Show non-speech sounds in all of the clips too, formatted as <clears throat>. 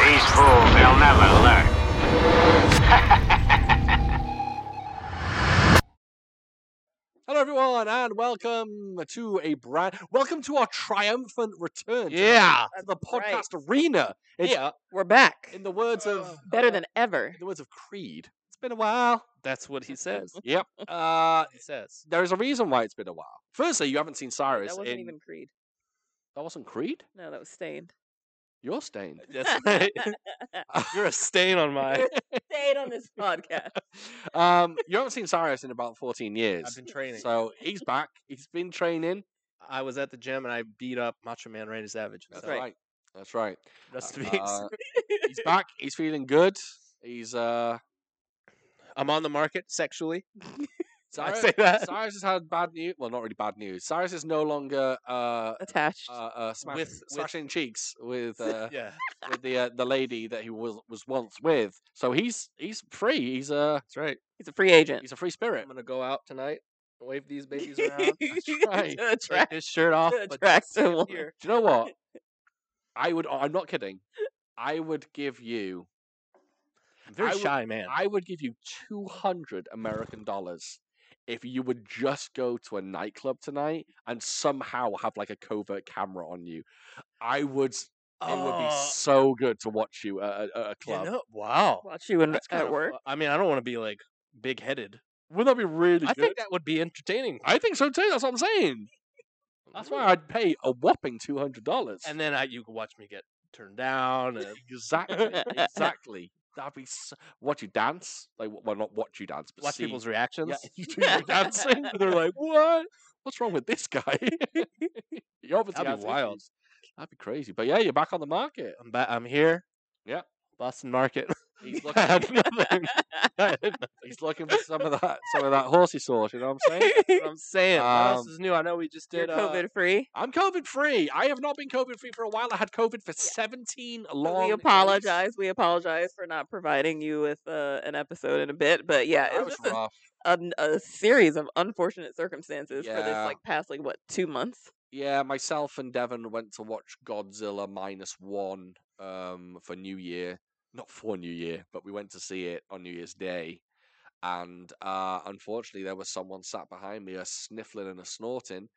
These fools, they'll never learn. Hello, everyone, and welcome to a brand. Welcome to our triumphant return to Yeah. the right. podcast arena. It's, Yeah. Oh. We're back. in the words of Better than ever. in the words Oh, of Creed. It's been a while. That's what he <laughs> says. Yep. Uh, He says. there is a reason why it's been a while. Firstly, you haven't seen That Cyrus. wasn't in, even Creed. that wasn't Creed. No, that was stained. You're stained. Uh, <laughs> <laughs> That's, you're a stain on my. Stayed on this podcast. um, you haven't seen Cyrus in about 14 I've years. been training. So he's back. He's been training. I was at the gym and I beat up Macho Man Randy Savage. That's so, right. <laughs> right. That's right. Rest in Uh, peace. he's back. He's feeling good. He's uh. I'm on the market sexually. <laughs> I Cyrus- say that Cyrus has had bad news. Well, not really bad news. Cyrus is no longer uh, <laughs> Attached. uh, uh, smashing, With- with- smashing cheeks <laughs> with uh, yeah. with the uh, the lady that he was was once with. So he's he's free. He's a That's right. He's a free agent. he's a free spirit. I'm gonna go out tonight, wave these <laughs> babies around, right. To take attract- this shirt off, to but attract sit someone. here. Do you know what? I would. I'm not kidding. I would give you. I'm a very I would- shy man. I would give you two hundred American dollars if you would just go to a nightclub tonight and somehow have like a covert camera on you. I would. s- It would be Oh, so good to watch you at a, at a you club. know- wow. Watch you in, That's kind at of work. fu- I mean, I don't want to be like big headed. Wouldn't that be really I good? think that would be entertaining. I think so too. That's what I'm <laughs> saying. That's why I'd pay a whopping two hundred dollars. And then I, you could watch me get turned down. And exactly, <laughs> exactly. That'd be so, watch you dance. Like, w- well, not watch you dance, but watch see- people's reactions. yeah, <laughs> you do <laughs> your dancing. and they're like, "What? What's wrong with this guy?" <laughs> you obviously That'd has be wild. issues. That'd be crazy. But yeah, you're back on the market. I'm back. I'm here. Yep. Boston Market. <laughs> He's I looking, had nothing. I had nothing. he's looking for some of that, some of that horsey sauce. You know what I'm saying? That's what I'm saying. what else Um, is new? I know we just You're did. Uh, COVID free. I'm COVID free. I have not been COVID free for a while. I had COVID for 17 long. We days. apologize. We apologize for not providing you with uh, an episode in a bit, but yeah, That it <laughs> was was just rough. a, a, a series of unfortunate circumstances for Yeah. this like past like what two months. Yeah, myself and Devon went to watch Godzilla minus one um, for New Year. Not for New Year, but we went to see it on New Year's Day. And uh, unfortunately, there was someone sat behind me, a sniffling and a snorting.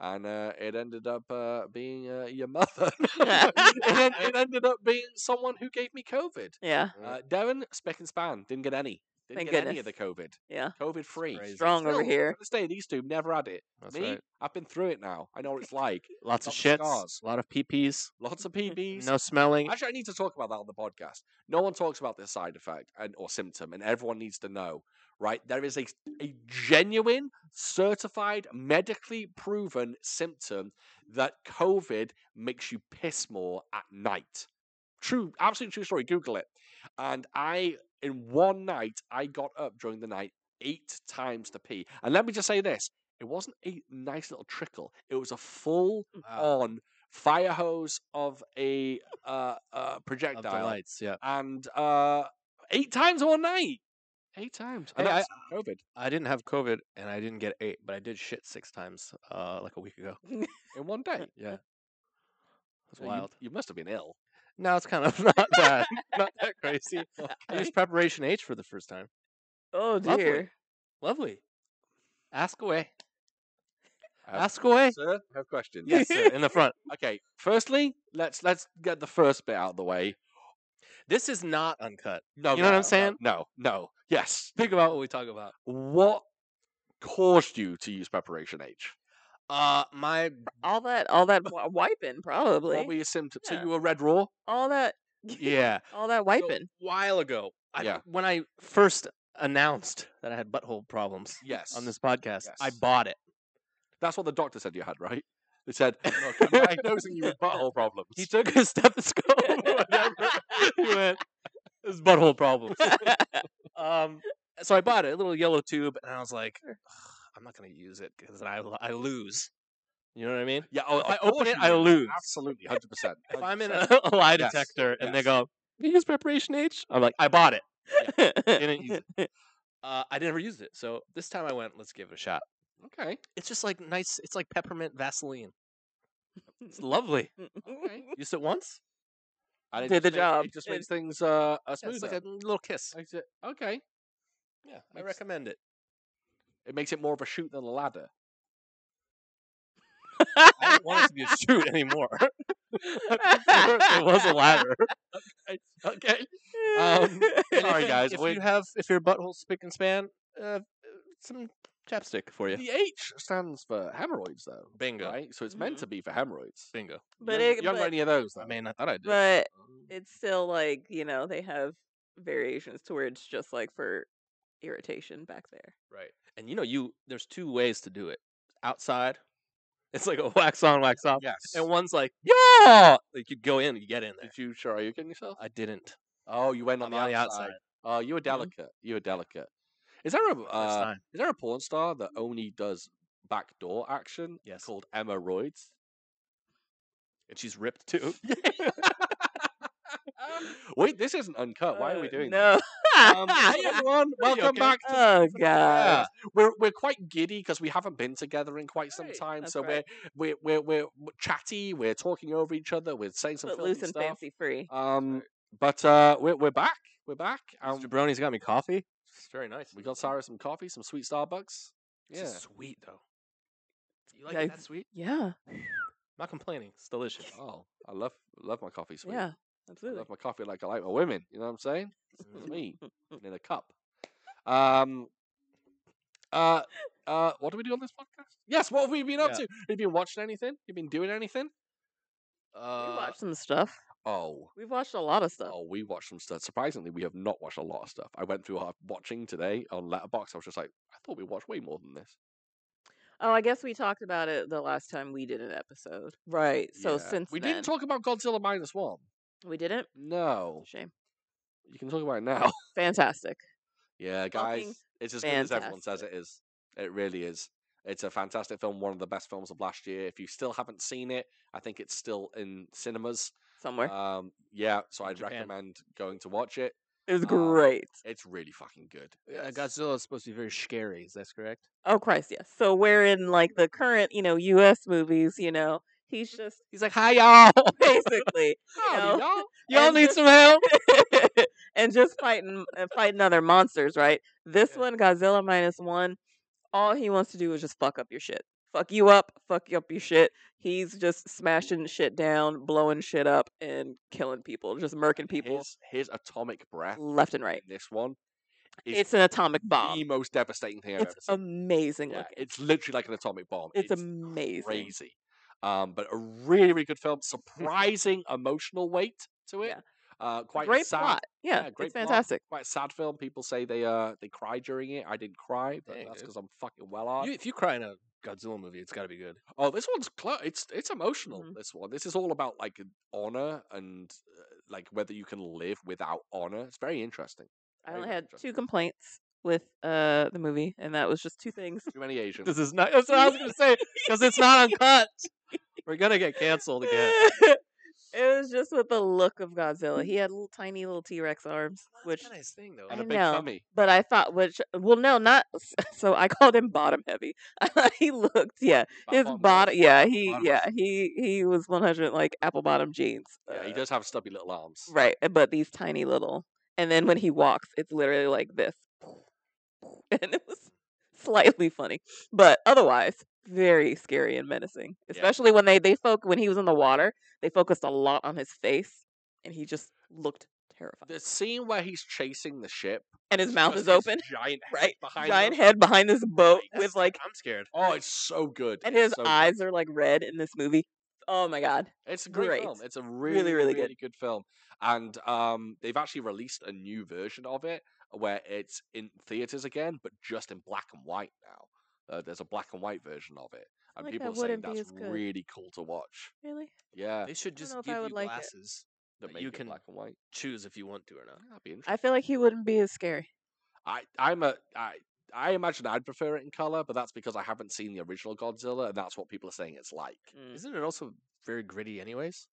And uh, it ended up uh, being uh, your <laughs> mother. it, en- it ended up being someone who gave me COVID. Yeah, Uh, Devon, speck and span, didn't get any. Didn't Thank get any of the goodness. COVID. Yeah. COVID free. crazy. strong over Still, here. To this day, these two never had it. That's Me, right. I've been through it now. I know what it's like. Lots Got of the shits. scars. A lot of pee-pees. Lots of PBs. No smelling. Actually, I need to talk about that on the podcast. No one talks about this side effect and or symptom, and everyone needs to know, right? There is a, a genuine, certified, medically proven symptom that COVID makes you piss more at night. True, absolute true story. Google it. And I, in one night, I got up during the night eight times to pee. And let me just say this: it wasn't a nice little trickle. It was a full Wow. on fire hose of a uh, uh, Of projectile the lights. Yeah. and uh, eight times all night. Eight times. And Hey, I- that's COVID. I didn't have COVID and I didn't get eight, but I did shit six times uh, like a week ago. In one day. Yeah. It's So you- wild. You, must have been ill. No, it's kind of <laughs> not that, not that <laughs> crazy. <laughs> <laughs> I used preparation H for the first time. Oh Lovely. dear. Lovely. Ask away. Um, Ask away. Sir, I have <laughs> questions. Yes, sir, in the front. Okay. Firstly, let's let's get the first bit out of the way. This is not uncut. No, You know what no, I'm saying? No, no. Yes. Think about what we talk about. What caused you to use preparation H? Uh, my All that, all that wi- wiping, What probably. were your symptoms? So Yeah. you were red raw. all that, yeah. all that So, <laughs> wiping. while ago, I, Yeah. when I first announced that I had butthole problems Yes. on this podcast, I Yes. bought it. That's what the doctor said you had, right? They said, <laughs> "Look, I'm diagnosing you with butthole problems." He took <laughs> his <laughs> stethoscope. whatever. he went, "This is <laughs> butthole problems." um, so I bought it, a little yellow tube, and I was like, Sure. "Ugh, I'm not gonna use it because I l- I lose. You know what I mean? yeah, oh, If I of course open it, you I would. lose. Absolutely, hundred <laughs> percent. If I'm in a, a <laughs> lie Yes, detector and they yes. go, "You use preparation H," I'm like, "I bought it. <laughs> Didn't Didn't use <laughs> it." Uh, I never used it, so this time I went, "Let's give it a shot." okay. It's just like nice. It's like <laughs> <laughs> peppermint Vaseline. It's lovely. Use it once. And it Did just the makes- job. It just makes things uh, uh Yeah, smoother. it's like a little kiss. Makes it- okay. Yeah, I makes- recommend it. It makes it more of a shoot than a ladder. I don't want it to be a shoot anymore. <laughs> it was a <laughs> ladder. <laughs> Okay. <laughs> <laughs> Um, And Sorry, if- guys. if If you you have, if your butthole's spick and span, uh, some chapstick for you. The H stands for hemorrhoids, though. Bingo. Right? So it's meant Mhm. to be for hemorrhoids. Bingo. but you haven't- it, you haven't got but, any of those, though. Um, I mean, I thought I did. but it's still like you know they have variations to where it's just like for irritation back there. Right. And you know, you there's two ways to do it. Outside, <laughs> it's like a wax on, wax off. yes. And one's like, yeah, like you go in, you get in there. Did you try you kidding yourself? I didn't. Oh, you went on I'm the, outside. Oh, you were delicate. You were delicate. Is there a That's uh, fine. is there a porn star that only does backdoor action Yes. called Emma Roids? And she's ripped too. <laughs> Wait, this isn't uncut. Why are we Uh, doing no. this? Um, <laughs> <laughs> hey everyone, welcome okay? back. To- oh god. Yeah. we're we're quite giddy because we haven't been together in quite some Right, time. that's So right. we're, we're we're we're chatty. We're talking over each other. We're saying some But filthy loose and stuff. fancy free. Um, but uh, we're we're back. We're back. Um, Um, Jabroni's got me coffee. It's very nice. we got Sarah some coffee, some sweet Starbucks. This Yeah. is sweet though. You like Yeah. that sweet? Yeah. not complaining. It's <laughs> delicious. Oh, I love love my coffee sweet. Yeah. I Absolutely. love my coffee like I like my women. You know what I'm saying? It's Mm. <laughs> me and in a cup. Um. Uh. Uh. What do we do on this podcast? Yes. What have we been up Yeah. to? Have you been watching anything? You been doing anything? we Uh, watched some stuff. Oh. We've watched a lot of stuff. Oh, we watched some stuff. Surprisingly, we have not watched a lot of stuff. I went through our watching today on Letterbox. I was just like, I thought we watched way more than this. Oh, I guess we talked about it the last time we did an episode. Right. So Yeah. since we then, didn't talk about Godzilla minus one. we didn't. No, Shame. you can talk about it now. Fantastic. Yeah, Fucking guys, it's as good as everyone says it fantastic. is. It really is. It's a fantastic film, one of the best films of last year. If you still haven't seen it, I think it's still in cinemas. Somewhere. Um, yeah, so In I'd Japan. recommend going to watch it. it was uh, great. It's really fucking good. uh, It's- Godzilla is supposed to be very scary. Is that correct? Oh Christ, yes. So we're in like the current, you know, U.S. movies. You know, he's just <laughs> He's like, hi y'all. <laughs> basically <laughs> Howdy, y'all. y'all And need just- some help. and just fighting and fighting other monsters, right? This Yeah. one, Godzilla minus one, all he wants to do is just fuck up your shit. Fuck you up, fuck up your shit. He's just smashing shit down, blowing shit up, and killing people, just murking people His, his atomic breath left and right. in this one is It's an atomic bomb. the most devastating thing I've It's ever seen. amazing Yeah, looking. it's literally like an atomic bomb. It's amazing. crazy. Um, but a really, really good film. Surprising emotional weight to it. Yeah. Uh, quite great sad. plot. Yeah, Yeah, great it's plot. fantastic. Quite a sad film. People say they uh they cry during it. I didn't cry, but Dang, that's dude. because I'm fucking well off. You, if you cry in a Godzilla movie, it's got to be good. Oh, this one's clo It's it's emotional. Mhm. This one. This is all about like honor and uh, like whether you can live without honor. It's very interesting. I Very, only very had interesting. two complaints with uh the movie, and that was just two things. Too many Asians. This is not. That's what I was gonna say because <laughs> it's not uncut. We're gonna get canceled again. <laughs> it was just with the look of Godzilla. He had little tiny little T Rex arms, which. nice thing though. and a I big know. tummy. But I thought, which well, no, not <laughs> so. I called him bottom heavy. <laughs> I thought he looked, yeah, Fat his bottom bottom, girl. yeah, he, bottom. yeah, he, he was one hundred like apple bottom jeans, Yeah, he uh, does have stubby little arms. right? eh, But these tiny little, and then when he walks, it's literally like this, <laughs> and it was slightly funny, but otherwise very scary and menacing. Especially when they they folk when he was in the water, they focused a lot on his face, and he just looked terrified. The scene where he's chasing the ship and his <laughs> It's mouth just is this open. <laughs> Giant head Right, behind giant him. head behind Oh this boat Like, with like I'm scared. Oh, it's so good. and It's his so good. eyes are like red in this movie. Oh my god. It's a great, great. film. It's a really, Really, really, really good. good film. And um, they've actually released a new version of it where it's in theaters again, but just in black and white now. Uh, there's a black and white version of it, and like people that are saying wouldn't be that's as good. really cool to watch. Really? Yeah, They should don't just know if give I would you like it. glasses. that But make you it can- black and white. Choose if you want to or not. That'd be I interesting. feel like he wouldn't be as scary. I, I'm a, I, I imagine I'd prefer it in color, but that's because I haven't seen the original Godzilla, and that's what people are saying it's like. Mm. Isn't it also very gritty, anyways?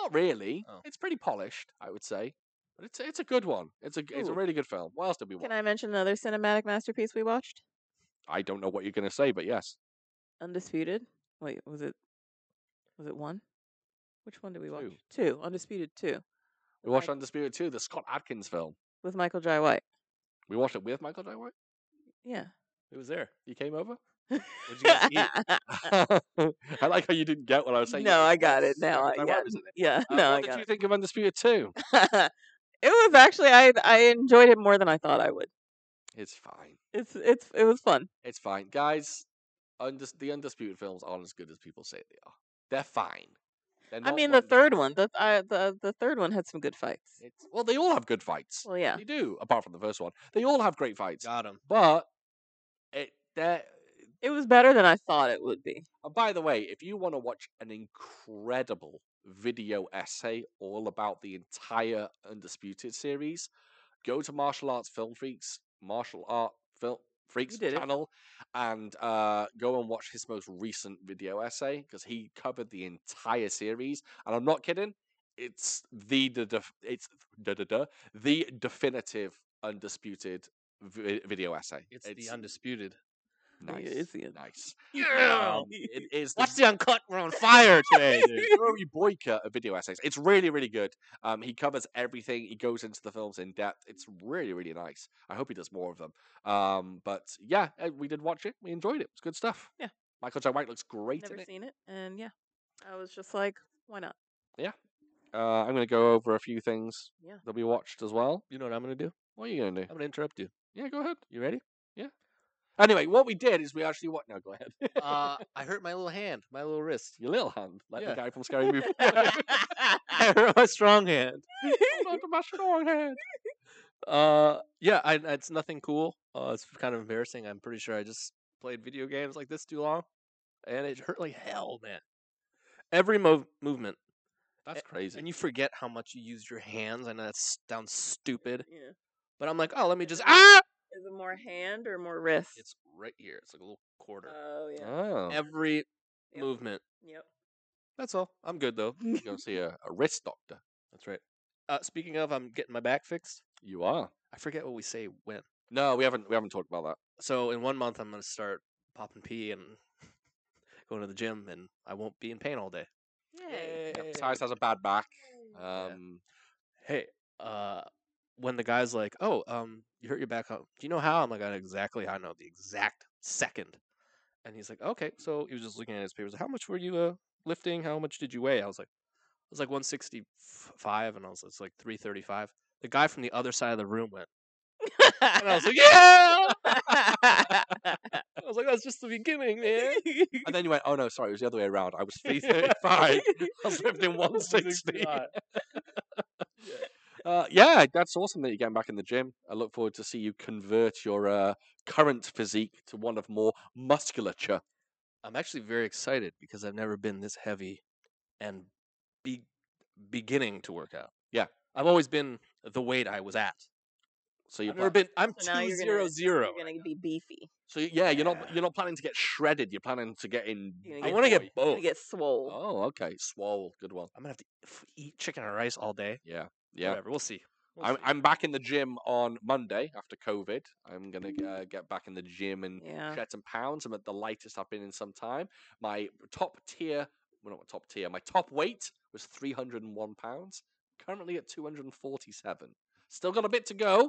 Not really. Oh. It's pretty polished, I would say. But it's it's a good one. It's a g- it's a Ooh. really good film. What else did we watch? Can I mention another cinematic masterpiece we watched? I don't know what you're going to say, but yes. Undisputed. Wait, was it was it one? Which one did we Two. watch? Two. Undisputed two. We watched Undisputed too, the Scott Adkins film. with Michael Jai White. We watched it with Michael J. White. Yeah. He was there. He came over. What'd you guys <laughs> eat? <laughs> E? I like how you didn't get what I was saying. no, I got it now. E? I, Michael J. yeah, White was in it. yeah. Uh, No, what I did got you think of Undisputed too? it. <laughs> it was actually I I enjoyed it more than I thought I would. It's fine. It's it's it was fun. It's fine, guys. Undis- the Undisputed films aren't as good as people say they are. They're fine. They're I not mean, the wonderful. third one, the I, the the third one had some good fights. It's, well, they all have good fights. Well, yeah. They do, apart from the first one. They all have great fights. Got him. But it that It was better than I thought it would be. and Uh, by the way, if you want to watch an incredible video essay all about the entire Undisputed series, go to Martial Arts Film Freaks martial art film freaks did it. channel and uh, go and watch his most recent video essay because he covered the entire series and i'm not kidding it's the, the def- it's da, da, da, the definitive undisputed vi- video essay It's, the undisputed. Yeah, nice it's the- nice Yeah. um, it is the Watch the uncut. We're on fire today. dude. Rory Boyka of video essays. It's really, really good. Um, he covers everything. He goes into the films in depth. It's really, really nice. I hope he does more of them. Um, but yeah, uh, we did watch it. We enjoyed it. It's good stuff. Yeah. Michael J. White looks great in Never it. seen it, and yeah, I was just like, <laughs> why not? Uh, I'm going to go over a few things Yeah. that we watched as well. <laughs> You know what I'm gonna do? What are you going to do? I'm gonna interrupt you. Yeah, go ahead. Oh. You ready? Anyway, what we did is we actually watched. No, go ahead. <laughs> <laughs> Uh, I hurt my little hand, my little wrist. Your little hand, like yeah. the guy from Scary Movie. <laughs> <laughs> I hurt my strong hand. Not my strong hand. Uh, yeah, I, it's nothing cool. Uh, it's kind of embarrassing. I'm pretty sure I just played video games like this too long, and it hurt like hell, man. Every mov- movement, That's A- crazy. <laughs> and you forget how much you use your hands. I know that sounds stupid, <laughs> Yeah. but I'm like, oh, let me just ah. Is it more hand or more wrist? It's right here. It's like a little quarter. oh yeah. Uh, oh. Every Yep. movement. Yep. That's all. I'm good though. you go see a, a wrist doctor. That's right. Uh, speaking of, I'm getting my back fixed. You are. I forget what we say when. No, we haven't. We haven't talked about that. So in one month, I'm gonna start popping pee and <laughs> going to the gym, and I won't be in pain all day. Yay. <laughs> Yep, Tyus has a bad back. Um, hey, uh, when the guy's like, "Oh, um, you hurt your back. How, do you know how?" I'm like, "I know exactly how. I know the exact second. And he's like, "Okay." So he was just looking at his papers. How much were you uh, lifting? How much did you weigh? I was like, "It was like 165," and I was it's like 335. The guy from the other side of the room went, <laughs> and I was like, <laughs> "Yeah!" I was like, "That's just the beginning, <laughs> man." and then you went, "Oh no, sorry, it was the other way around. <laughs> I was 335. I was lifting 160." Uh, yeah, that's awesome that you're getting back in the gym. I look forward to see you convert your uh, current physique to one of more musculature. I'm actually very excited because I've never been this heavy and be beginning to work out. Yeah. I've always been the weight I was at. So I've you've never been I'm So now two you're gonna- zero zero. You're gonna be beefy. So y- yeah, you're not Yeah. you're not planning to get shredded. You're planning to get in. You're gonna I get want boy. to get You're both. gonna get swole. Oh, okay, swole, good one. I'm gonna have to f- eat chicken and rice all day. Yeah, Whatever. We'll see. We'll I'm see. I'm back in the gym on Monday after COVID. I'm gonna uh, get back in the gym and Yeah. shed some pounds. I'm at the lightest I've been in some time. My top tier, well, not top tier, my top weight was 301 pounds. Currently at 247. Still got a bit to go,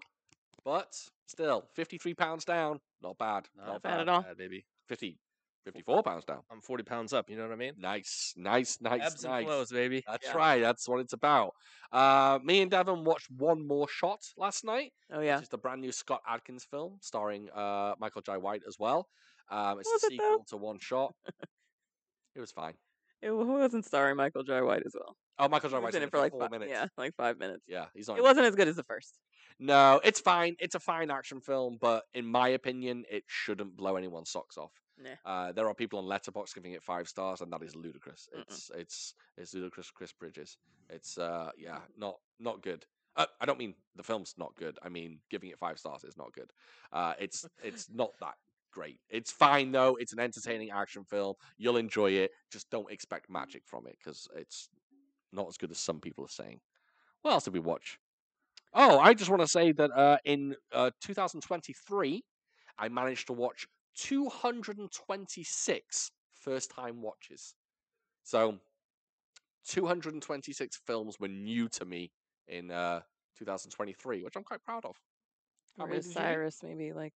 but still 53 pounds down. Not bad. Not, bad at all. bad, baby. 50, 54 pounds down. I'm 40 pounds up. You know what I mean? Nice, nice, nice, Abs and nice. flows, baby. That's Yeah. right. That's what it's about. Uh, me and Devon watched one more shot last night. Oh yeah. Which is the brand new Scott Adkins film starring uh, Michael J. White as well. Um, it's Was the it though? sequel to <laughs> One Shot. it was fine. It wasn't starring Michael Jai White as well. Oh, Michael He J. was White's in it for like four five, minutes. yeah, like five minutes. Yeah, he's not. It in wasn't as good as the first. No, it's fine. It's a fine action film, but in my opinion, it shouldn't blow anyone's socks off. Nah. Uh, there are people on Letterbox giving it five stars, and that is ludicrous. Mm-mm. It's it's it's ludicrous. Chris Bridges. It's uh yeah, not not good. Uh, I don't mean the film's not good. I mean giving it five stars is not good. Uh, it's <laughs> it's not that great. It's fine though. It's an entertaining action film. You'll enjoy it. Just don't expect magic from it because it's not as good as some people are saying. What else did we watch? Oh, I just want to say that uh, in uh, 2023, I managed to watch 226 first time watches. So 226 films were new to me in uh, 2023, which I'm quite proud of. How many Whereas did you do? Cyrus, maybe like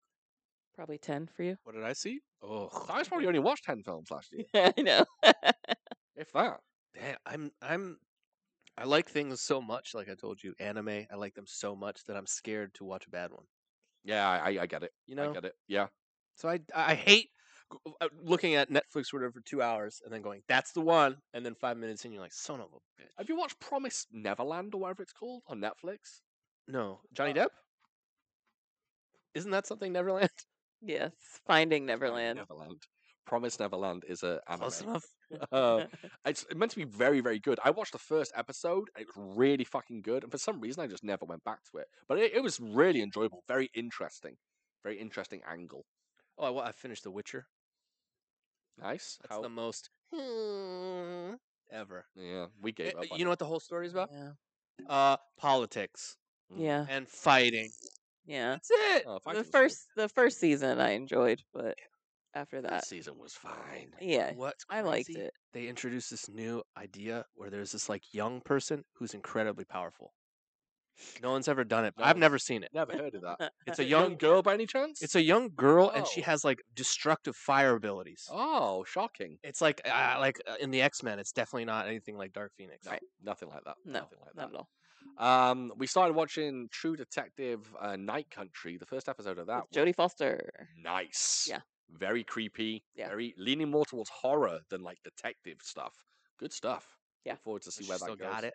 probably 10 for you. What did I see? Oh, Cyrus <laughs> probably only watched 10 films last year, <laughs> I know. if that. Damn, I'm I'm I like things so much, like I told you, anime. I like them so much that I'm scared to watch a bad one. Yeah, I, I- I get it. You know, I get it. Yeah. so I I hate g- uh, looking at Netflix or whatever for two hours and then going, "That's the one," and then five minutes in, you're like, "Son of a bitch." Have you watched Promise Neverland or whatever it's called on Netflix? No, Johnny Uh, Depp. Isn't that something Neverland? <laughs> yes. Finding Sorry, Neverland. Neverland. Promise Neverland is a anime. Close enough. Uh, it's meant to be very, very good. I watched the first episode. It was really fucking good, and for some reason, I just never went back to it. But it, it was really enjoyable, very interesting, very interesting angle. Oh, I, wa- I finished The Witcher. Nice. That's How? the most <laughs> ever. Yeah, we gave Eh, up. on you know it. what the whole story is about? yeah. Uh, politics Mm. Yeah. and fighting. Yeah. That's it. Oh, The fighting's good. first the first season I enjoyed, but after First that, season was fine. <laughs> yeah. What's I liked crazy, it. They introduced this new idea where there's this like young person who's incredibly powerful. No one's ever done it. but I've No. never seen it. Never heard of <laughs> that. It's A a young young girl by any chance? it's a young girl and she Oh. has like destructive fire abilities. oh, shocking. It's like uh, like uh, in the X-Men, it's definitely not anything like Dark Phoenix. No, nothing like that. No, nothing like that. not at all. Um, we started watching True Detective uh, Night Country, the first episode of that. With Jodie Foster. was Nice. Yeah. Very creepy. Yeah. Very leaning more towards horror than like detective stuff. Good stuff. Yeah. Look forward to see She where that still goes. got it.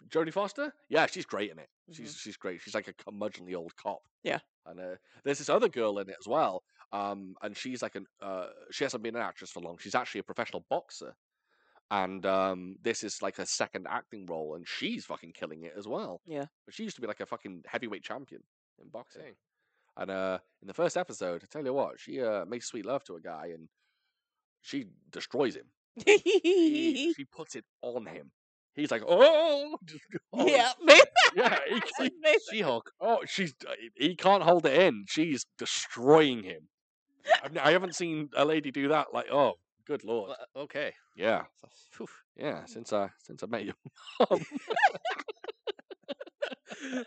F- Jodie Foster? Yeah, she's great in it. Mhm. She's she's great. She's like a curmudgeonly old cop. Yeah. And uh, there's this other girl in it as well. Um, and she's like an uh, she hasn't been an actress for long. She's actually a professional boxer. And um, this is like her second acting role, and she's fucking killing it as well. Yeah. But she used to be like a fucking heavyweight champion in boxing. Dang. And uh, in the first episode, I tell you what, she uh, makes sweet love to a guy, and she destroys him. <laughs> She, she puts it on him. He's like, oh, <laughs> just- oh, yeah. <laughs> Basically. yeah, he, he- She-Hulk. oh, she's he can't hold it in. She's destroying him. I've, n- I haven't seen a lady do that. Like, oh, good lord, Well, uh, Okay. yeah, Phew. yeah. Since I since I met you, <laughs>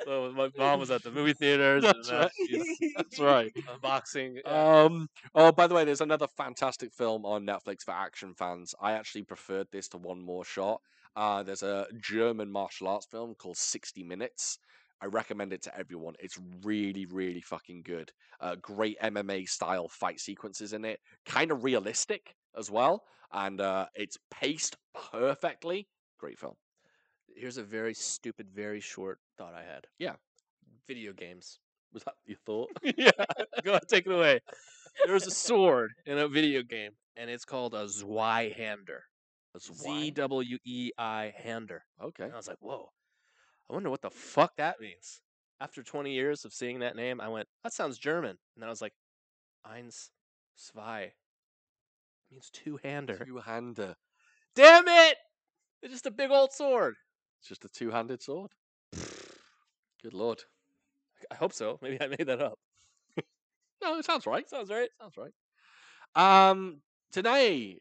so my mom was at the movie theaters. That's and uh, now right. she's <laughs> that's right. uh, unboxing. yeah. Um. Oh, by the way, there's another fantastic film on Netflix for action fans. I actually preferred this to One More Shot. Uh, there's a German martial arts film called 60 Minutes. I recommend it to everyone. It's really, really fucking good. Uh, great MMA style fight sequences in it. Kind of realistic as well, and uh, it's paced perfectly. Great film. Here's a very stupid, very short thought I had. Yeah. Video games. Was that your thought? <laughs> yeah. <laughs> Go ahead, take it away. There's a sword in a video game, and it's called a Zweihander. That's why. Z W E I Hander. Okay. And I was like, whoa, I wonder what the fuck that means. After 20 years of seeing that name, I went, that sounds German. And then I was like, Eins, zwei means two hander. Two-hander. Damn it! It's just a big old sword. It's just a two-handed sword. Good lord. I hope so. Maybe I made that up. No, it sounds right. Sounds right. Sounds right. Um, today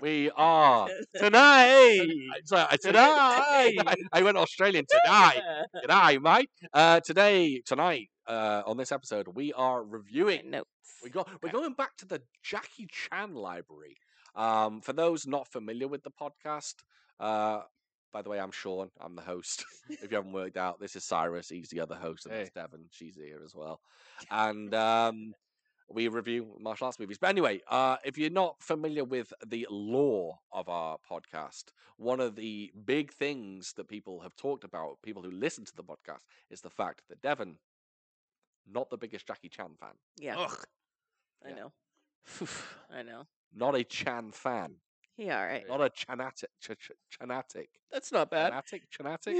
we <laughs> are <laughs> Tonight! I- sorry, I- <laughs> I, I went Australian <laughs> today. today, mate. Uh, today, tonight, uh, on this episode, we are reviewing. Notes. We go, we're Okay. going back to the Jackie Chan library. Um, for those not familiar with the podcast, uh, by the way, I'm Sean. I'm the host. <laughs> if you haven't worked out, this is Cyrus. He's the other host, and it's Devon. She's here as well. And um, we review martial arts movies. But anyway, uh, if you're not familiar with the lore of our podcast, one of the big things that people have talked about, people who listen to the podcast, is the fact that Devon, not the biggest Jackie Chan fan, Yeah. Ugh. I Oh, yeah. know. Phew. I know. not a Chan fan, He all <laughs> right. not a Chanatic, ch- ch- Chanatic, That's not bad. Chanatic, Chanatic.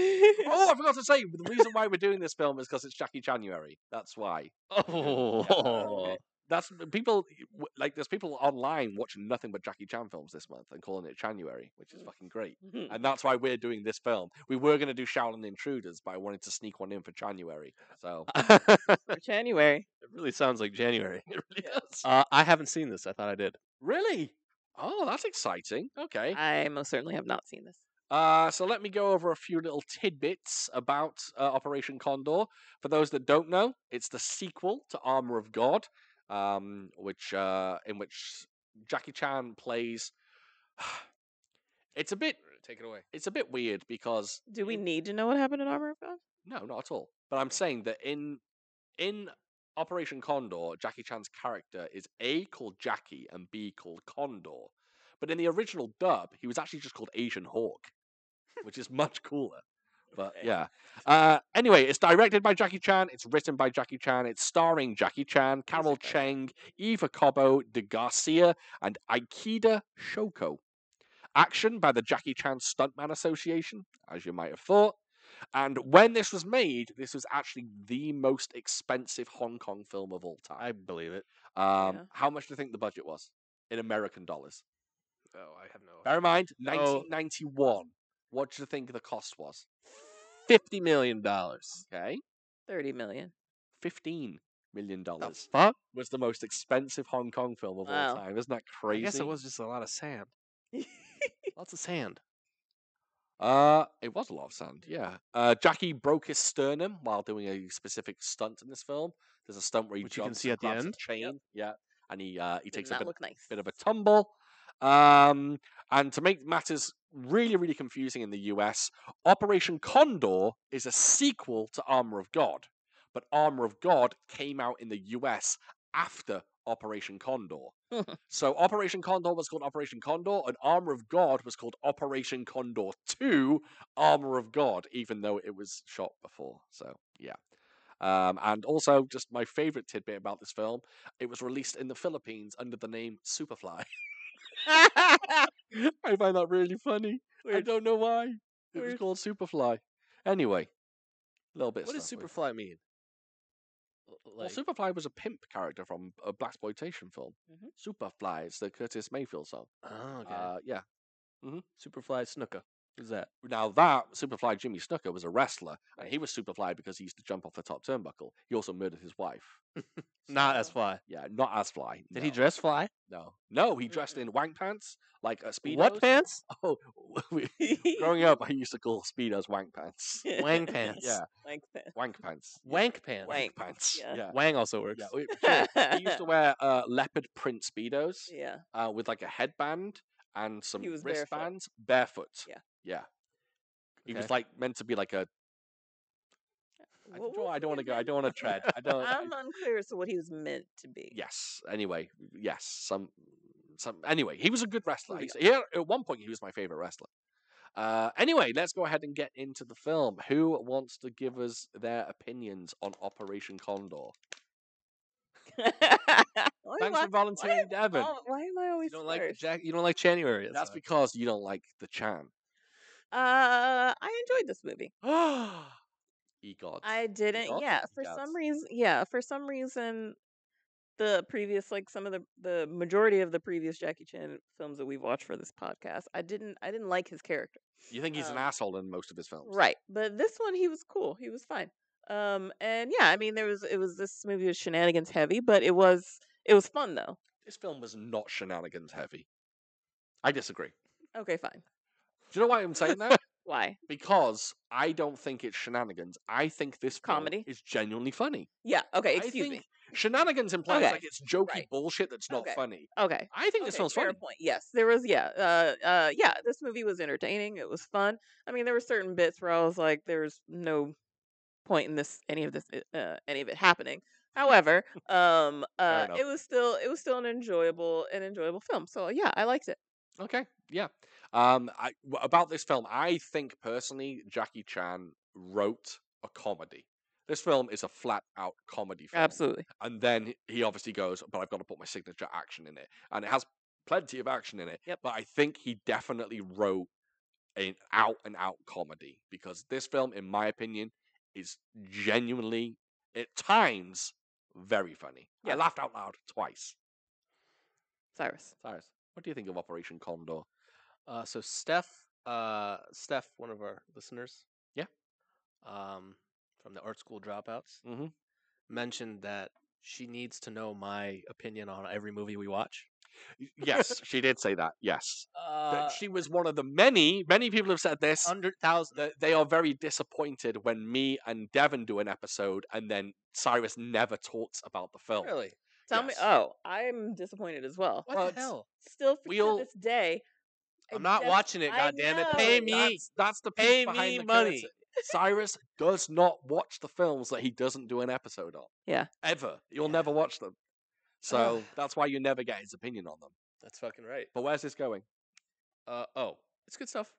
Oh, I forgot to say, the reason why we're doing this film is because it's Jackie January. That's why. Oh, <laughs> That's people w- like there's people online watching nothing but Jackie Chan films this month and calling it January, which is fucking great. Hmm, and that's why we're doing this film. We were going to do Shaolin Intruders, but I wanted to sneak one in for January. So <laughs> For January. it really sounds like January. it really is. Uh, I haven't seen this. I thought I did. Really? Oh, that's exciting. Okay. I most certainly have not seen this. Uh, so let me go over a few little tidbits about uh, Operation Condor. For those that don't know, it's the sequel to Armor of God, um, which uh, in which Jackie Chan plays. <sighs> It's a bit. Take it away. It's a bit weird because Do we in- need to know what happened in Armor of God? No, not at all. But I'm saying that in in Operation Condor, Jackie Chan's character is A called Jackie and B called Condor. But in the original dub, he was actually just called Asian Hawk, which is much cooler. But Okay. yeah. Uh, anyway, it's directed by Jackie Chan. It's written by Jackie Chan. It's starring Jackie Chan, Carol Jackie Chang, Eva Cobo, De Garcia, and Aikida Shoko. Action by the Jackie Chan Stuntman Association, as you might have thought. And when this was made, this was actually the most expensive Hong Kong film of all time. I believe it. Um, Yeah. How much do you think the budget was in American dollars? Oh, I have no. Bear in mind, No. 1991. What do you think the cost was? Fifty million dollars. Okay, 30 million. <laughs> 15 million The dollars fuck? was the most expensive Hong Kong film of all Wow. time. Isn't that I crazy? guess it was just a lot of sand. <laughs> Lots of sand. Uh, it was a lot of sand, yeah. Uh, Jackie broke his sternum while doing a specific stunt in this film. There's a stunt where he Which you can jumps see and at the grabs a end. chain, yeah, and he uh, he Did takes a not bit, look nice. bit of <laughs> a tumble. Um, and to make matters really, really confusing in the US, Operation Condor is a sequel to Armor of God, but Armor of God came out in the US after Operation Condor. So Operation Condor was called Operation Condor, and Armor of God was called Operation Condor 2 Armor of God, even though it was shot before. So, yeah. Um, and also, just my favorite tidbit about this film it was released in the Philippines under the name Superfly. <laughs> I find that really funny. I Weird. don't know why. It was Weird. called Superfly. Anyway, a little bit. of What does stuff we- Superfly mean? L- Well, Like, Superfly was a pimp character from a black exploitation film. Mhm. Superfly is the Curtis Mayfield song. oh, Mm-hmm. okay. Uh, yeah, Superfly Snooker. Who's that? Now that Superfly Jimmy Snooker was a wrestler, and he was Superfly because he used to jump off the top turnbuckle. He also murdered his wife. Not as So- fly. Yeah, not as Fly. Did no, he dress fly? No, no, he dressed in wank pants, like a speedos. What <laughs> pants? <laughs> Oh, we- <laughs> growing up, I used to call speedos wank pants. Wang pants. Yeah, Like that. wank pants. Yeah, Wank pants. Wank. pants. yeah. yeah. Wang also works. Yeah, we- Joe, he used <laughs> to wear uh, leopard print speedos Yeah. uh, with like a headband and some was barefoot. wristbands, barefoot. Yeah. yeah. He was Okay. like meant to be like a I, What don't- was I don't he want to go. I meant- don't want to tread. I <laughs> don't. I- I'm unclear as to what he was meant to be. <laughs> yes. Anyway, yes. Some. Some. Anyway, he was a good wrestler. Moving He's- He, at one point, he was my favorite wrestler. Uh, anyway, let's go ahead and get into the film. Who wants to give us their opinions on Operation Condor? why, am Thanks I- for volunteering, Devin. al- why am I always You don't like the first? Jack. You don't like January. That's, That's because you don't like the Chan. <gasps> Uh, I enjoyed this movie. Egod. I didn't. got Yeah, it, for guys. some reason. Yeah, for some reason, the previous, like some of the the majority of the previous Jackie Chan films that we've watched for this podcast, I didn't. I didn't like his character. You think he's an um, asshole in most of his films, Right. But this one he was cool. He was fine. Um and yeah, I mean there was it was this movie was shenanigans heavy, but it was it was fun though. This film was not shenanigans heavy. I disagree. Okay, fine. Do you know why I'm saying that? Why? because I don't think it's shenanigans. I think this film Comedy? is genuinely funny. Yeah, okay, I excuse think me. shenanigans implies Okay, like it's jokey right. bullshit that's not Okay. funny. Okay. I think this okay, film's fair funny. point. Yes, there was yeah. Uh uh yeah, this movie was entertaining. It was fun. I mean, there were certain bits where I was like there's no point in this any of this i- uh, any of it happening. However, um uh enough. it was still it was still an enjoyable an enjoyable film. So yeah, I liked it. Okay, yeah. Um, I, w- about this film, I think personally, Jackie Chan wrote a comedy. This film is a flat out comedy film. Absolutely. And then he obviously goes, but I've got to put my signature action in it. And it has plenty of action in it. Yep. But I think he definitely wrote an out and out comedy because this film, in my opinion, is genuinely, at times, very funny. I Yeah. laughed out loud twice. Cyrus. Cyrus, what do you think of Operation Condor? Uh, so Steph, uh, Steph, one of our listeners, Yeah. um, from the art school dropouts, Mhm. mentioned that she needs to know my opinion on every movie we watch. Y- Yes, she did say that. Yes. That Uh, she was one of the many, many people have said this. Hundred thousand. That they are very disappointed when me and Devin do an episode and then Cyrus never talks about the film. Really? Tell me. Yes. Oh, I'm disappointed as well. What Well, the it's- hell? Still for We'll- to this day. I I'm not just- watching it. I God damn it! know. Pay <laughs> me. That's, that's the Pay peek behind me the money. curtain. Cyrus does not watch the films that he doesn't do an episode on. Yeah. Ever. You'll Yeah. never watch them. So Ugh. that's why you never get his opinion on them. That's fucking right. But where's this going? Uh, oh, it's good stuff.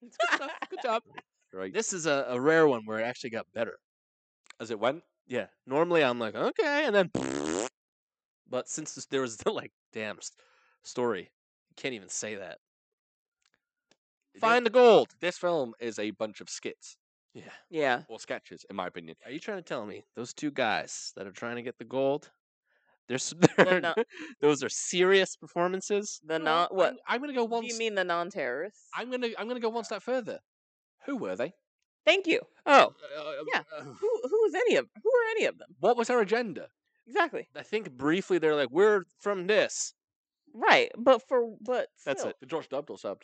It's good <laughs> stuff. Good job. Right. This is a, a rare one where it actually got better. As it went? Yeah. Normally I'm like, okay, and then, <laughs> but since this, there was <laughs> the like damn s- story, can't even say that. It Find the gold. did. This film is a bunch of skits Yeah. Yeah. or sketches, in my opinion. Are you trying to tell me those two guys that are trying to get the gold? <laughs> There's They're not- those are serious performances. The No, non. What I'm, I'm gonna go one. do you s- mean? The non-terrorists? I'm gonna I'm gonna go one step further. Who were they? Thank you. Oh, Uh, Yeah. uh, who who is any of? Who are any of them? What was their agenda? Exactly. I think briefly they're like, we're from this. Right. But for but That's still. it. George dubbed or subbed?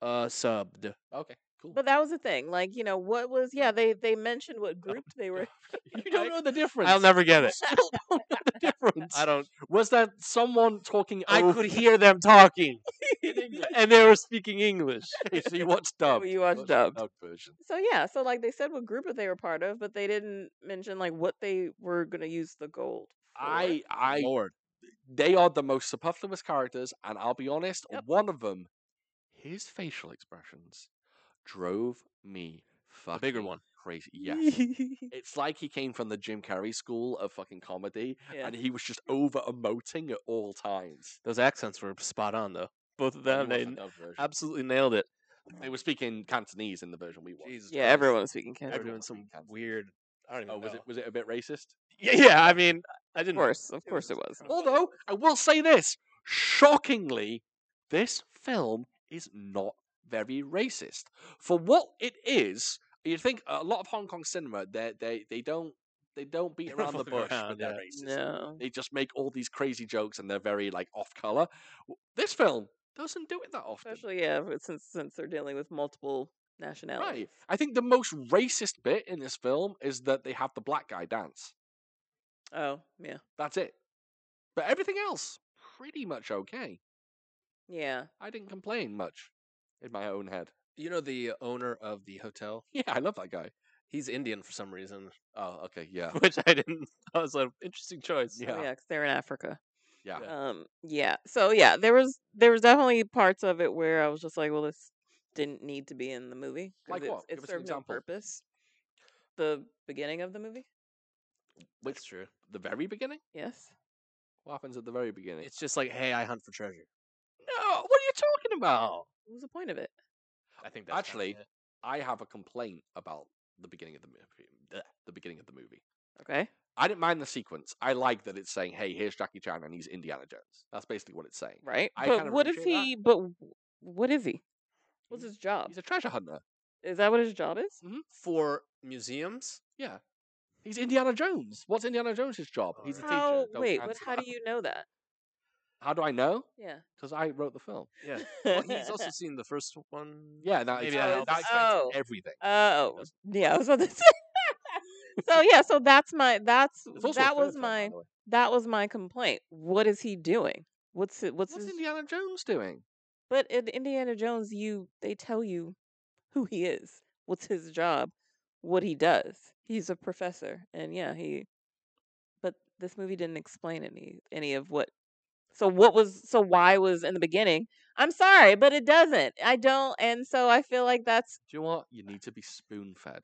Uh, subbed. Okay, cool. But that was the thing. Like you know what was? Yeah. They they <laughs> mentioned what group they were. you don't I- know the difference. <laughs> I'll never get it. Still don't know the difference. <laughs> I don't. Was there someone talking? I over- could hear them talking, <laughs> in English. and <laughs> they were speaking <laughs> English. <laughs> so you watched dubbed. you watched the dubbed. version. So yeah. So like they said what group that they were part of, but they didn't mention like what they were gonna use the gold. for. <laughs> I I Lord, they are the most superfluous characters, and I'll be honest, Yep. one of them, his facial expressions, drove me fucking bigger one. crazy. Yes. It's like he came from the Jim Carrey school of fucking comedy, yeah. and he was just over emoting at all times. those accents were spot on though. Both of them, they <laughs> n- absolutely nailed it. they were speaking Cantonese in the version we watched. Jesus Yeah. Christ. Everyone was speaking They were Cantonese. everyone doing was some speaking Cantonese. weird. I don't even Oh, was know. it was it a bit racist? <laughs> Yeah, yeah. I mean, I Of didn't. course. Of it course it was <laughs> was. kind Well, Although I will say this, shockingly, this film is not very racist for what it is. You'd think a lot of Hong Kong cinema they they they don't they don't beat <laughs> They don't around the fuck bush around, with their yeah. racism. No. They just make all these crazy jokes and they're very like off color. This film doesn't do it that often. Especially yeah, but since since they're dealing with multiple nationalities. Right. I think the most racist bit in this film is that they have the black guy dance. Oh yeah. That's it. But everything else, pretty much okay. Yeah. oh, I didn't complain much in my own head. <laughs> You know the owner of the hotel. Yeah, I love that guy. He's Indian for some reason, <laughs> Oh, okay, yeah. which I didn't. <laughs> I was like, interesting choice. Oh, Yeah. yeah, 'cause they're in Africa. Yeah. Yeah. Um, yeah. So yeah, there was there was definitely parts of it where I was just like, well, this didn't need to be in the movie. 'cause Like it's- what? Give It us an served no example. purpose. The beginning of the movie. Which- That's true. The very beginning? Yes. What happens at the very beginning? It's just like, hey, I hunt for treasure. no, what are you talking about? What was the point of it? I think that's kinda Actually, it. I have a complaint about the beginning of the movie. bleh, The beginning of the movie. Okay. I didn't mind the sequence. I like that it's saying, "Hey, here's Jackie Chan and he's Indiana Jones." That's basically what it's saying. Right. I but kinda what if appreciate that. he? But w- what is he? What's his job? He's a treasure hunter. Is that what his job is? for museums, Yeah, he's Indiana Jones. What's Indiana Jones' job? He's a teacher. How? Don't Wait. But answer how that. do you know that? How do I know? <laughs> Yeah. Because I wrote the film. yeah. Well, he's <laughs> also seen the first one. Yeah, that, Maybe Maybe that that, helps. explains Oh. everything. <laughs> Oh, yeah. I was about to <laughs> say. so yeah, so that's my that's There's also a that was third film, by my the way. that was my complaint. What is he doing? What's it? What's, What's his? Indiana Jones doing? but in Indiana Jones, you they tell you who he is, what's his job, what he does. He's a professor, and yeah, he. But this movie didn't explain any any of what. So what was so why was in the beginning? I'm sorry, but it doesn't. I don't, and so I feel like that's. Do you know what? You need to be spoon fed.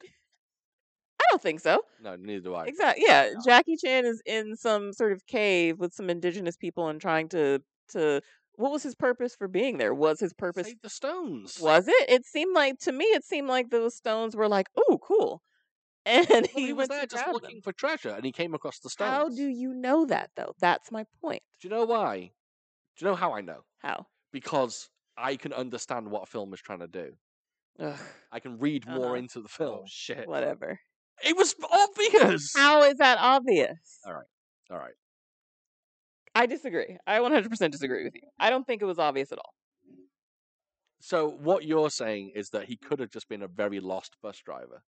I don't think so. No, neither do I. Exactly. Yeah, um, Jackie Chan is in some sort of cave with some indigenous people and trying to to. What was his purpose for being there? Was his purpose? Save the stones. Was it? It seemed like to me. It seemed like those stones were like, oh, cool, <laughs> and Well, he, he was went there to just grab looking them. for treasure, and he came across the stones. How do Do you know that though? That's my point. you know why? Do you know how I know? How? Because I can understand what a film is trying to do. Ugh, I can read more Uh-huh. into the film. Oh shit! whatever. It was obvious. How is that obvious? All right. I disagree. I 100% disagree with you. I don't think it was obvious at all. So what you're saying is that he could have just been a very lost bus driver.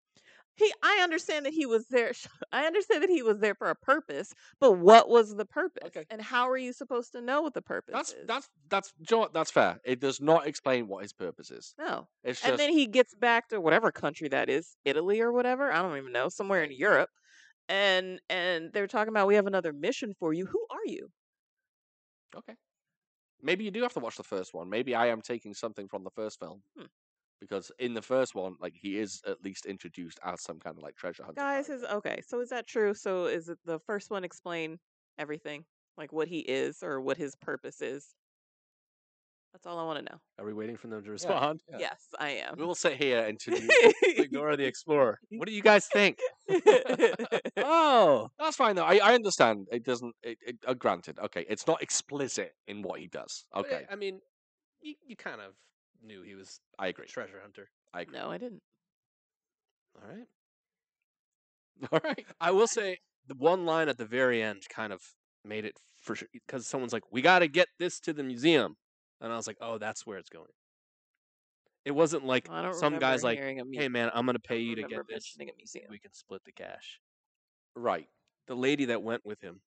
He, I understand that he was there. <laughs> I understand that he was there for a purpose, but what was the purpose? Okay. And how are you supposed to know what the purpose That's is? that's that's do you know what? that's fair. It does not explain what his purpose is. no. It's just And then he gets back to whatever country that is, Italy or whatever. I don't even know, somewhere in Europe. And and they're talking about we have another mission for you. Who are you? okay. Maybe you do have to watch the first one. Maybe I am taking something from the first film. Hmm. Because in the first one, like he is at least introduced as some kind of like treasure hunter. Guys, character. is okay. So is that true? So is it the first one explain everything, like what he is or what his purpose is? That's all I want to know. Are we waiting for them to respond? yeah. Yes, I am. we <laughs> will sit here and to Ignore the explorer. What do you guys think? <laughs> oh, That's fine though. I, I understand. It doesn't. It, it uh, granted. Okay, it's not explicit in what he does. but I- Okay, I mean, you, you kind of knew he was I a agree. treasure hunter. I agree. no, I didn't. All right. <laughs> All right. I will say the one line at the very end kind of made it for sure because someone's like, "We got to get this to the museum," and I was like, "Oh, that's where it's going." It wasn't like I don't some guys remember like, hearing a mu- "Hey, man, I'm gonna I pay don't you to get remember this. mentioning a museum. We can split the cash." Right. The lady that went with him,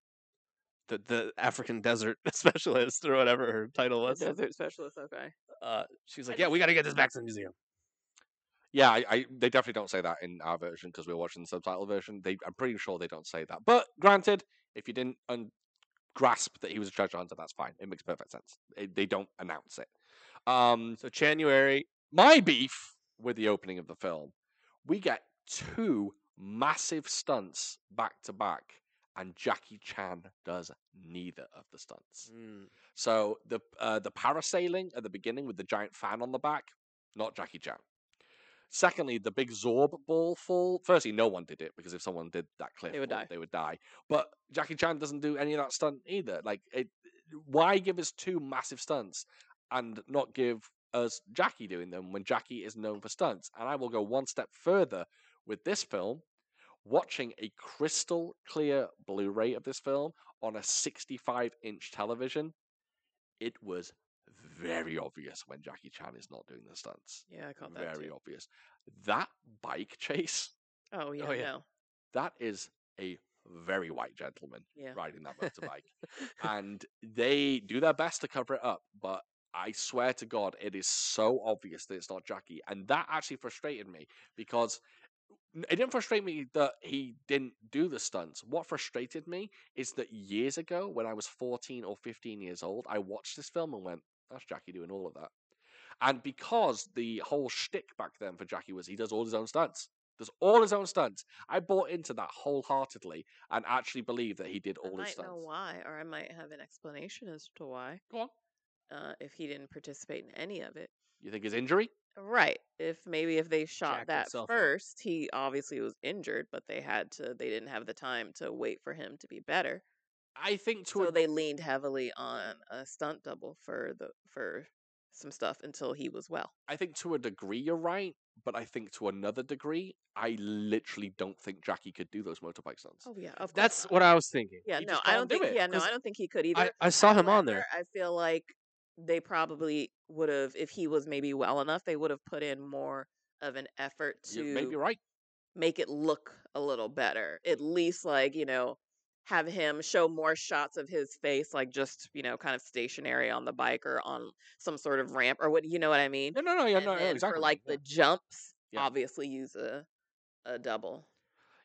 the the African desert <laughs> specialist or whatever her title A was, desert specialist. Okay. uh, she's like, I "Yeah, we got to get this back to the museum." Yeah. I, I. They definitely don't say that in our version because we're watching the subtitle version. They. I'm pretty sure they don't say that. But granted, if you didn't un- grasp that he was a treasure hunter, that's fine. It makes perfect sense. It, they don't announce it. Um. So January, my beef with the opening of the film, we get two massive stunts back to back, and Jackie Chan does neither of the stunts. Mm. So the uh, the parasailing at the beginning with the giant fan on the back, not Jackie Chan. Secondly, the big Zorb ball fall. Firstly, no one did it because if someone did that cliff, would fall, die. They would die. But Jackie Chan doesn't do any of that stunt either. Like, it, why give us two massive stunts and not give us Jackie doing them when Jackie is known for stunts? And I will go one step further with this film, watching a crystal clear Blu-ray of this film on a 65-inch television. It was very obvious when Jackie Chan is not doing the stunts Yeah, I caught that. very too. obvious. That bike chase, Oh yeah, Oh, yeah. no. that is a very white gentleman Yeah. riding <laughs> that motorbike. and they do their best to cover it up, but I swear to God, it is so obvious that it's not Jackie. And that actually frustrated me because n- it didn't frustrate me that he didn't do the stunts. What frustrated me is that years ago, when I was 14 or 15 years old, I watched this film and went, that's Jackie doing all of that. And because the whole shtick back then for Jackie was he does all his own stunts. Does all his own stunts. I bought into that wholeheartedly and actually believed that he did all I his might stunts. know why, or I might have an explanation as to why, Go on. uh, if he didn't participate in any of it. You think his injury? Right. If maybe if they Jacked shot that himself up. first, he obviously was injured, but they had to they didn't have the time to wait for him to be better. I think to So a, they leaned heavily on a stunt double for the for some stuff until he was well. I think to a degree you're right, but I think to another degree, I literally don't think Jackie could do those motorbike stunts. Oh yeah, of course. That's not. what I was thinking. Yeah, you no, just I can't don't do think it, yeah, no, 'cause I don't think he could either. I, I saw him on However, there. I feel like they probably would have, if he was maybe well enough, they would have put in more of an effort to You may be right. make it look a little better. At least, like, you know, have him show more shots of his face, like just, you know, kind of stationary on the bike or on some sort of ramp or what, you know what I mean? No, no, no, yeah, and no, then exactly. for like yeah. the jumps, Yeah. obviously use a, <laughs> a double.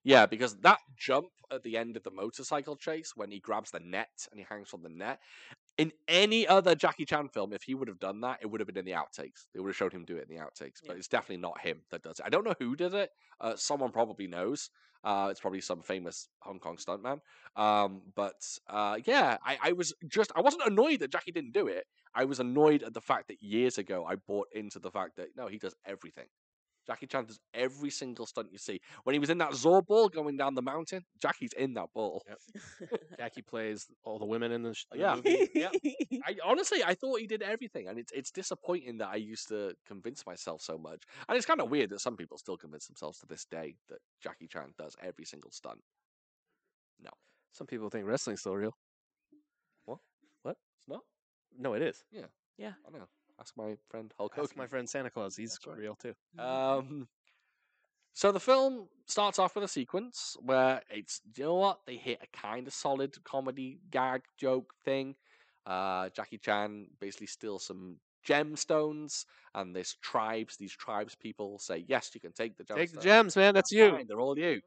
Yeah, because that jump at the end of the motorcycle chase when he grabs the net and he hangs from the net, in any other Jackie Chan film, if he would have done that, it would have been in the outtakes. They would have showed him do it in the outtakes, but Yeah. it's definitely not him that does it. I don't know who did it. Uh, someone probably knows. Uh, it's probably some famous Hong Kong stuntman. Um, but uh, yeah, I, I was just, I wasn't annoyed that Jackie didn't do it. I was annoyed at the fact that years ago I bought into the fact that, no, he does everything. Jackie Chan does every single stunt you see. When he was in that Zorb ball going down the mountain, Jackie's in that ball. Jackie plays all the women in the, sh- in the Yeah. movie. <laughs> yeah. <laughs> I honestly, I thought he did everything, and it's it's disappointing that I used to convince myself so much. And it's kind of weird that some people still convince themselves to this day that Jackie Chan does every single stunt. Some people think wrestling's still real. What? What? It's not. No, it is. I know. Ask my friend Hulk Ask Hogan. my friend Santa Claus. He's That's right. real too. Um, so the film starts off with a sequence where it's you know what they hit a kind of solid comedy gag joke thing. Uh, Jackie Chan basically steals some gemstones, and this tribes, these tribes people say, "Yes, you can take the gemstones. Take the gems, man. That's you. Fine, they're all you."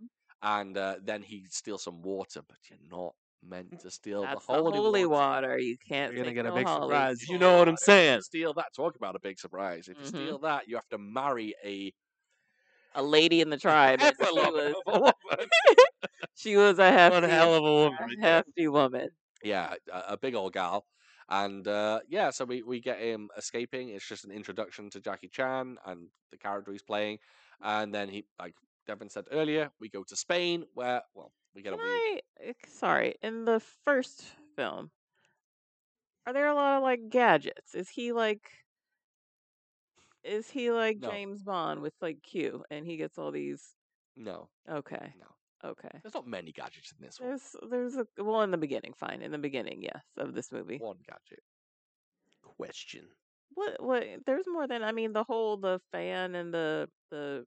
And uh, then he steals some water, but you're not meant to steal That's the holy, water. water. You can't. You're take gonna get a no big holy surprise. You water. know what I'm <laughs> saying? If you steal that. Talk about a big surprise. If you Mhm. steal that, you have to marry a A lady in the tribe. <laughs> and Ever she love was. of a woman. She was a hefty, One hell of a woman. a right <laughs> there. hefty woman. yeah, a, a big old gal. And uh, yeah, so we, we get him escaping. It's just an introduction to Jackie Chan and the character he's playing. And then he, like Devin said earlier, we go to Spain where, well, we get Can a weird. I? eh, Sorry. In the first film, are there a lot of like gadgets? Is he like? Is he like No. James Bond with like Q, and he gets all these? No, Okay. no. Okay. There's not many gadgets in this one. There's there's a well in the beginning, fine. In the beginning, yes, of this movie. One gadget. Question. What what there's more than I mean the whole the fan and the the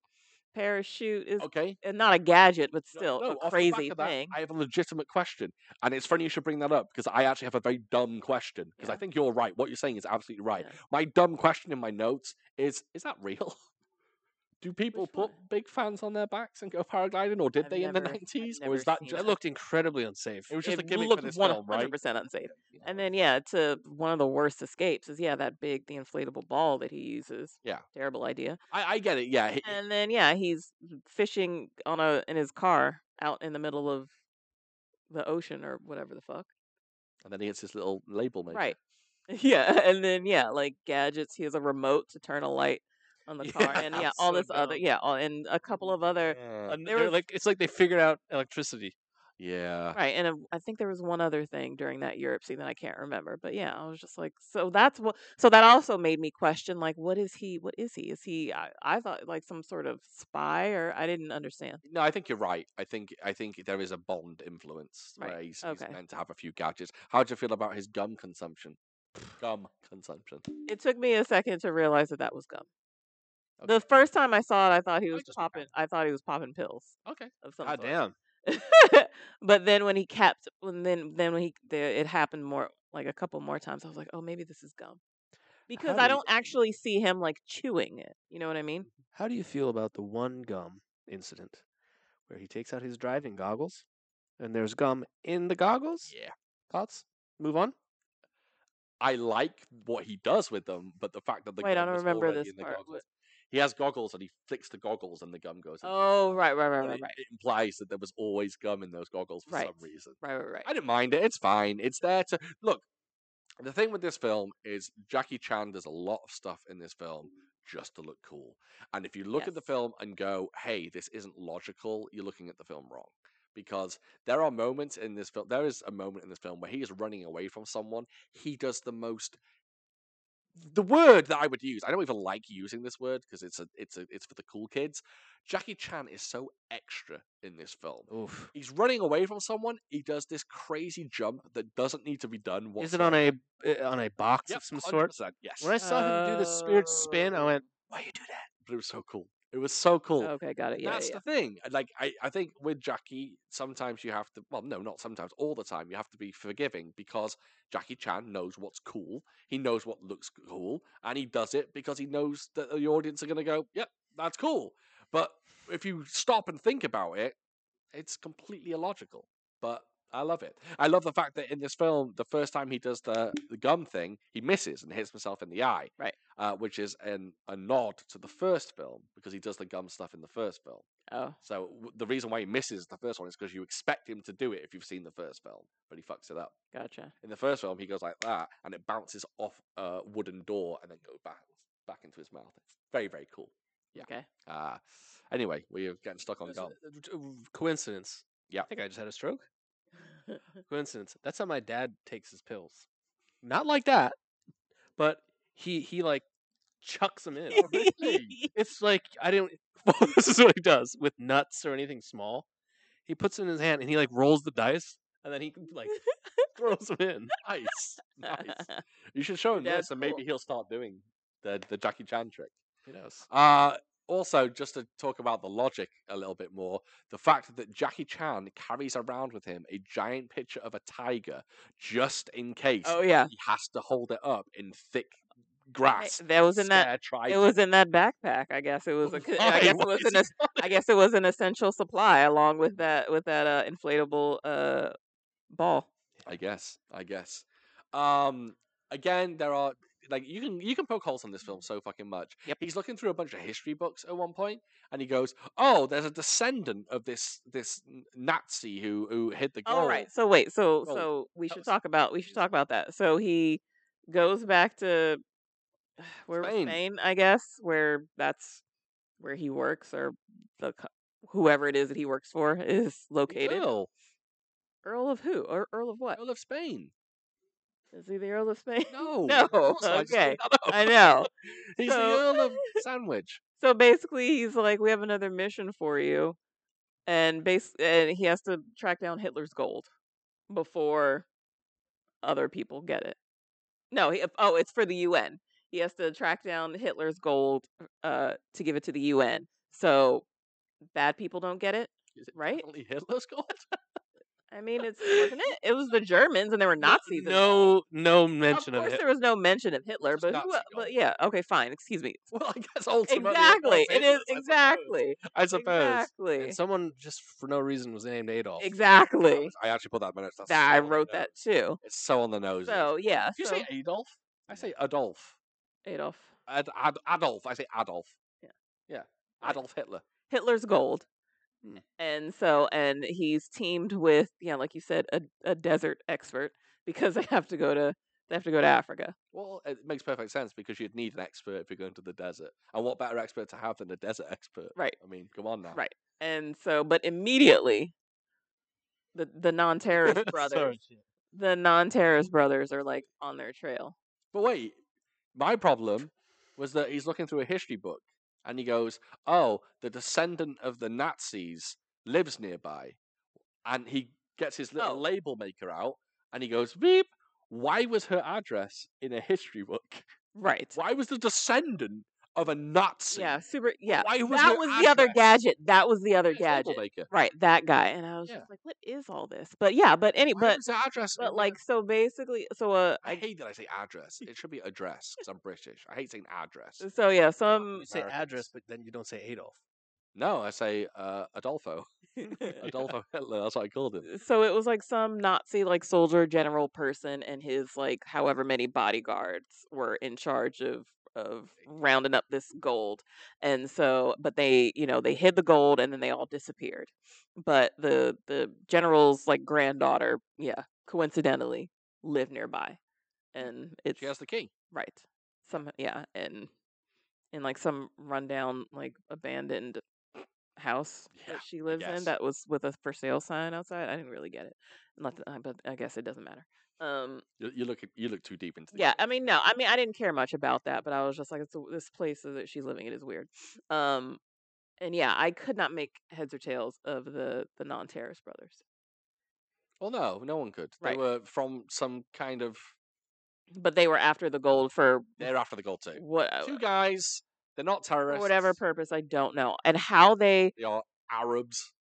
parachute is Okay. and not a gadget, but Oh No, still no, a off the back crazy of that, thing. I have a legitimate question. And it's funny you should bring that up because I actually have a very dumb question because I Yeah. think you're right. What you're saying is absolutely right. Yeah. My dumb question in my notes is is that real? <laughs> Do people Which put one? big fans on their backs and go paragliding, or did I've they in the never- I've 90s? Or never is that seen just, that. It look, looked incredibly unsafe. it was just a it gimmick for looked this one film, right? hundred percent unsafe. Yeah. And then yeah, to one of the worst escapes is yeah, that big the inflatable ball that he uses. Yeah. Terrible idea. I, I get it. Yeah. <laughs> he- And then yeah, he's fishing on a in his car out in the middle of the ocean or whatever the fuck. And then he gets his little label maker. <laughs> Right. <laughs> Yeah, and then yeah, like gadgets. He has a remote to turn a light on the car, and Yeah, yeah, all so this other dumb. yeah, all, and a couple of other Yeah. And there they're was- like, it's like they figured out electricity. Yeah. right, and a- I think there was one other thing during that Europe scene that I can't remember, but yeah, I was just like, so that's what. So that also made me question, like, what is he? What is he? Is he? I, I thought like some sort of spy, or I didn't understand. No, I think you're right. I think I think there is a Bond influence Right, where he's, he's okay. meant to have a few gadgets. How do you feel about his gum consumption? Gum consumption. It took me a second to realize that that was gum. Okay. The first time I saw it, I thought he Might was just be popping. I thought he was popping pills Okay. of some God sort. Ah, damn. <laughs> but then when he kept when then then when he there it happened more like a couple more times i was like oh maybe this is gum because i do you- don't actually see him like chewing it you know what i mean How do you feel about the one gum incident where he takes out his driving goggles and there's gum in the goggles? Yeah. Thoughts? Move on. I like what he does with them, but the fact that the wait i gum don't was remember already this in the part goggles. What- He has goggles and he flicks the goggles and the gum goes. into his oh right right right but right it, right it implies that there was always gum in those goggles for some Right. reason. right right I right didn't mind it. It's fine. It's there to look. The thing with this film is Jackie Chan does a lot of stuff in this film just to look cool. And if you look at the Yes. film and go, "Hey, this isn't logical," you're looking at the film wrong. Because there are moments in this film, there is a moment in this film where he is running away from someone. He does the most the word that I would use. I don't even like using this word because it's a it's a it's for the cool kids. Jackie Chan is so extra in this film. Oof. He's running away from someone. He does this crazy jump that doesn't need to be done. Is it on whatsoever. a uh, on a box Yep, uh, of some 100%, sort? Yes, When I saw him do the spirit spin, I Oh. went, "Why you do that?" but it was so cool. It was so cool. okay got it And yeah that's yeah, the thing. and, Like I, I think with Jackie, sometimes you have to well, no, not sometimes, all the time, you have to be forgiving because Jackie Chan knows what's cool. He knows what looks cool, and he does it because he knows that the audience are gonna go, Yep, that's cool. But if you stop and think about it, it's completely illogical. But I love it. I love the fact that in this film, the first time he does the, the gum thing, he misses and hits himself in the eye. Right. Uh, which is an, a nod to the first film because he does the gum stuff in the first film. yeah. oh So w- the reason why he misses the first one is because you expect him to do it if you've seen the first film, but he fucks it up. gotcha In the first film, he goes like that, and it bounces off a wooden door and then goes back back into his mouth. It's very very cool. Yeah. <laughs> okay Uh, anyway, we're getting stuck on That's gum. a- a- a Coincidence. Yeah. I think I just had <laughs> a stroke. Coincidence. That's how my dad takes his pills. Not like that, but he he like chucks them in. <laughs> It's like I didn't. <laughs> Well, this is what he does with nuts or anything small. He puts it in his hand and he <laughs> like rolls the dice and then he like throws them in. Nice, <laughs> nice. You should show him That's this, and maybe cool. he'll start doing the the Jackie Chan trick. Who knows? Uh, also, just to talk about the logic a little bit more, the fact that Jackie Chan carries around with him a giant picture of a tiger just in case oh yeah, he has to hold it up in thick Hey, grass. that was in that. Scare tri- It was in that backpack. I guess it was. A, c- I Why? guess it Why <laughs> was is an. es- I guess it was an essential supply along with that with that uh, inflatable uh ball. I guess. I guess. Um, again, there are like you can you can poke holes in this film so fucking much. Yep. He's looking through a bunch of history books at one point, and he goes, "Oh, there's a descendant of this this n- Nazi who who hid the gold." All Oh, right. So wait. So Gold. so Oh. we That should was- talk about we should talk about that. So he goes back to <sighs> where was Spain. Spain, I guess, where that's where he works or the co- whoever it is that he works for is located. Earl, Earl of who? Or Earl of what? Earl of <laughs> Spain. Is he the Earl of Spain? No, No, of course not, I just made okay. that up. <laughs> I know. <laughs> He's So- the <laughs> Earl of Sandwich. So basically, he's like, "We have another mission for you," and base and he has to track down Hitler's gold before other people get it. No, he, oh, it's for the UN. He has to track down Hitler's gold uh, to give it to the UN. So bad people don't get it. Is it Right? definitely Hitler's <laughs> gold? I mean, it's wasn't it? It was the Germans, and there were No- Nazis. involved. No, no mention of of course, it. there was no mention of Hitler, Just but who, Nazi el- but gold. yeah, okay, fine. Excuse me. Well, I <laughs> guess ultimately Exactly. It is Hitler's, I suppose. exactly. I suppose. Exactly. And someone just for no reason was named Adolf. <laughs> Exactly. I actually put that in my notes. That's That I so on the wrote nose. that too. It's so on the nose. it is. So yeah. Do you so, say Adolf? I say Adolf. Adolf. Ad, Ad, Adolf. I say Adolf. Yeah. Yeah. Right. Adolf Hitler. Hitler's gold. Hmm. And so, and he's teamed with, yeah, like you said, a, a desert expert because <laughs> they have to go to they have to go to Africa. Well, it makes perfect sense because you'd need an expert if you're going to the desert. And what better expert to have than a desert expert? Right. I mean, come on now. Right. And so, but immediately, the <laughs> the non-terrorist brothers, the non-terrorist brothers are like on their trail. But wait, my problem was that he's looking through a history book and he goes, "Oh, the descendant of the Nazis lives nearby," and he gets his little Oh. label maker out and he goes, "Beep." Why was her address in a history book? Right. Why was the descendant of a Nazi? Yeah. Super. Yeah. Why was that her was the other address- gadget. That was the other Yeah, it's label gadget. maker. Right. That guy. And I was Yeah. just like, what is all this? But yeah. But any. Why But was her address? in but the- like so basically so uh I I, hate that I say address. It should be address because I'm British. I hate saying address. so yeah Um, some You say Americans. address, but then you don't say Adolf. No, I say uh, <laughs> Adolfo. Adolfo Hitler. That's what I called him. so it was like some Nazi like soldier general person and his like however many bodyguards were in charge of of rounding up this gold. And so but they, you know, they hid the gold and then they all disappeared. But the the general's like granddaughter, yeah, coincidentally lived nearby. And it's She has the key. right. Some yeah, and in like some rundown like abandoned house Yeah, that she lives guess. in that was with a for sale sign outside. I didn't really get it. Not that, I- but I guess it doesn't matter. Um, You, you look you look too deep into the yeah, I mean, no, I mean, I didn't care much about that, but I was just like, it's, this place that she's living in is weird. Um, and yeah, I could not make heads or tails of the the non terrorist brothers. Well, no, no one could. They Right. were from some kind of. But they were after the gold for They're after the gold too. what Two guys. They're not for terrorists. Oh, uh, whatever purpose I don't know, and how they They are Arabs.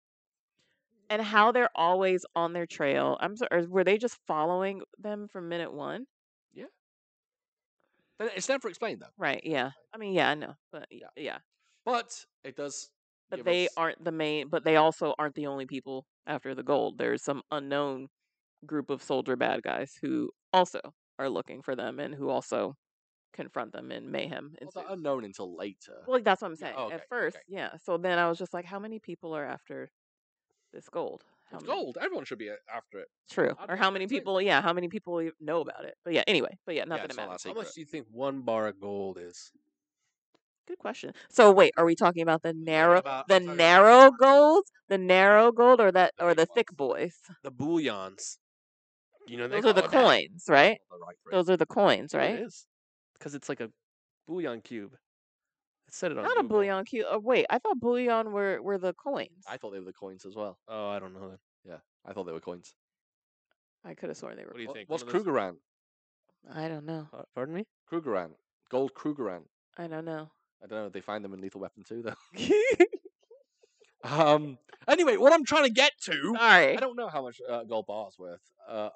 and how they're always on their trail. I'm sorry, were they just following them from minute one? They- It's never explained though. Right. Yeah. I mean, yeah, I know, but yeah, Yeah. yeah. But it does. But give they us- aren't the main. But they also aren't the only people after the gold. There's some unknown group of soldier bad guys who also are looking for them and who also confront them in mayhem. well, ensues. they're unknown until later. Well, that's what I'm Yeah, saying. oh, okay, okay. At first, yeah. So then I was just like, how many people are after this gold? How it's many? gold. Everyone should be a- after it. True. I'd Or like how that many too. people? Yeah. How many people e- know about it? But yeah. Anyway. But yeah. Not yeah, that it it's not matters. that How much secret. do you think one bar of gold is? Good question. So wait, are we talking about the narrow, about- the I'm talking about- narrow gold, the narrow gold, or that, The or big the thick ones. boys? The bullions. You know they Those are the call it that. coins, right? Not the right three. Those are the coins, That's what right? It is because it's like a bullion cube. I said it on Not a Google. bullion cube. Oh, wait, I thought bullion were were the coins. I thought they were the coins as well. Oh, I don't know. Then. I thought they were coins. I could have sworn they were. What do you What- think? What's One of those- Krugerrand? I don't know. Uh, Pardon me? Krugerrand. Gold Krugerrand. I don't know. I don't know. They find them in Lethal Weapon 2, though. <laughs> Um. Anyway, what I'm trying to get to, Sorry. I don't know how much uh, gold bar's worth. Uh,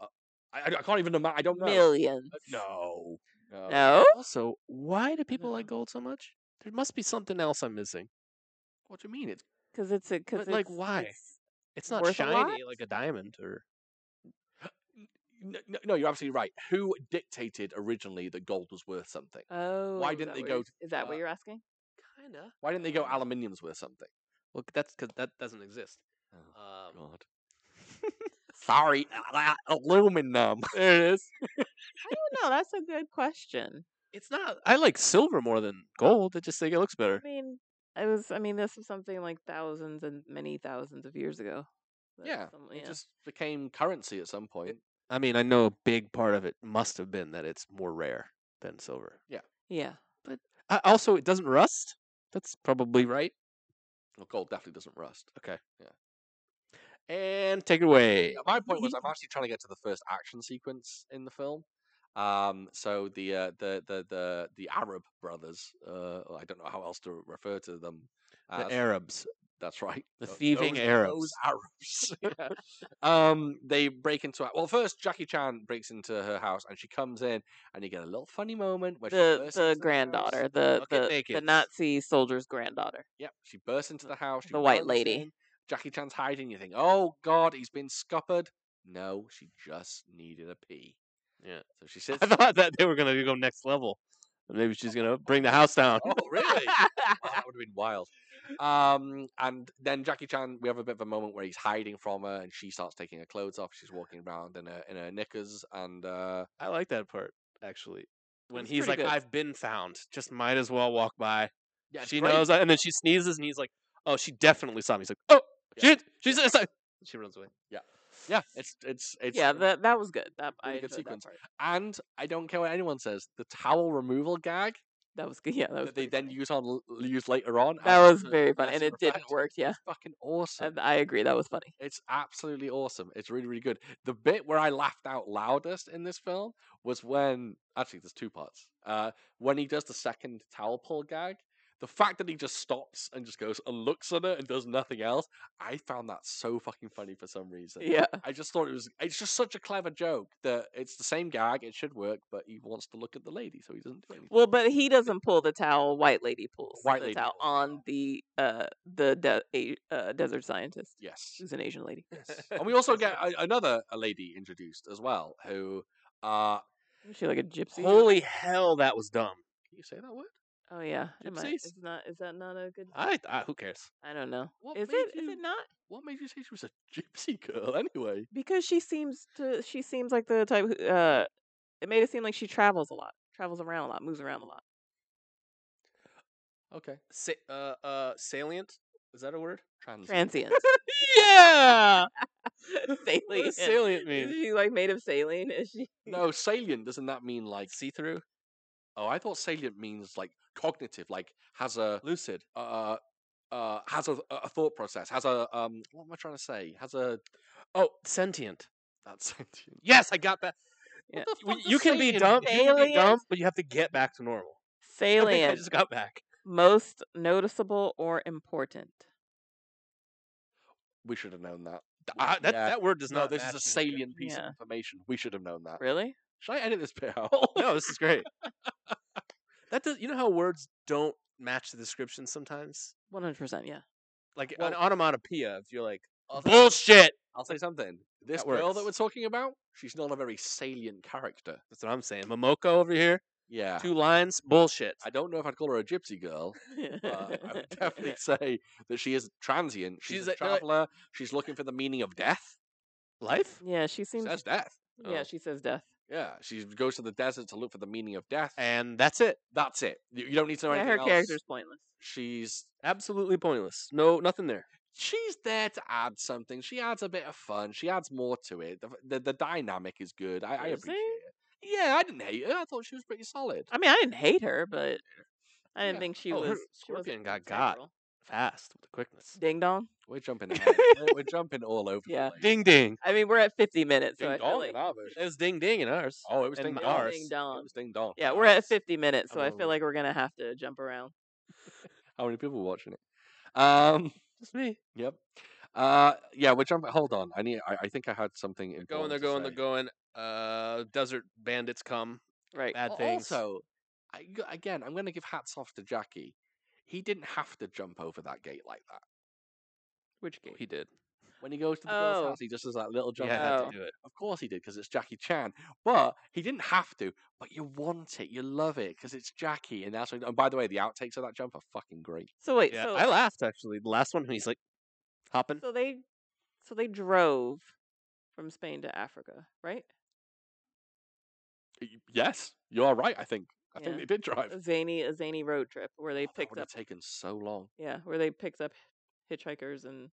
I, I I can't even imagine. I don't know. Oh, Millions. Uh, No. No. No? Also, why do people know. like gold so much? There must be something else I'm missing. What do you mean? It's Because it's a. Cause But, like, it's- why? it's- It's not Worth a shiny lot? like a diamond or n- n- no. You're absolutely right. Who dictated originally that gold was worth something? Oh. is didn't that they what go you're- to- Is that uh, what you're asking? kinda. Why didn't they go aluminium's worth something? Well, that's because that doesn't exist. Oh, Um, God. Sorry, a- a- aluminum. There it is. I don't know. That's a good question. it's not. I like silver more than gold. I just think it looks I better. mean, it was. I mean, this was something like thousands and many thousands of years ago. that Yeah, some- It just became currency at some point. I mean, I know a big part of it must have been that it's more rare than silver. yeah. Uh, also, it doesn't rust. That's probably right. Well, gold definitely doesn't rust. Okay. Yeah. And take it away. Yeah, my point was I'm actually trying to get to the first action sequence in the film. Um, so the uh, the the the the Arab brothers, uh, or I don't know how else to refer to them. As. The Arabs. <laughs> That's right, the tho- thieving those, Arabs. Those Arabs. <laughs> Yeah. um, they break into. Well, first Jackie Chan breaks into her house and she comes in, and you get a little funny moment where she The bursts into the house. granddaughter, the I'll get the, the naked. Nazi soldier's granddaughter. Yep, she bursts into the house. She the white runs lady. in, Jackie Chan's hiding. You think, oh God, he's been scuppered. No, she just needed a pee. Yeah. So <laughs> she sits. <laughs> I thought that they were going to go next level. Maybe she's going to bring the house down. <laughs> oh, <laughs> really? Oh, that would have been wild. Um, and then Jackie Chan, we have a bit of a moment where he's hiding from her, and she starts taking her clothes off. She's walking around in her in her knickers, and uh, I like that part, actually. When It's he's pretty like, good. I've been found. Just might as well walk by. yeah, it's she great. knows. I- And then she sneezes and he's like, oh, she definitely saw me. He's like, oh, Yeah. shit. She's inside. She runs away. Yeah, it's it's it's yeah, that that was good. That I really good enjoyed that sequence. part. And I don't care what anyone says. The towel removal gag That was good. Yeah, that that, was. they pretty then funny. use on l- use later on. That as was a very funny, and lesser it didn't effect. work. Yeah, Fucking awesome. and I agree. That was funny. It's absolutely awesome. It's really, really good. The bit where I laughed out loudest in this film was when actually there's two parts. Uh, when he does the second towel pull gag, the fact that he just stops and just goes and looks at it and does nothing else, I found that so fucking funny for some reason. Yeah, I just thought it was it's just such a clever joke that it's the same gag, it should work, but he wants to look at the lady, so he doesn't do anything. Well, but he doesn't pull the towel. White lady pulls White the lady towel pulls the on the uh the de- a, uh, desert scientist, yes. who's an Asian lady. Yes. <laughs> And we also get a, another a lady introduced as well, who uh <laughs> Is she like a gypsy? Holy hell, that was dumb. can you say that word? Oh yeah, am I, Gypsies? it's not. Is that not a good? I, I who cares? I don't know. What Is made it? Is you- it not? What made you say she was a gypsy girl anyway? Because she seems to. She seems like the type. Who, uh, it made it seem like she travels a lot, travels around a lot, moves around a lot. Okay. Sa- uh, uh, salient is that a word? Trans. <laughs> Transient. <laughs> Yeah. what salient. does salient Is mean? she like made of saline? Is she? no, salient doesn't that mean like See through. oh, I thought salient means like cognitive, like has a Lucid. uh uh has a, a thought process, has a um what am I trying to say? Has a Oh, sentient. that's <laughs> sentient. Yes, I got that. Yeah. What the Well, fuck does you can be salient dumb. mean? You can be Salient. dumb, but you have to get back to normal. I think I Salient. just got back. Most noticeable or important. We should have known that. Th- I, that yeah. that word does no, not. this is a match me. salient piece Yeah. of information. We should have known that. Really? Should I edit this bit out? No, this is <laughs> great. that does. You know how words don't match the description sometimes. One hundred percent. Yeah. Like Well- an onomatopoeia. If you're like I'll say- bullshit. I'll say something. This That girl that works. we're talking about, she's not a very salient character. That's what I'm saying. Momoko over here. Yeah. Two lines. Bullshit. I don't know if I'd call her a gypsy girl, but I <laughs> would <laughs> definitely say that she is transient. She's, She's a like- they're like- traveler. She's looking for the meaning of death. Life. yeah, she She seems. says death. Yeah, Oh. she says death. Yeah, she goes to the desert to look for the meaning of death. And that's it. That's it. You you don't need to know Eh Yeah, anything her else. character's pointless. She's Absolutely pointless. No, nothing there. she's there to add something. She adds a bit of fun. She adds more to it. The the, the dynamic is good. I, I Is it? appreciate it. Yeah, I didn't hate her. I thought she was pretty solid. I mean, I didn't hate her, but I didn't Yeah. think she Oh, her was. she wasn't scorpion got got. integral. fast with the quickness. Ding dong. We're jumping <laughs> ahead. we're, we're jumping all over Yeah. the place. Ding ding. I mean, we're at 50 minutes. so Ding I feel dong like- in our version. It was ding ding in ours. Oh, it was and ding my- dong. ours. Ding It dong. was Oh. ding dong. Yeah, we're at Yes. 50 minutes, so I'm I over feel it. like we're gonna have to jump around. How many people were watching it? Um. Just me. Yep. Uh. Yeah. We're jumping. Hold on. I need. I, I think I had something. They're going, important they're to going, they're say. going. Uh, desert bandits come. Right. Bad Al- things. Also, I, g- again, I'm going to give hats off to Jackie. He didn't have to jump over that gate like that. Which Well, game? he did. When he goes to the girl's Oh. house, he just does that little He jump. had, over had the Oh. to do it. Of course he did, because it's Jackie Chan. But he didn't have to. But you want it, you love it, because it's Jackie, and that's. What, and by the way, the outtakes of that jump are fucking great. So wait, Yeah, so I laughed actually. The last one, he's like hopping. so they so they drove from Spain to Africa, right? Y- Yes, you are right. I think. I think Yeah. they did drive. A zany a zany road trip where they Oh, that picked would have up taken so long. yeah, where they picked up hitchhikers and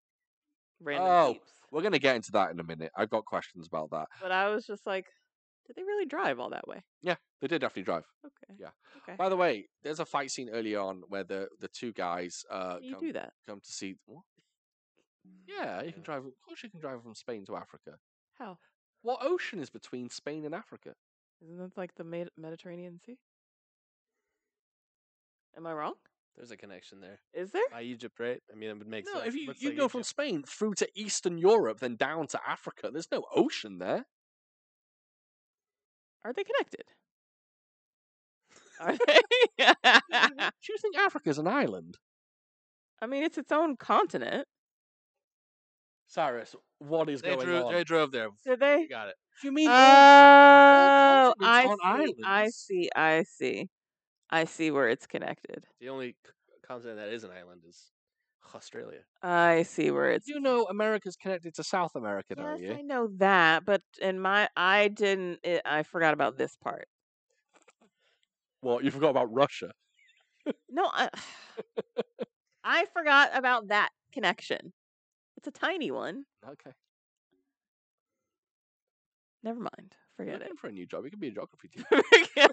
random Oh. peeps. We're going to get into that in a minute. I've got questions about that. But I was just like, did they really drive all that way? They did definitely drive. Okay. Yeah. Okay. By the way, there's a fight scene early on where the, the two guys uh, Can you come, do that? come to see. What? Mm-hmm. Yeah, you can Yeah. drive. Of course, you can drive from Spain to Africa. How? What ocean is between Spain and Africa? Isn't that like the Med- Mediterranean Sea? Am I wrong? There's a connection there. Is there? By Egypt, right? I mean, it would make no, sense. if you, Looks you like go from Egypt. Spain through to Eastern Europe, then down to Africa, there's no ocean there. Are they connected? <laughs> Are they? <laughs> Do you think Africa's an island? I mean, it's its own continent. Cyrus, what is They going drove, on? they drove there. Did they? <laughs> You got it. You mean Oh, uh, all continents I on see. I islands. see. I see. I see where it's connected. The only c- continent that is an island is Australia. I see where it's. you know America's connected to South America, Yes, don't you? I know that, but in my, I didn't. It, I forgot about this part. What you forgot about Russia? No, I, <sighs> I forgot about that connection. It's a tiny one. Okay, Never mind. Forget <laughs> looking for a new job. You could be a <laughs> geography teacher. it.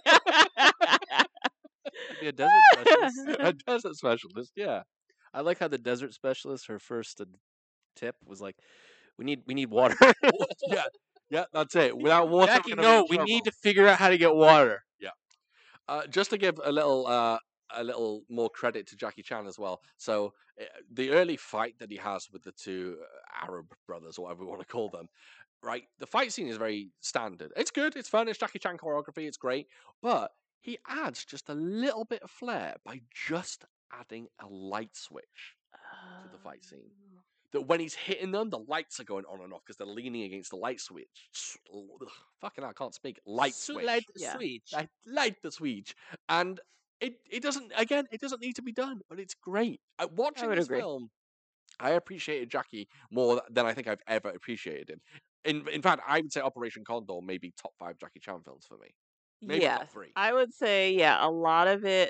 <laughs> Could be a desert specialist. <laughs> a desert specialist, yeah. I like how the desert specialist, her first ad- tip was like, "We need, we need water." <laughs> yeah, yeah, that's it. Without water, Jackie, we're gonna be in no, we trouble. need to figure out how to get water. Uh, just to give a little, uh, a little more credit to Jackie Chan as well. So uh, the early fight that he has with the two uh, Arab brothers, or whatever we want to call them, right? The fight scene is very standard. It's good. It's fun. It's Jackie Chan choreography. It's great, but he adds just a little bit of flair by just adding a light switch. to the fight scene. Um, That when he's hitting them, the lights are going on and off because they're leaning against the light switch. S- ugh, Fucking hell, I can't speak. Light Su- switch. Light Yeah. switch. Light, light the switch. And it, it doesn't, again, it doesn't need to be done, but it's great. I, watching would this agree. film, I appreciated Jackie more th- than I think I've ever appreciated him. In, in fact, I would say Operation Condor may be top five Jackie Chan films for me. Maybe top Yes, three. I would say yeah. A lot of it,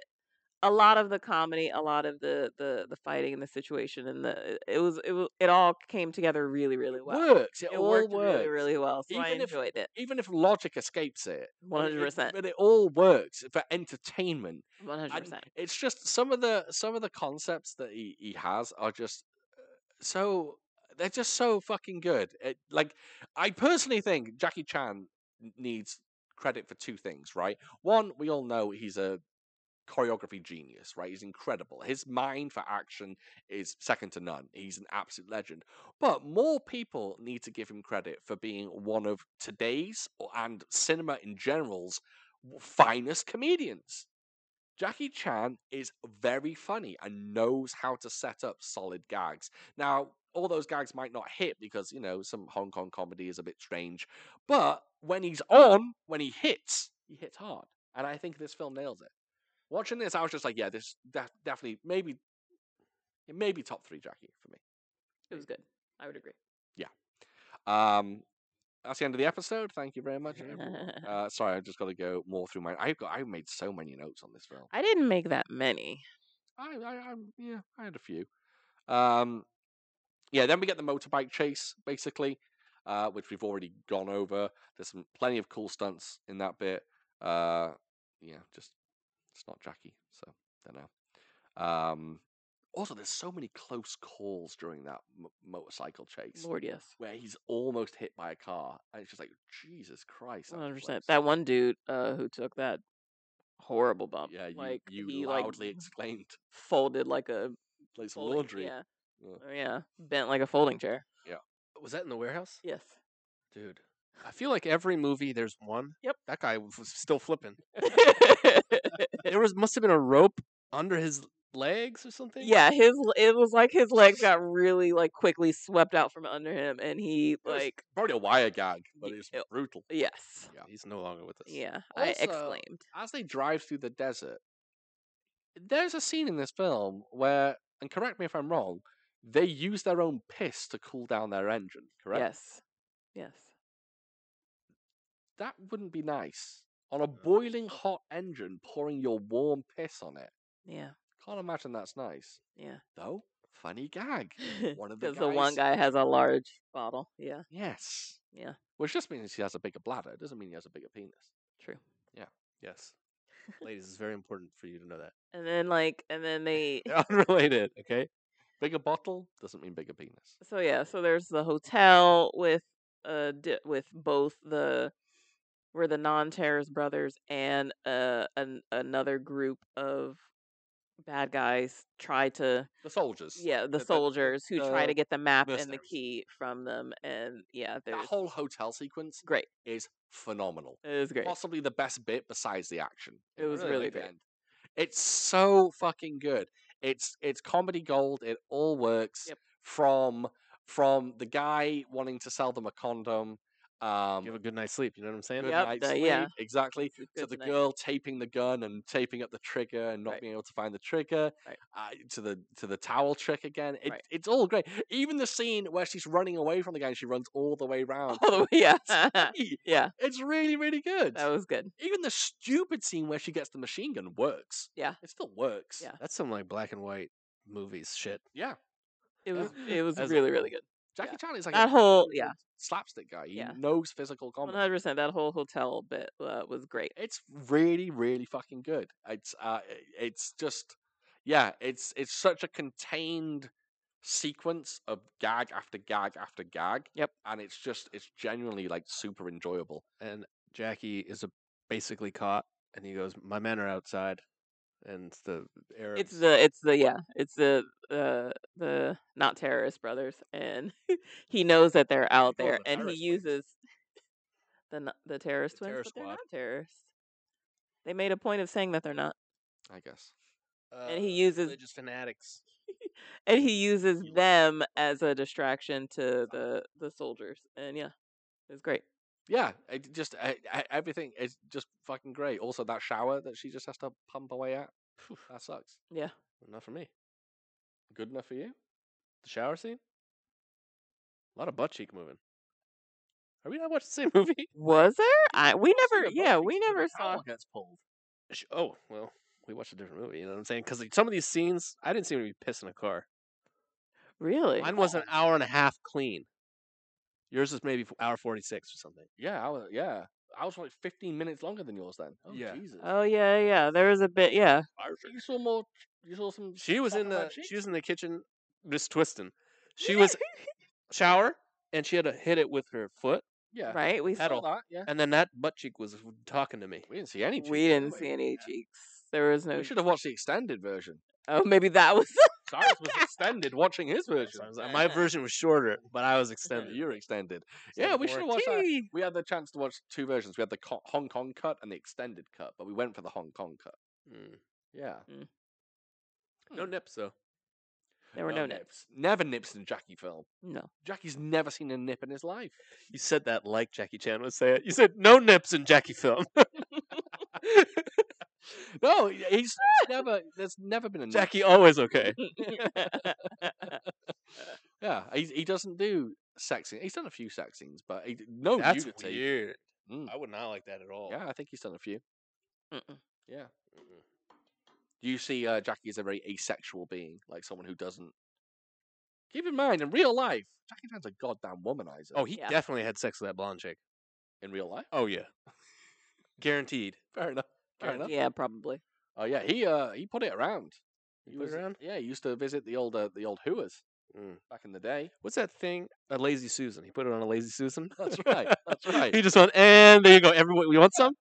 a lot of the comedy, a lot of the the the fighting and the situation and the it was it was, it all came together really really well. Works. It, It all worked works. really really well, so I Even if- enjoyed it. Even if logic escapes it, One it- hundred it- percent. but it all works for entertainment. One hundred and percent. it's just some of the some of the concepts that he, he has are just uh, so they're just so fucking good it, like i personally think jackie chan n- needs credit for two things right one we all know he's a choreography genius right he's incredible his mind for action is second to none he's an absolute legend but more people need to give him credit for being one of today's or- and cinema in general's w- finest comedians Jackie Chan is very funny and knows how to set up solid gags. Now, all those gags might not hit because, you know, some Hong Kong comedy is a bit strange, but when he's on, when he hits, he hits hard. And I think this film nails it. Watching this, I was just like, yeah, this def- definitely, maybe, it may be top three Jackie for me. It was good. I would agree. Um, that's the end of the episode. Thank you very much. <laughs> everyone. Uh, sorry, I've just got to go more through my. I've got. I made so many notes on this film. I didn't make that many. I, I, I, yeah, I had a few. Um, yeah, then we get the motorbike chase, basically, uh, which we've already gone over. There's some plenty of cool stunts in that bit. Uh, yeah, just it's not Jackie, so don't know. Um, Also, there's so many close calls during that m- motorcycle chase Lord, yes. where he's almost hit by a car, and it's just like Jesus Christ. that was 100%. close. That one dude uh, who took that horrible bump. yeah, you, like, he, you like, loudly <laughs> exclaimed, folded like a "Play some folding- laundry." Yeah. Yeah. Oh, yeah. Bent like a folding chair. Was that in the warehouse? Yes. Dude. I feel like every movie there's one. Yep. That guy was still flipping. There was must have been a rope under his legs or something. <laughs> yeah, his l- it was like his legs got really like quickly swept out from under him and he was- like Probably a wire gag, but Y- it's ew. brutal. yes. Yeah. He's no longer with us. Yeah, I Also- exclaimed. as they drive through the desert, there's a scene in this film where, and correct me if I'm wrong, they use their own piss to cool down their engine, correct? Yes. Yes. That wouldn't be nice. On a boiling hot engine, pouring your warm piss on it. Yeah. Can't imagine that's nice. Yeah. Though, funny gag. One of the Because the <laughs> one guy has a large bottle. Yeah. Yes. Yeah. Which just means he has a bigger bladder. It doesn't mean he has a bigger penis. True. Yes. Ladies, it's very important for you to know that. <laughs> <laughs> And then like and then they They're unrelated, okay? Bigger bottle doesn't mean bigger penis. so yeah, so there's the hotel with uh di- with both the where the non-terrorist brothers and uh an, another group of bad guys try to The soldiers. yeah the the- the- soldiers who try the to get the map and the mercenaries. key from them and yeah That there's whole hotel sequence great is phenomenal. it was great possibly the best bit besides the action. It was at really the great. end. It's so fucking good. It's it's comedy gold. It all works Yep. from from the guy wanting to sell them a condom. Um, Give a good night's sleep. You know what I'm saying? good Yep, night's uh, sleep, yeah. exactly. It's a To good the night. girl taping the gun and taping up the trigger and not Right. being able to find the trigger. Right. Uh, to the to the towel trick again. It, Right. It's all great. Even the scene where she's running away from the guy and she runs all the <laughs> way around. <laughs> all the way <laughs> yeah <laughs> Hey, yeah It's really really good that was good even the stupid scene where she gets the machine gun works. Yeah. It still works. Yeah. That's some like black and white movies shit. Yeah. it was Yeah. it was That's really really good Jackie Chan is like that a whole really yeah good slapstick guy. He Yeah. knows physical comedy. 100% that whole hotel bit uh, was great It's really, really fucking good. It's uh i- it's just yeah, it's it's such a contained sequence of gag after gag after gag. Yep. And it's just it's genuinely like super enjoyable. And Jackie is a, basically caught and he goes, My men are outside. And it's the Arabs. it's the it's the yeah it's the uh the not terrorist brothers and <laughs> he knows that they're out call 'em there the and he terrorist twins. uses the no- the terrorist The twins terror but they're squad. not terrorists they made a point of saying that they're not I guess. and he uh, uses- religious fanatics. and he uses He loves them as a distraction to the the soldiers and yeah it's great Yeah, it just uh, e- everything is just fucking great. Also, that shower that she just has to pump away at, Phew, that sucks. yeah Not for me. Good enough for you? The shower scene? A lot of butt cheek moving. Are we not watching the same <laughs> movie? was there i we Speaking of never butt yeah cheeks, we when the <laughs> never towel saw gets pulled. Sh- Oh, well, we watched a different movie. You know what I'm saying? Because some of these scenes, I didn't seem to be pissing a car. really Mine was an hour and a half clean. Yours was maybe f- hour 46 or something. Yeah, I was, yeah. I was like 15 minutes longer than yours then. Oh, Yeah. Jesus. oh yeah yeah there was a bit yeah I was- you saw more. You saw some. She was stuff in on my the cheeks? she was in the kitchen just twisting. She was shower and she had to hit it with her foot Yeah. <laughs> right we Saw pedal. that, yeah. and then that butt cheek was w- talking to me. We didn't see <laughs> any. cheeks, we did didn't see any cheeks there was no We should have watched the extended version. Oh, maybe that <laughs> was. Cyrus was extended watching his version. So I was like- my version was shorter, but I was extended. <laughs> You're extended. So yeah, I'm we should like, watch that. "Gee." We had the chance to watch two versions. We had the co- Hong Kong cut and the extended cut, but we went for the Hong Kong cut. Mm. Yeah. No Hmm. nips though. <laughs> There were no, nips. Never nips in a Jackie film. No. Jackie's never seen a nip in his <laughs> life. You said that like Jackie Chan would say it. You said no nips in <laughs> Jackie film. No, he's, he's never. There's never been a nip. Jackie always <laughs> okay. Yeah, he, he doesn't do sex scenes. He's done a few sex scenes, but he, d- no That's nudity. weird. Mm. I would not like that at all. Yeah, I think he's done a few. Mm-mm. Yeah. Mm-mm. Do you see uh, Jackie as a very asexual being, like someone who doesn't? Keep in mind, in real life, Jackie Chan's a goddamn womanizer. Oh, he Yeah. definitely had sex with that blonde chick. in real life, <laughs> Oh yeah, guaranteed. fair enough. Fair enough. yeah, probably. Oh yeah, he uh he put it around. He Play was- around? Yeah, he used to visit the old uh, the old Hooers Mm. back in the day. What's that thing? A lazy Susan. He put it on a lazy Susan. <laughs> That's right. That's right. He just went, and there you go. Everyone, you want some?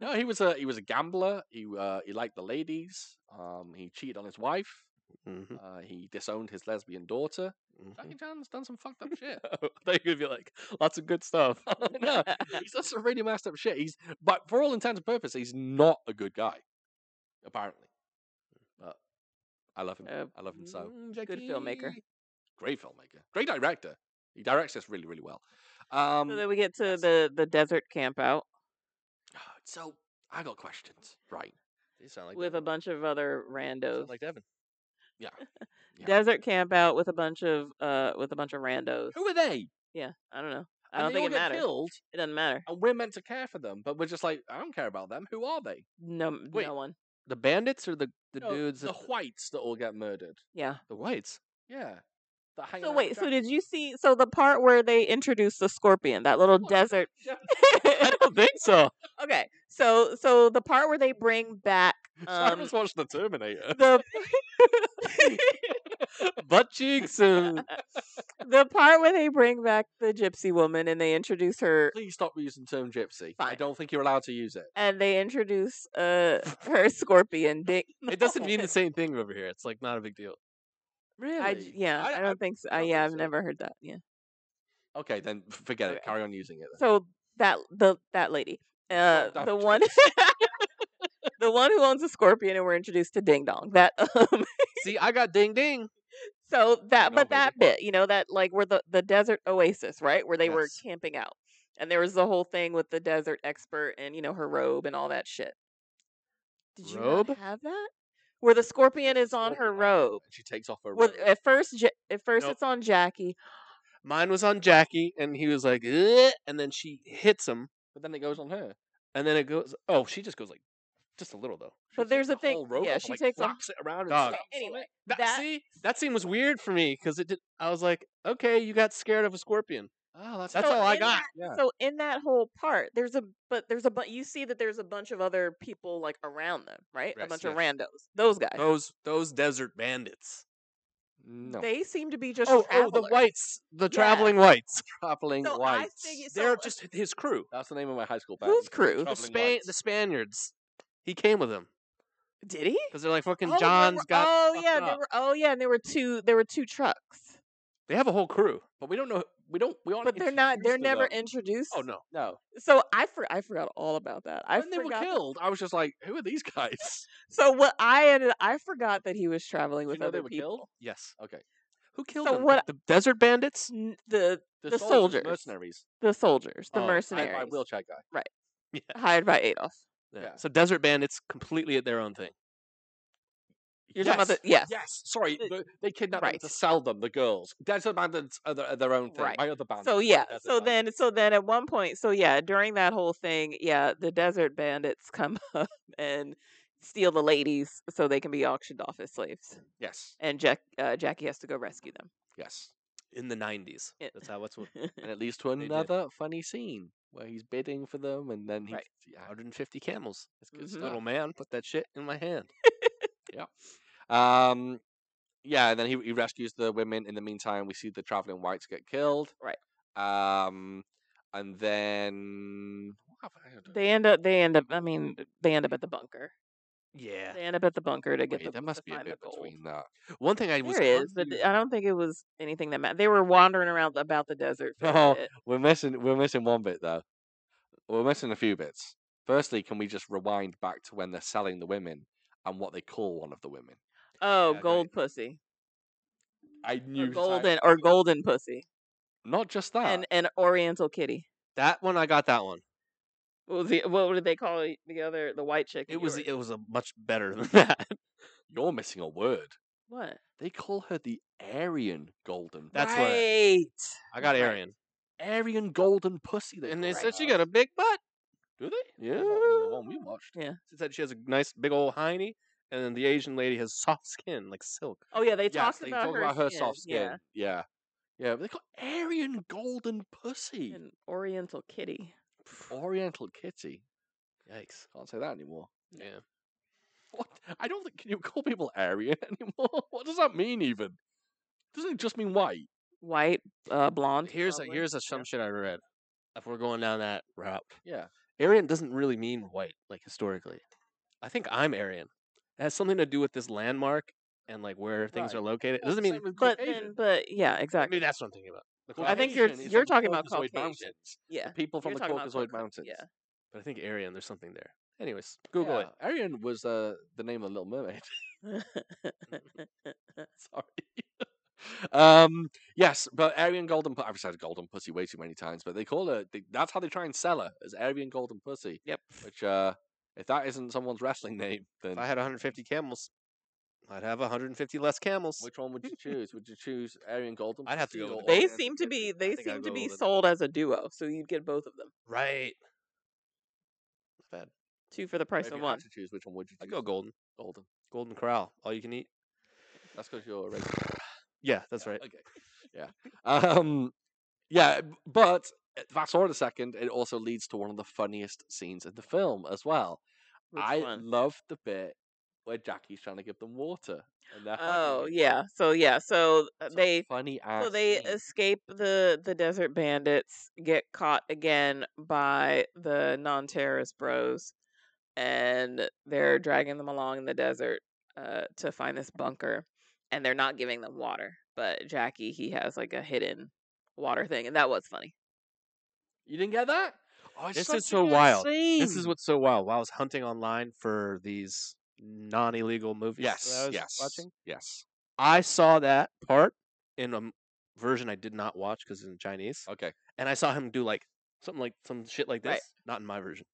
No, he was a he was a gambler. He uh, he liked the ladies. Um, he cheated on his wife. Mm-hmm. Uh, he disowned his lesbian daughter. Mm. Jackie Chan's done some fucked <laughs> up shit. I thought you were gonna be like, lots of good stuff. <laughs> no, he's done some really messed up shit. He's but for all intents and purposes, he's not a good guy. Apparently, but I love him. Uh, I love him so. Mm, filmmaker. Jackie. Great filmmaker. Great director. He directs this really really well. Um, so then we get to yes. the the desert camp out <sighs> so I got questions. Right. You sound like with a Devin. bunch of other You randos. sound like Devin. Yeah. Desert camp out with a bunch of uh with a bunch of randos. Who are they? Yeah, I don't know. I And don't they all think it get matters. Killed, It doesn't matter. and we're meant to care for them, but we're just like, I don't care about them. Who are they? No, Wait. no one. The bandits or the, the No, dudes? the that- whites that all get murdered. Yeah. the whites. Yeah. that hang So around wait, Jack- so did you see? So the part where they introduced the scorpion, that little Look, <laughs> desert. Jack- I don't <laughs> think so. okay, so so the part where they bring <laughs> back I um was watching The <laughs> Terminator. <laughs> the Butt cheeks <laughs> and the part where they bring back the gypsy woman and they introduce her <laughs> Please stop using the term gypsy. I Fine. don't think you're allowed to use it. and they introduce uh her scorpion dick. it doesn't <laughs> mean the same thing over here. It's like not a big <laughs> deal. Really? I j- yeah, I, don't think so. I don't yeah, think I've so. never heard that. Yeah. Okay, then f- forget it. Okay. Carry on using it. Then. So that the that lady, uh, that the one, <laughs> the one who owns a scorpion, and we're introduced to Ding Dong. That <laughs> um, See, I got ding ding. so that Ding Dong, but that bit, you know, that like where the the desert oasis, right, where they were Yes. camping out, and there was the whole thing with the desert expert and you know her robe and all that shit. Did you not Robe? have that? Where the scorpion is on her Scorpion robe. and She takes off her Well, uh, robe. at first, Ja- at first Nope. it's on Jackie. Mine was on Jackie, and he was like, "Ugh," and then she hits him, but then it goes on her. and then it goes. Oh, she just goes like, just a little though. But takes there's the a thing- whole robe yeah, off and, she like, takes a- flaps it around and Dog. stamps on Anyway, it. That, That- see, that scene was weird for me because it did. I was like, okay, you got scared of a scorpion. Oh, that's, That's So all I in got. that- Yeah. So in that whole part, there's a but there's a but you see that there's a bunch of other people like around them, right? a Yes, bunch of yes. Oh, randos. Those guys. Those those desert bandits. no. They seem to be just Oh, oh, travelers. the whites, the Yeah. traveling <laughs> whites. Traveling So I whites. figure so, They're uh, just his crew. That's the name of my high school band. whose crew? The Traveling Span- whites. the Spaniards. He came with them Did he? because they're like fucking there John's Oh, were- got. oh fucked yeah, there up. were oh yeah, and there were two there were two trucks. They have a whole crew. But we don't know. We don't. We aren't. But they're not they're introduced to never them. introduced. Oh no. No. So I for, I forgot all about that. I when they were forgot that- killed, I was just like, "Who are these guys?" So what I ended I forgot that he was traveling Do <laughs> with you know other they were people. killed? Yes. Okay. Who killed So them? what- The, the desert bandits? N- The The soldiers. mercenaries, the soldiers, the Oh, I- I mercenaries hired by wheelchair guy. hired by <laughs> Adolf. Yeah. So desert bandits completely at their own thing. You're talking about Yes. the yes. Yes, sorry, The- the- they kidnapped right. them to sell them. The girls, desert bandits are uh, their, are their own thing. Right. My other band. So yeah, so then so then at one point, so yeah, during that whole thing, yeah, the desert bandits come <laughs> up and steal the ladies so they can be auctioned off as slaves, yes, and Jack uh, Jackie has to go rescue them. yes, In the nineties. It- That's how what's what <laughs> and it leads to did. another funny scene where he's bidding for them, and then he, Right. yeah, 150 camels. it's good Mhm. Little stuff. man put that shit in my hand. Um, yeah, and then he, he rescues the women. In the meantime, we see the traveling whites get killed. Right. Um, and then what happened? I don't They end up. They end up. I mean, they end up at the bunker. Yeah. They end up at the bunker to get Wait, the. there must to be a find bit the gold. between that. One thing I was There is, but confused- I don't think it was anything that mattered. They were wandering around about the desert. For No, a bit. we're missing we're missing one bit though. We're missing a few bits. Firstly, can we just rewind back to when they're selling the women and what they call one of the women? Oh, Yeah, great. gold pussy, I or knew that- golden, or golden pussy, Not just that. and an Oriental kitty. that one I got that one. What was the, what did they call it? the other the white chick? It was yours? it was a much better <laughs> than that. You're missing a word. what? They call her the Aryan Golden. That's what- right. I got Right. Arian. Aryan Golden pussy. They And they call said her. she got a big butt. Do they? Not Yeah. in the one we watched. She said she has a nice big old hiney, and then the Asian lady has soft skin like silk. Oh yeah, they Yes, talked they about, talk her, about her skin, soft skin. Yeah. yeah, But they call it Aryan Golden pussy. Yeah, an Oriental kitty. Oriental kitty. Yikes. Can't say that anymore. Yeah. What? I don't think can you call people Aryan <laughs> anymore? What does that mean even? Doesn't it just mean white? White, uh, blonde. Here's a probably. here's a, some shit I read. If we're going down that route, Yeah. Aryan doesn't really mean white, like historically. I think I'm Aryan. It has something to do with this landmark and like where things Right. are located. It Well, doesn't same mean with But Caucasian. then, but yeah, exactly. maybe that's what I'm thinking about. The I think you're- Caucasian is you're the talking about Caucasoid Caucasian. Mountains. Yeah. The people from You're the talking about Caucasoid Cauca- Mountains. yeah. But I think Aryan, there's something there. Anyways, Google it. Yeah, Arian was uh, the name of the Little Mermaid. <laughs> Mm-hmm. <laughs> Sorry. um. Yes, but Arian Golden. Pu- I've said Golden Pussy way too many times, but they call her. They, that's how they try and sell her as Arian Golden Pussy. Yep. Which, uh, if that isn't someone's wrestling name, then If I had 150 camels, I'd have 150 less camels. which one would you choose? would you choose Arian Golden? I'd have to Pussy go with or the They Arian- seem to be they think I'd seem to go be with it. sold as a duo, so you'd get both of them. right. Not bad. Two for the If price you of had one. to choose, which one would you? I'd Choose? go golden. Golden. Golden Corral. All you can eat. That's because you're a racist. Yeah, that's right. Okay. Yeah. Um, yeah, b- but uh, fast forward a second, it also leads to one of the funniest scenes in the film as well. Which I one? love the bit where Jackie's trying to give them water. And they're Oh hugging. yeah. So yeah. So uh, It's a they funny ass so they mm. scene. escape the the desert bandits, get caught again by the non terrorist bros, and they're dragging them along in the desert uh, to find this bunker, and they're not giving them water. But Jackie, he has like a hidden water thing, and that was funny. you didn't get that? Oh, it's This such is a so good wild. Scene. This is what's so wild. While I was hunting online for these non illegal movies that I Yes. was Yes. watching, Yes. I saw that part in a m- version I did not watch because it's in Chinese. Okay. And I saw him do like something like some shit like this. Right. Not in my version.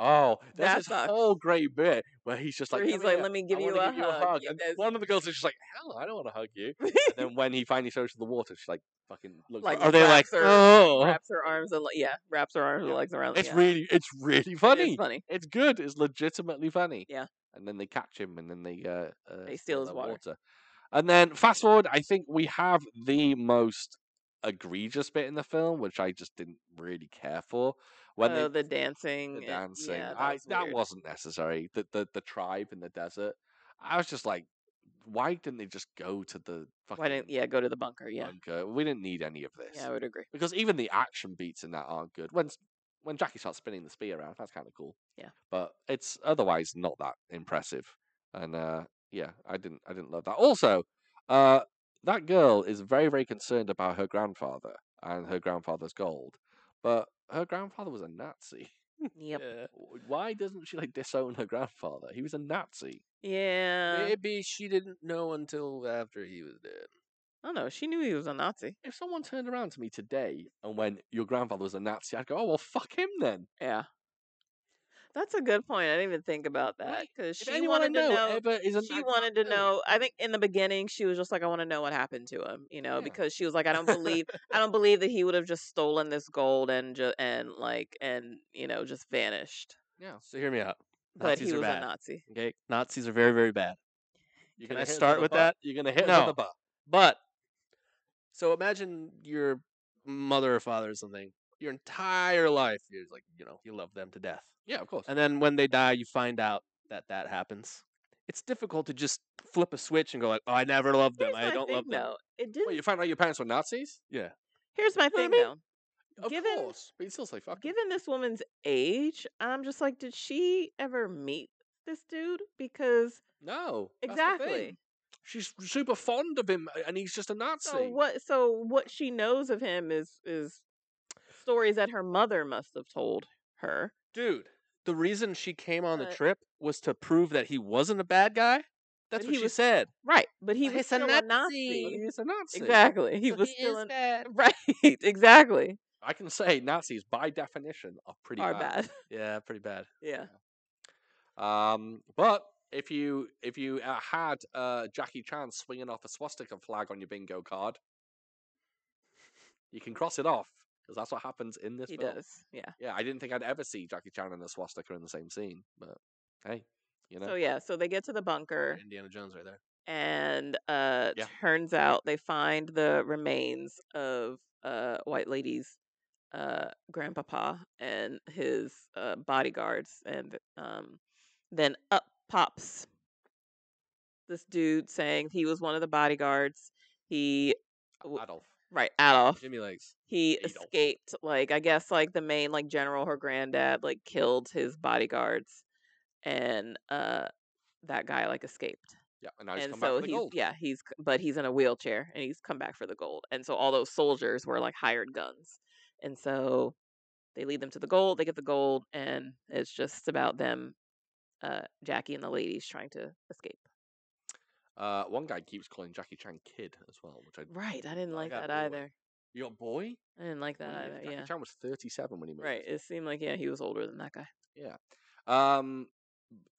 Oh, there's That this sucks. whole great bit where he's just like, Where he's "Come like, here, "Let me I give you wanna a hug." Yeah, and there's- one of the girls is just like, "Hell, I don't want to hug you." And then when he finally shows her the water, she's like, "Fucking <laughs> looks Like, like, Are they like, wraps her- oh, wraps her arms and le- yeah, wraps her arms Uh-huh. Yeah. and legs around. it's yeah. really, it's really It is funny. funny. It's good. It's legitimately funny." Yeah. And then they catch him, and then they uh, uh They steal his their water. And then fast forward, I think we have the most egregious bit in the film, which I just didn't really care for. When oh, they the dancing. the and- dancing. Yeah, that, I was that weird. wasn't necessary. The, the the tribe in the desert. I was just like, why didn't they just go to the fucking Why didn't yeah go to the bunker? Yeah, bunker? We didn't need any of this yeah, I would <laughs> agree. because even the action beats in that aren't good. When s- when Jackie starts spinning the spear around, that's kind of cool. Yeah. but it's otherwise not that impressive. And uh, yeah, I didn't I didn't love that. Also, uh, that girl is very very concerned about her grandfather and her grandfather's gold, but her grandfather was a Nazi. Yep. yeah. W- Why doesn't she like disown her grandfather? He was a Nazi. Yeah. Maybe she didn't know until after he was dead. I don't know. She knew he was a Nazi. If someone turned around to me today and went, "Your grandfather was a Nazi," I'd go, "Oh well, fuck him then." Yeah. That's a good point. I didn't even think about that Right. because If she anyone I wanted to know, know. ever is a She Nazi, wanted to know. know. I think in the beginning she was just like, "I want to know what happened to him," you know, Yeah. because she was like, "I don't <laughs> believe, I don't believe that he would have just stolen this gold and just and like and you know just vanished." yeah, So hear me out. But Nazis he are was a bad. Nazi. Okay, Nazis are very, very bad. You're Can gonna I hit us start a with bu- that? You're gonna hit us with No. a butt. But so imagine your mother or father or something. Your entire life, you're like, you know, you love them to death, Yeah, of course. and then when they die, you find out that that happens. It's difficult to just flip a switch and go like, oh, I never loved them. Here's I my don't thing, love them. though. It Well, didn't. you found out your parents were Nazis. Here's my know what I thing, mean? though. Of Given- course, but you still say fuck. 'em. given this woman's age, I'm just like, did she ever meet this dude? Because No, that's the exactly. thing. She's super fond of him, a- and he's just a Nazi. So what? So what she knows of him is is stories that her mother must have told her. Dude, the reason she came on the But- trip was to prove that he wasn't a bad guy. But That's what he she was- said. Right, but he was But he's a still a But <laughs> Nazi. he is a Nazi. Exactly, he So was he still is a bad. <laughs> right. Exactly, I can say Nazis, by definition, are pretty are bad. bad. <laughs> Yeah, pretty bad. Yeah, Um, but if you if you uh, had uh, Jackie Chan swinging off a swastika flag on your bingo card, you can cross it off because that's what happens in this. he film. does. Yeah. Yeah, I didn't think I'd ever see Jackie Chan and a swastika in the same scene, but hey, you know. So yeah, so they get to the bunker. Indiana Jones right there. and uh Yeah. turns out they find the remains of uh white lady's uh grandpapa and his uh bodyguards and um then up Pops. This dude saying he was one of the bodyguards. He W- Adolf. right Adolf. Jimmy likes. He Adolf. escaped. Like I guess like the main like general her granddad like killed his bodyguards, and uh that guy like escaped. Yeah, and now he's and come so back for the he's gold. yeah he's c- but he's in a wheelchair and he's come back for the gold and so all those soldiers were like hired guns and so they lead them to the gold they get the gold and it's just about them uh jackie and the ladies trying to escape Uh, one guy keeps calling Jackie Chan kid as well, which I right i didn't I like got that bored. either your boy. i didn't like When did- that either Jackie yeah Chan was thirty-seven when he made. right this. it seemed like yeah he was older than that guy Um,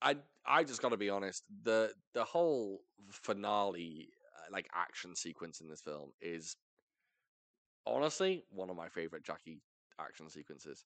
I I just got to be honest. The the whole finale, uh, like action sequence in this film, is honestly one of my favorite Jackie action sequences.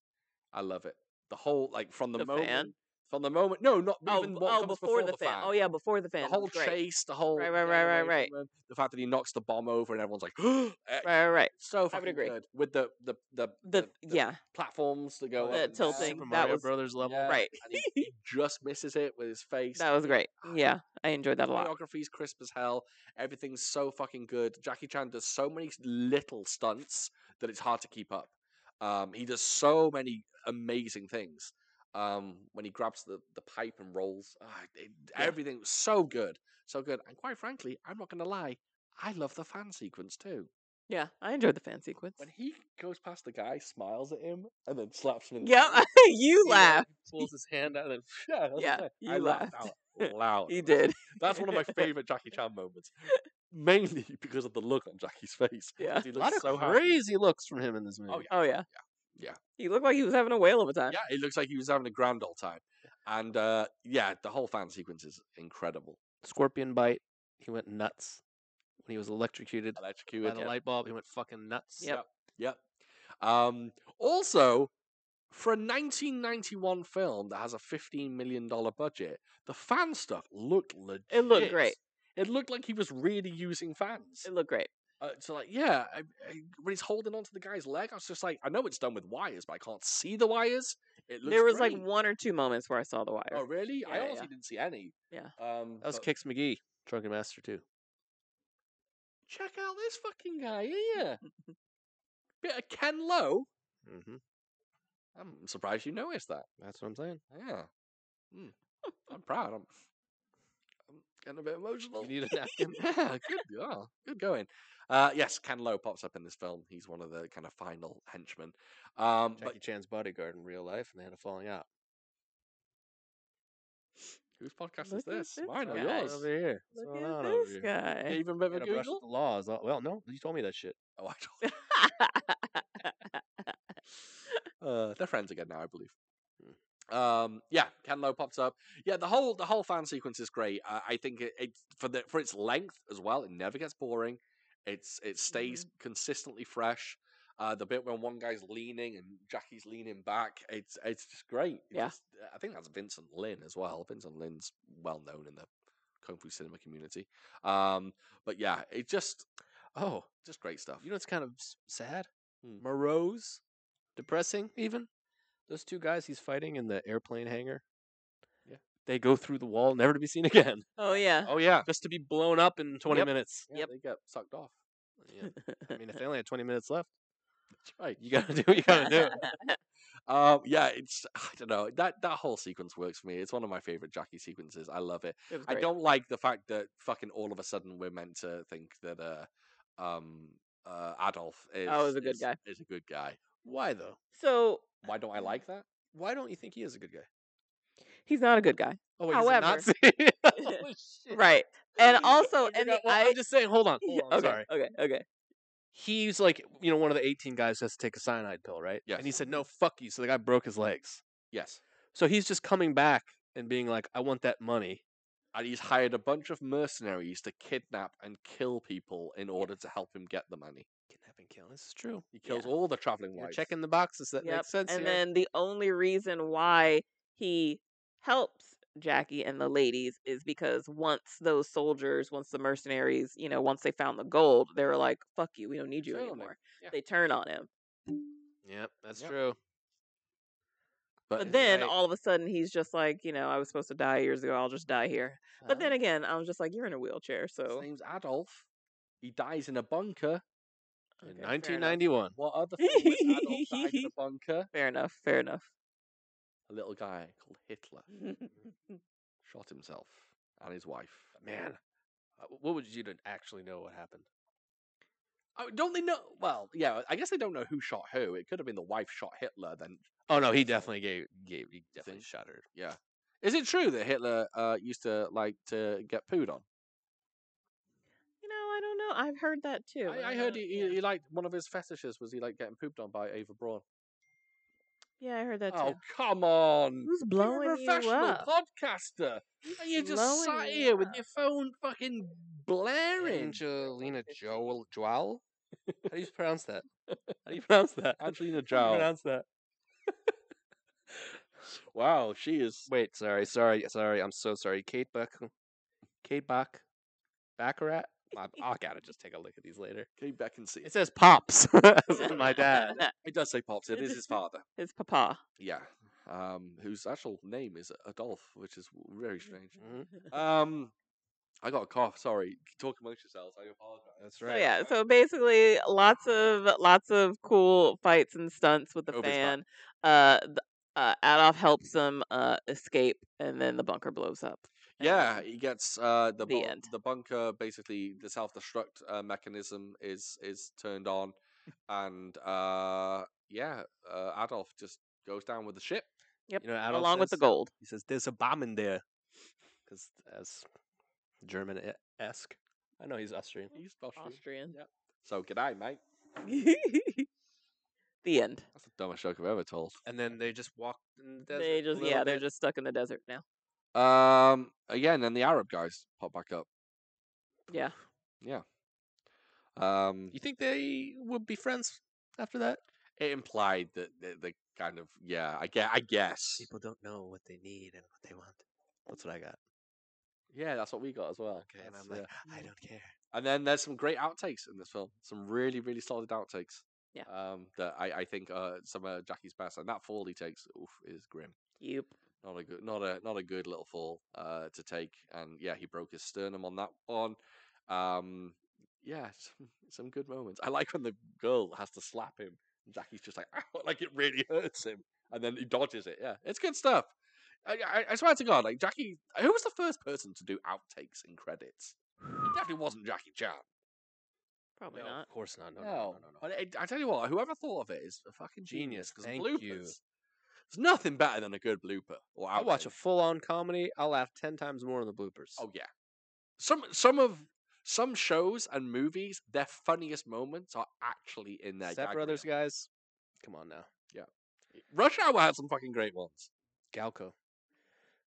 I love it. The whole like from the, The fan? Oh, moment from the moment. No, not even b- what comes before, the, fan. oh yeah before the fan The whole great. chase, the whole Right, right, getting right, right, away right. from him, the fact that he knocks the bomb over and everyone's like, <gasps> eh, right right right so fucking agree. good with the the the, the, yeah platforms that go The up and down. tilting, Super that Mario was- Brothers level. Yeah, right. and he, he just misses it with his face. that <laughs> was great ah, yeah i enjoyed that a lot Choreography's crisp as hell. Everything's so fucking good. Jackie Chan does so many s- little stunts that it's hard to keep up. Um, he does so many amazing things. Um, when he grabs the, the pipe and rolls, ah, it, everything was so good, so good. And quite frankly, I'm not gonna lie, I love the fan sequence too. yeah i enjoyed the fan sequence When he goes past the guy, smiles at him, and then slaps him in the face. <laughs> yeah you He, like, laugh pulls his hand out and <laughs> Yeah, that's what I'm Yeah, saying. you I laughed laughed. out loud. <laughs> He did. That's one of my favorite Jackie Chan moments, mainly <laughs> because of the look on Jackie's face. Yeah. 'cause He a lot looks of so happy. crazy looks from him in this movie. yeah. Oh yeah. Yeah. He looked like he was having a whale of a time. Yeah, it looks like he was having a grand old time. And uh, yeah, the whole fan sequence is incredible. Scorpion bite. He went nuts when he was electrocuted by Electrocuted. the light bulb. He went fucking nuts. Yep. Yep. Um, also, for a 1991 film that has a 15 million dollar budget, the fan stuff looked legit. It looked great. It looked like he was really using fans. It looked great. Uh, so like, yeah, I, I, when he's holding onto the guy's leg, I was just like, I know it's done with wires, but I can't see the wires. It looks There was great. like one or two moments where I saw the wire. Oh really? I Yeah, honestly yeah. didn't see any. Yeah. Um, That was but Kix McGee, Drunken Master too. check out this fucking guy <laughs> here. Bit of Ken Lowe. Mm-hmm. I'm surprised you noticed that. That's what I'm saying. Yeah. Hmm. I'm proud. I'm, I'm getting a bit emotional. You need <laughs> a napkin. <laughs> yeah, good. Yeah, good going. Uh, yes, Ken Lowe pops up in this film. He's one of the kind of final henchmen. Um, but Jackie Chan's bodyguard in real life, and they had a falling out. whose podcast Look is at this? this Mine or guy. yours? Over here. What's Look going at on over this here? guy. Even bit of a Gotta brush with Google? the laws. Oh, Well, no, you told me that shit. Oh, I don't. <laughs> Uh, they're friends again now, I believe. Um, yeah, Ken Lo pops up. Yeah, the whole the whole fan sequence is great. I, I think it, it for the for its length as well. It never gets boring. It's it stays consistently fresh. Uh, the bit when one guy's leaning and Jackie's leaning back, it's it's just great. It Yeah. just- I think that's Vincent Lin as well. Vincent Lin's well known in the kung fu cinema community. Um, but yeah, it just Oh, just great stuff. you know it's kind of s- sad, Hmm. morose, depressing, even. Those two guys he's fighting in the airplane hangar. Yeah. They go through the wall, never to be seen <laughs> again. <laughs> oh yeah. Oh yeah, just to be blown up in 20 Yep. minutes. yeah Yep. they get sucked off. Yeah. I mean, if they only had 20 minutes left, That's right. you gotta do what you gotta <laughs> do. Um, yeah, it's <sighs> I don't know that that whole sequence works for me. It's one of my favorite Jackie sequences. I love it. <laughs> It was I great. don't like the fact that fucking all of a sudden we're meant to think that uh, um, uh, Adolf is is a good is- guy. Is a good guy. Why though? So Why don't I like that? Why don't you think he is a good guy? he's not a good guy. Oh, wait, However- he's a Nazi. <laughs> <laughs> Holy <laughs> shit. Right. And also I and the, forgot- <laughs> well, I <laughs> I'm just saying, hold on. Hold on I'm okay, Sorry. okay, okay. He's like, you know, one of the 18 guys who has to take a cyanide pill, right? Yes. And he said, no, fuck you. So the guy broke his legs. Yes, So he's just coming back and being like, I want that money. and he's hired a bunch of mercenaries to kidnap and kill people in order to help him get the money. Kidnap and kill. This is true. He kills all the traveling You're wives. checking the boxes. That Yep. makes sense. And here. then the only reason why he helps Jackie and the ladies is because once those soldiers, once the mercenaries, you know, once they found the gold, they were like, fuck you, we don't need you Turn on him. anymore. Yeah. They turn on him. Yep, that's Yep. true. But then right. all of a sudden he's just like, you know, I was supposed to die years ago. I'll just die here. Uh-huh. Huh? But then again, I was just like, you're in a wheelchair, His so uh, name's Adolf. He dies in a bunker. In okay, fair enough. 1991. What <laughs> other famous Adolf died in a bunker? Fair enough. Fair enough. <laughs> A little guy called Hitler shot himself and his wife. Man, uh, what would you to actually know what happened? Oh, don't they know? Well, yeah, I guess they don't know who shot who. It could have been the wife shot Hitler. Then Oh no, he definitely gave gave he definitely Think? shot her. yeah, is it true that Hitler uh, used to like to get pooed on? you know, I don't know. I've heard that too. I, I don't heard know. he, he, he liked one of his fetishes was he like getting pooped on by Ava Braun. yeah. yeah, I heard that Oh too. come on! Who's You're a blowing you professional up? podcaster. And you just Blowing sat you <laughs> here with up. Mm. your phone fucking blaring. Angelina Joel Joel. How do you pronounce that? How do you pronounce that? <laughs> How do Angelina you Jolie. pronounce that? wow, she is. Wait, sorry, sorry, sorry. I'm so sorry. Kate Buck, Kate Bach, Baccarat. I, I gotta just take a look at these later. Kate Beckinsale. It says pops. <laughs> This is my dad. It does say pops. It is his father. <laughs> His papa. Yeah. Um, whose actual name is Adolf, which is w- very strange. Mhm, Um, I got a cough. Sorry. Talk amongst yourselves. I apologize. Oh, That's So right. yeah, so basically, lots of lots of cool fights and stunts with the Obi's back. fan. Uh, th- uh, Adolf helps him uh escape, and then the bunker blows up. and Yeah, he gets uh, the The bun- end. the bunker basically the self destruct uh, mechanism is is turned on, and uh, yeah, uh, Adolf just goes down with the ship. Yep. You know, Adolf Along with the says- gold. He says, "There's a bomb in there," because as German esque. I know he's Austrian. He's Austrian. Austrian. So good night, mate. <laughs> the end. That's the dumbest joke I've ever told. And then they just walk. In the desert They a just little yeah, they're bit. just stuck in the desert now. Um, again, then the Arab guys pop back up. Yeah. Um, You think they would be friends after that? it implied that the, the kind of yeah, I guess, I guess. People don't know what they need and what they want. That's what I got. Yeah, that's what we got as well. Okay, and That's, I'm like, yeah. I don't care. And then there's some great outtakes in this film. Some really, really solid outtakes. Yeah. Um, that I, I think uh, some of Jackie's best, and that fall he takes oof, is grim. Yep. Not a good, not a not a good little fall uh, to take. And yeah, he broke his sternum on that one. Um, yeah, some, some good moments. I like when the girl has to slap him. And Jackie's just like, ow, <laughs> like it really hurts him, and then he dodges it. Yeah, it's good stuff. I, I, I swear to God, like Jackie, who was the first person to do outtakes in credits? It definitely wasn't Jackie Chan. Probably No, not. Of course not. No, No, no, no, no, no, no. But it, I tell you what, whoever thought of it is a fucking Genius, genius. 'cause thank bloopers, you. There's nothing better than a good blooper. Or I'll watch a outtake. full-on comedy. I'll laugh ten times more on the bloopers. Oh yeah. Some some of some shows and movies, their funniest moments are actually in their Step gag Brothers reel. guys, come on now. Rush Hour had some fucking great ones. Galco,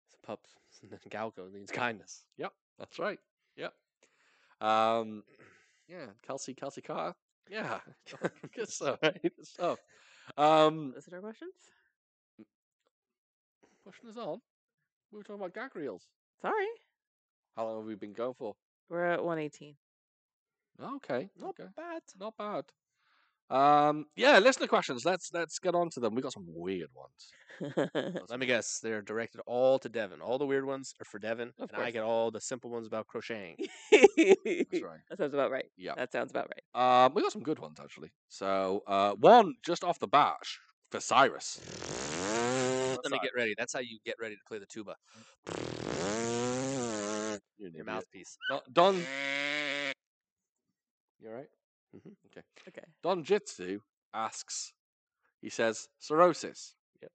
it's a pup. <laughs> Galco means kindness. <laughs> That's right. Yep. Um. Yeah, Kelsey Kelsey Carr. <laughs> Yeah, good stuff. Right? Good <laughs> stuff. Um, Listener questions? pushing us on. We were talking about gag reels. Sorry. How long have we been going for? We're at one eighteen. <laughs> Okay. Not okay. bad. Not bad. Um, yeah, listener questions. Let's let's get on to them. We got some weird ones. Got Let some- me guess. They're directed all to Devin. All the weird ones are for Devin, Of and I course. get all the simple ones about <laughs> crocheting. That's right. That sounds about right. Yeah. That sounds about right. Um, we got some good ones actually. So uh, one just off the bat sh- for Cyrus. Let me Sorry. get ready. That's how you get ready to play the tuba. You're an Your idiot. mouthpiece. Don. Don you all right? Mhm. Okay. Okay. Don Jitsu asks. He says, "Cirrhosis. Yep.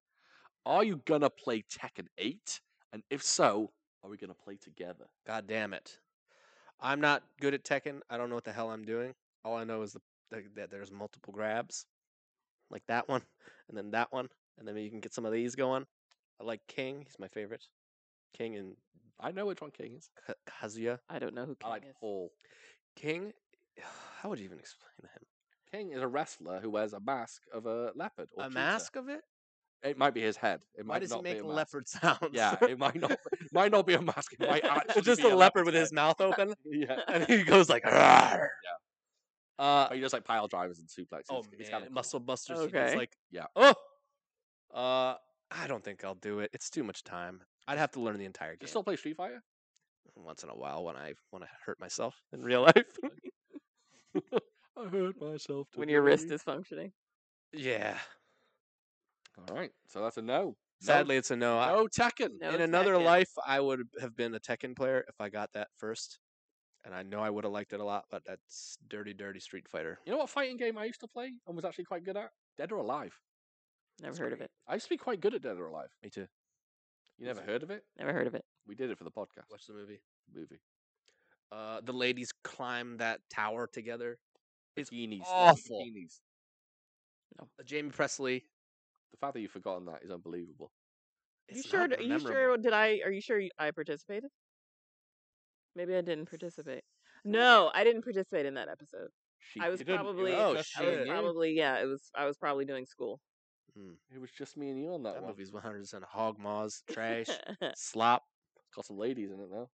Are you gonna play Tekken 8? And if so, are we gonna play together?" God damn it. I'm not good at Tekken. I don't know what the hell I'm doing. All I know is the, the, that there's multiple grabs, like that one, and then that one, and then you can get some of these going. I like King. He's my favorite. King and I know which one King is. Ka- Kazuya. I don't know who I King like is. Paul. King. <sighs> How would you even explain him? King is a wrestler who wears a mask of a leopard or A cheetah. mask of it? It might be his head. It Why might does not he make be a mask. leopard <laughs> sounds? Yeah, it might not might not be a mask. It might actually <laughs> it's just be a leopard with his leopard's <laughs> mouth open, head. <laughs> Yeah, and he goes like, "Arr!" Uh, but he does like pile drivers and suplexes. Oh It's man, kinda cool. Muscle Busters. He does Okay. like Yeah. Oh. Uh, I don't think I'll do it. It's too much time. I'd have to learn the entire Do you game. still play Street Fighter? Once in a while, when I when I hurt myself in real <laughs> life. I hurt myself. when your wrist is functioning. yeah. All right, so that's a no. Sadly, it's a no. I- no, no Tekken. No in another Tekken. life, I would have been a Tekken player if I got that first. And I know I would have liked it a lot, but that's dirty, dirty Street Fighter. You know what fighting game I used to play and was actually quite good at? Dead or Alive. Never heard of it. I used to be quite good at Dead or Alive. Me too. You never heard of it? Never heard of it. We did it for the podcast Watch the movie. movie. Uh, the ladies climb that tower together. It's Bikinis. awful. Bikinis. Uh, Jamie Presley. The fact that you've forgotten that is unbelievable. you it's sure? not Are you sure? memorable. Did I? Are you sure you- I participated? Maybe I didn't participate. No, I didn't participate in that episode. She, I was it didn't- it probably- was Oh, just I me was and shit. you. probably yeah. It was. I was probably doing school. It was just me and you on that, That one. movie's 100% hog maws, <laughs> trash, slop. It's got some ladies in it now.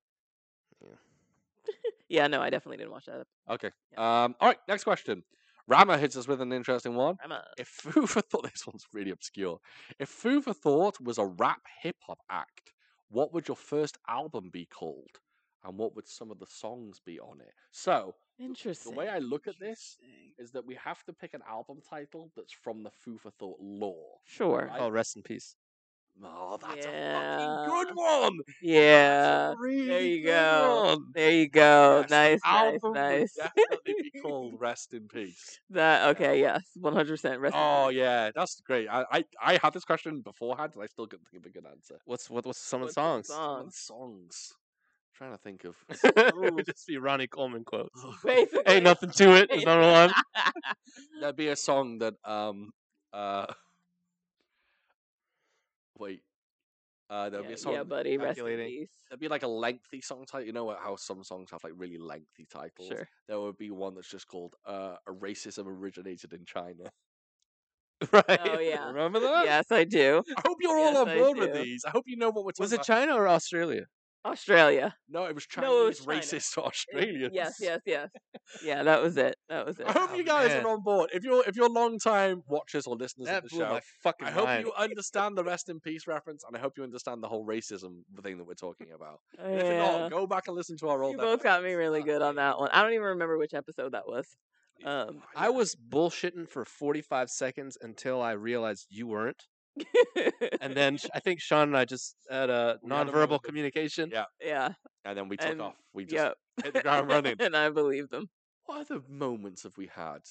yeah. No, I definitely didn't watch that. Okay. Um. All right. Next question. Rama hits us with an interesting one. I'm a. If Food for Thought, <laughs> this one's really obscure. If Food for Thought was a rap hip hop act, what would your first album be called? And what would some of the songs be on it? So, the Interesting. way I look at this Interesting. is that we have to pick an album title that's from the Food for Thought lore. Sure. Right. Oh, rest in peace. Oh, that's a fucking Yeah. good <laughs> one. Yeah. That's a really There you good go. one. There you go. Yes, the Nice. Nice. album Nice. would definitely be called Rest in Peace. <laughs> That okay, yes, one hundred percent. <laughs> Oh yeah, that's great. I, I I had this question beforehand, and I still couldn't think of a good answer. What's what, what's some of the What's songs? the Some of the <laughs> Songs. songs. trying to think of. <laughs> <laughs> <laughs> it would just be Ronnie Coleman quotes. basically, <laughs> Ain't nothing to it. There's another one. There'd be a song that um uh. <laughs> Wait, uh, there'd be yeah, a song. yeah, buddy, rest in calculating. peace. There'd be like a lengthy song title. You know what- how some songs have like really lengthy titles. Sure. There would be one that's just called uh, "Racism Originated in China." <laughs> Right. Oh, yeah. <laughs> <laughs> Remember that? Yes, I do. I hope you're Yes, all on I board with do. these. I hope you know what we're talking Was it about. China or Australia? Australia. No, it was Chinese No, it was China. racist Australians. <laughs> Yes, yes, yes. Yeah, that was it. That was it. I hope Oh, you guys man. are on board. If you're if you're long time watchers or listeners of That the blew show, my fucking I hope mind. you understand the rest in peace reference, and I hope you understand the whole racism thing that we're talking about. And If you're Yeah. not, go back and listen to our old. You both got me episodes. really Ah, good on yeah. that one. I don't even remember which episode that was. <laughs> Um, <laughs> I was bullshitting for 45 seconds until I realized you weren't. And then sh- I think Sean and I just had a We had a nonverbal moment. communication. Yeah. yeah, and then we took and- off. We just yep. hit the <laughs> ground running. and I believe them. What other moments have we had?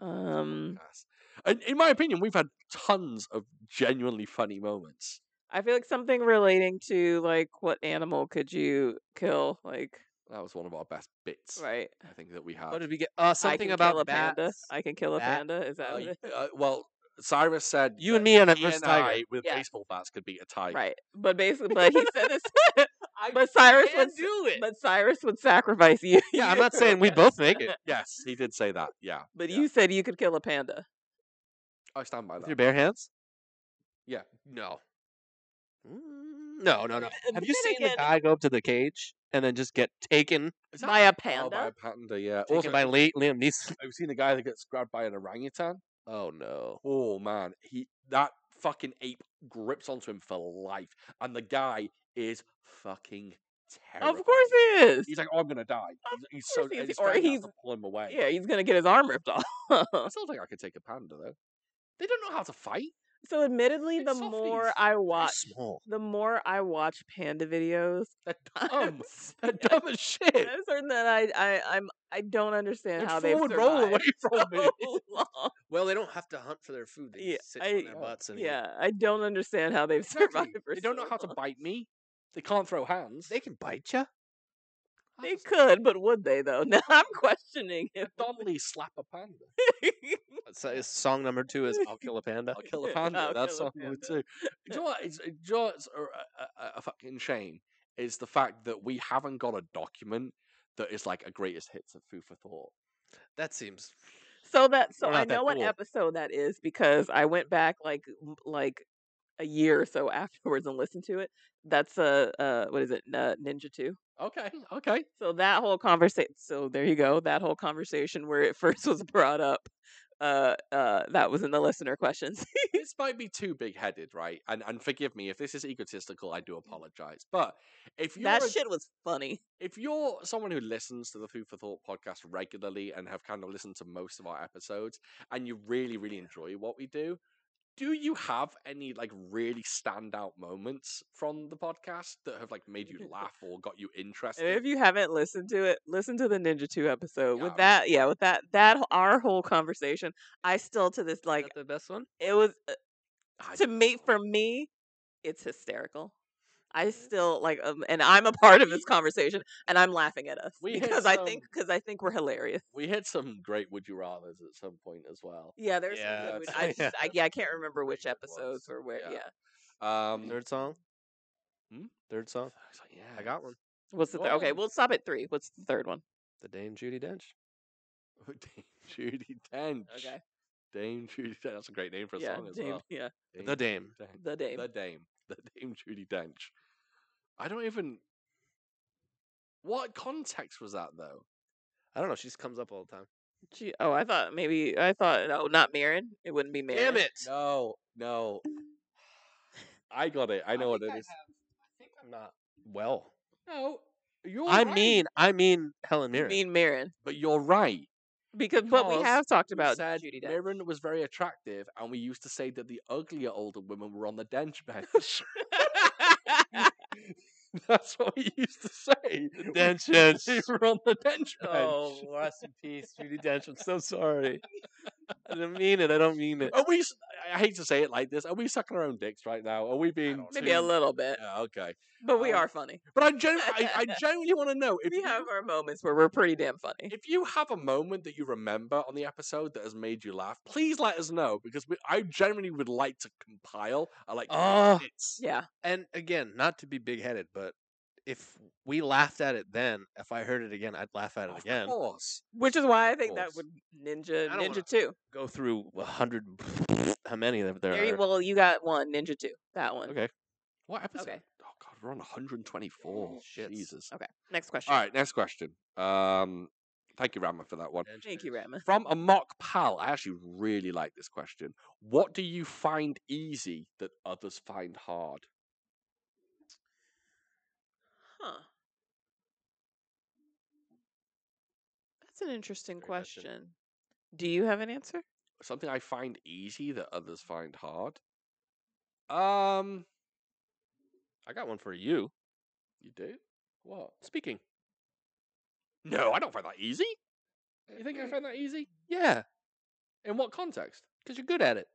on the <laughs> Um, podcast? And in my opinion, we've had tons of genuinely funny moments. I feel like something relating to like what animal could you kill? Like, That was one of our best bits. right? I think that we had. What did we get? Uh, I something can about kill a bats. panda. I can kill a Bat- panda. Is that Uh, what it? y- uh, well, Cyrus said You and that me on a he versus and tiger. I with Yeah. baseball bats could beat a tiger. Right. But <laughs> basically, but he said this. <laughs> but Cyrus would. s- do it. But Cyrus would sacrifice you. <laughs> yeah, I'm not saying we both make it Yes, he did say that. Yeah, But yeah. you said you could kill a panda. I stand by with that. your bare hands. Yeah. No. Mm, No, no, no. <laughs> And Have you then seen again- the guy go up to the cage and then just get taken, Is By a panda. Oh, by a panda. Yeah. taken also, by Lee, Liam Neeson? I've seen the guy that gets grabbed by an orangutan. Oh no. Oh man, he that fucking ape grips onto him for life, and the guy is fucking terrible. Of course he is. He's like, oh, I'm gonna die. Of He's, he's course so he is. he's Or he's- to pull him away. yeah, he's gonna get his arm ripped I off. <laughs> still think I could take a panda though. They don't know how to fight. so, admittedly, Big the softies. more I watch, <laughs> Small. the more I watch panda videos, <laughs> They're I'm dumb. They're dumb as shit. I'm certain that I, I, I'm, I don't understand They'd how they forward roll away <laughs> from me. <laughs> <laughs> long. Well, they don't have to hunt for their food. They Yeah, just sit I- on their No. butts and eat. Yeah, I don't understand how they've Exactly. survived. for They don't know so how to long. bite me. They can't throw hands. They can bite you. I They just- could, but would they though? <laughs> Now I'm questioning a it. Donnelly slap a panda. <laughs> So his song number two is "I'll Kill a Panda." I'll kill a I'll panda. That's kill a something Oh, panda. too. Do you know what? It's, uh, do you know what's a, a- a- a fucking shame is the fact that we haven't got a document that is like a greatest hits of food for thought. That seems. so that so We're I not that know what cool. episode that is because I went back like m- like a year or so <laughs> afterwards and listened to it. That's a uh, what is it? Uh, Ninja Two. Okay, okay. <laughs> <laughs> So that whole conversation. So there you go. That whole conversation where it first was brought up Uh, uh, that was in the listener questions. <laughs> this might be too big headed, right? And and forgive me if this is egotistical. I do Mm. apologize. But if you're that a- shit was funny. if you're someone who listens to the Food for Thought podcast regularly and have kind of listened to most of our episodes, and you really really enjoy what we do, do you have any like really standout moments from the podcast that have like made you laugh or got you interested? And if you haven't listened to it, listen to the Ninja Two Yeah, episode. I will. with that, yeah, with that, that wh- our whole conversation, I still to this like Like the best one? it was uh, I to don't me for me, it's hysterical. I still like, um, and I'm a part of <laughs> this conversation, and I'm laughing at us we hit because I think because I think we're hilarious. we had some great would you rather's at some point as well. Yeah, there's Yeah, some good. that's- <laughs> I just, yeah. I, yeah, I can't remember which Pretty good episodes ones. or where. Yeah. Yeah, Um, Third song? Hmm? Third song? I was like, yeah, I got one. what's the third? Okay, Well- we'll stop at three. What's the third one? The Dame Judy Dench. <laughs> Judy Dench. Okay, Dame Judy Dench. That's a great name for a yeah, song as Dame, uh, well. yeah, The Dame. Dench. the Dame. The Dame. <laughs> The Dame Judy Dench. I don't even. What context was that though? I don't know. She just comes up all the time. Gee, oh, I thought maybe I thought no, not Marin. It wouldn't be Marin. Damn it! No, no. <sighs> I got it. I know what it think is. I I think I'm not well. No, you're. I right, mean, I mean Helen You Mirren. mean Marin? but you're right. Because, but we Oh, Because have talked You about said Judi Dench. <laughs> Mirren was very attractive, and we used to say that the uglier older women were on the Dench bench. <laughs> That's what we used to say. We- <laughs> They <laughs> Dench. were on the Dench <laughs> bench. <laughs> oh, rest in peace, Judy Dench. I'm so sorry. I didn't mean it. I don't mean it. Are we? s- I I hate to say it like this. Are we sucking our own dicks right now? Are we being don't Maybe a too- little bit, Yeah, okay. but we um, are funny. But I genu- I, I genuinely want to know if We you, have our moments where we're pretty damn funny. if you have a moment that you remember on the episode that has made you laugh. Please let us know because we, I genuinely would like to compile. I like Oh. it's Yeah, <laughs> And again, not to be big headed, but if we laughed at it then, if I heard it again, I'd laugh at it of again. course. which is why I Of think that course. would Ninja I don't wanna- Ninja Two. Go through a hundred. <laughs> How many there, there There you are? well, you got one Ninja Two. That one. Okay. What episode? Okay. Oh God, we're on 124. Shits. Jesus. Okay. Next question. All right, next question. Um, thank you, Rama, for that one. Dench Thank you, Dench. Rama. From a mock pal, I actually really like this question. What do you find easy that others find hard? Huh. That's an interesting Great question. question. Do you have an answer? Something I find easy that others find hard. Um, I got one for you. you do what? Speaking. No, I don't find that easy. You Eh, think I find that easy? Yeah, In what context? because you're good at it.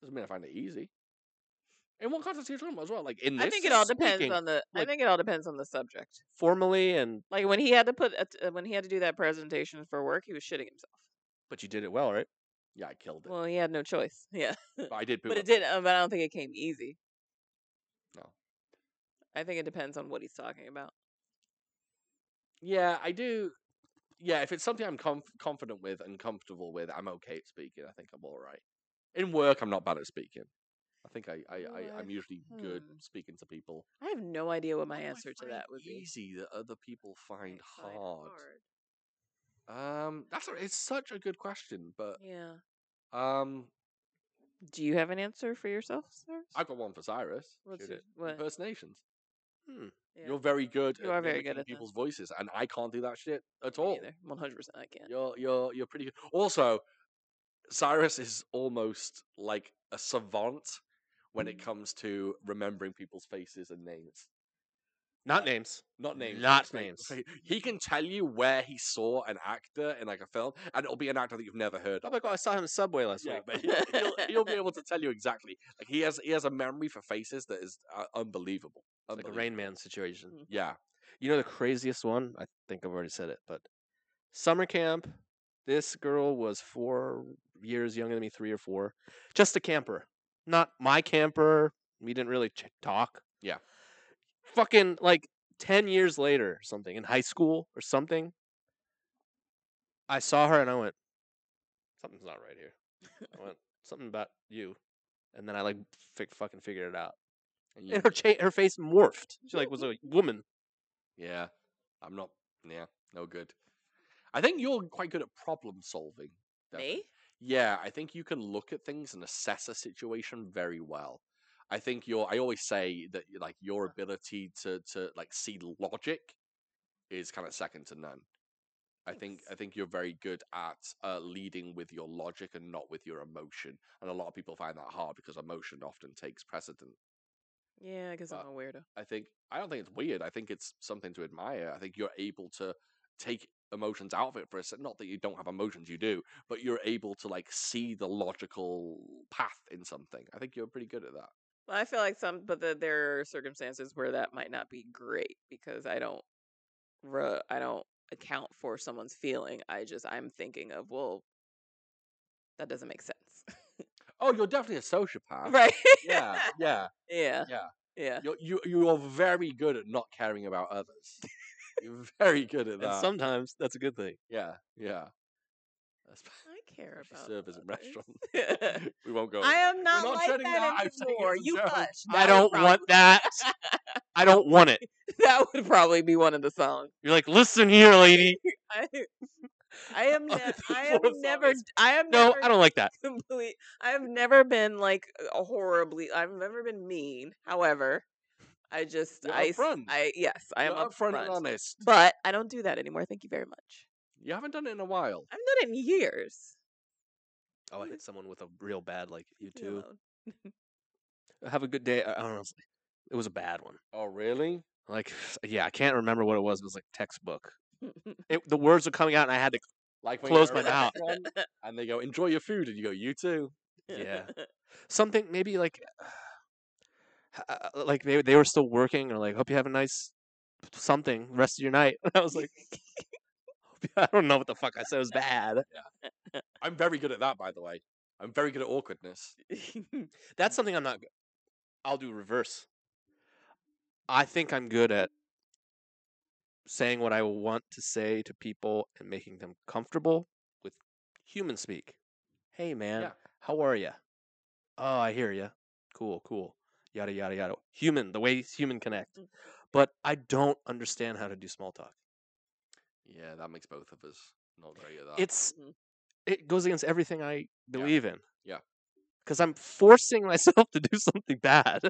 Doesn't mean I find it easy. In what context are you talking about as well? Like in this, I think it all depends speaking, on the. I like- think it all depends on the subject. Formally, and Like when he had to put a t- uh, when he had to do that presentation for work, he was shitting himself. but you did it well, right? yeah, I killed it. Well, he had no choice. Yeah, but I did. poo but it myself. did. Uh, but I don't think it came easy. No. I think it depends on what he's talking about. Yeah, I do. Yeah, if it's something I'm conf- confident with and comfortable with, I'm okay at speaking. I think I'm all right. In work, I'm not bad at speaking. I think I, I, In I I'm life, usually good hmm. speaking to people. I have no idea what my What do Oh, I answer to find that would be. easy that other people find I find hard. Um, that's a, it's such a good question, but Uh, Yeah. um, Do you have an answer for yourself, sir? I've got one for Cyrus. What's shoot your, it. what? Impersonations. Hmm. Yeah. You're very good. You are very mimicking good at that. people's voices, and I can't do that shit at Me all. either. One hundred percent. I <laughs> can't. You're you're you're pretty good. Also, Cyrus is almost like a savant when it comes to remembering people's faces and names. Not names. Not names. Not fa- names. fa- He can tell you where he saw an actor in like a film, and it'll be an actor that you've never heard I'm of. like, oh, I saw him in Subway last Yeah, week. <laughs> but he'll, he'll, he'll be able to tell you exactly. Like he has he has a memory for faces that is uh, unbelievable. It's like a unbelievable. Rain Man situation. Mm. Yeah, You know the craziest one? I think I've already said it, but summer camp. This girl was four years younger than me, three or four. Just a camper, not my camper. We didn't really ch- talk. Yeah. Fucking like ten years later, or something in high school or something. I saw her and I went, something's not right here. I went something about you, and then I like fi- fucking figured it out. <laughs> and you- And her cha- her face morphed. She like was a woman. yeah. I'm not. Yeah, no good. I think you're quite good at problem solving. Devin. Me? yeah, I think you can look at things and assess a situation very well. I think your I always say that like your ability to to like see logic is kind of second to none. I think I think you're very good at uh, leading with your logic and not with your emotion, and a lot of people find that hard because emotion often takes precedent. Yeah, I guess I'm I'm a weirdo. I think I don't think it's weird. I think it's something to admire. I think you're able to take emotions out of it for a second. Not that you don't have emotions, you do, but you're able to like see the logical path in something. I think you're pretty good at that. I feel like some, but the, there are circumstances where that might not be great because I don't, ru- I don't account for someone's feeling. I just I'm thinking of well, that doesn't make sense, <laughs> Oh, you're definitely a sociopath. right? Yeah, <laughs> yeah, yeah, yeah. yeah. You're, you you are very good at not caring about others. <laughs> You're very good at And that. sometimes that's a good thing. yeah, yeah. Espe- <laughs> I care Especially about servers in <laughs> others. restaurants. <laughs> we won't go. I over am We're not, not like treading that. that I'm saying it anymore. as a You joke. hush. I That would don't want <laughs> probably- that. I don't want it. that would probably be one of the songs. You're like, listen <laughs> here, lady. <laughs> I, I am. Ne- I am Floor song never. is- I am No, never I don't like that. <laughs> complete. I've never been like a horribly. I've never been mean. However, I just. You're I. s- upfront. I yes. I am You're upfront and upfront, honest. but I don't do that anymore. Thank you very much. You haven't done it in a while. I've done it in years. Oh, I hit someone with a real bad, like you Leave me too. alone. Have a good day. I I don't know. it's like- It was a bad one. Oh, really? Like, <sighs> yeah, I can't remember what it was. It was like <laughs> textbook. It, the words were coming out, and I had to. Like when Close you're at a my mouth. restaurant and they go, "Enjoy your food," and you go, "You too." <laughs> Yeah. something maybe like <sighs> h- uh, like they they were still working or like hope you have a nice something rest of your night. <laughs> And I was like, "Hope you-" I don't know what the fuck I said. It was bad. I'm very good at that, by the way. I'm very good at awkwardness. That's something I'm not. good. I'll do reverse. I think I'm good at saying what I want to say to people and making them comfortable with human speak. Hey man, Yeah. how are you? Oh, I hear you. Cool, cool. Yada yada yada. Human, the way human connect. Mm, But I don't understand how to do small talk. Yeah, that makes both of us not very good at that. it's Mhm. it goes against everything I believe in. Yeah. Because I'm forcing <laughs> myself to do something bad.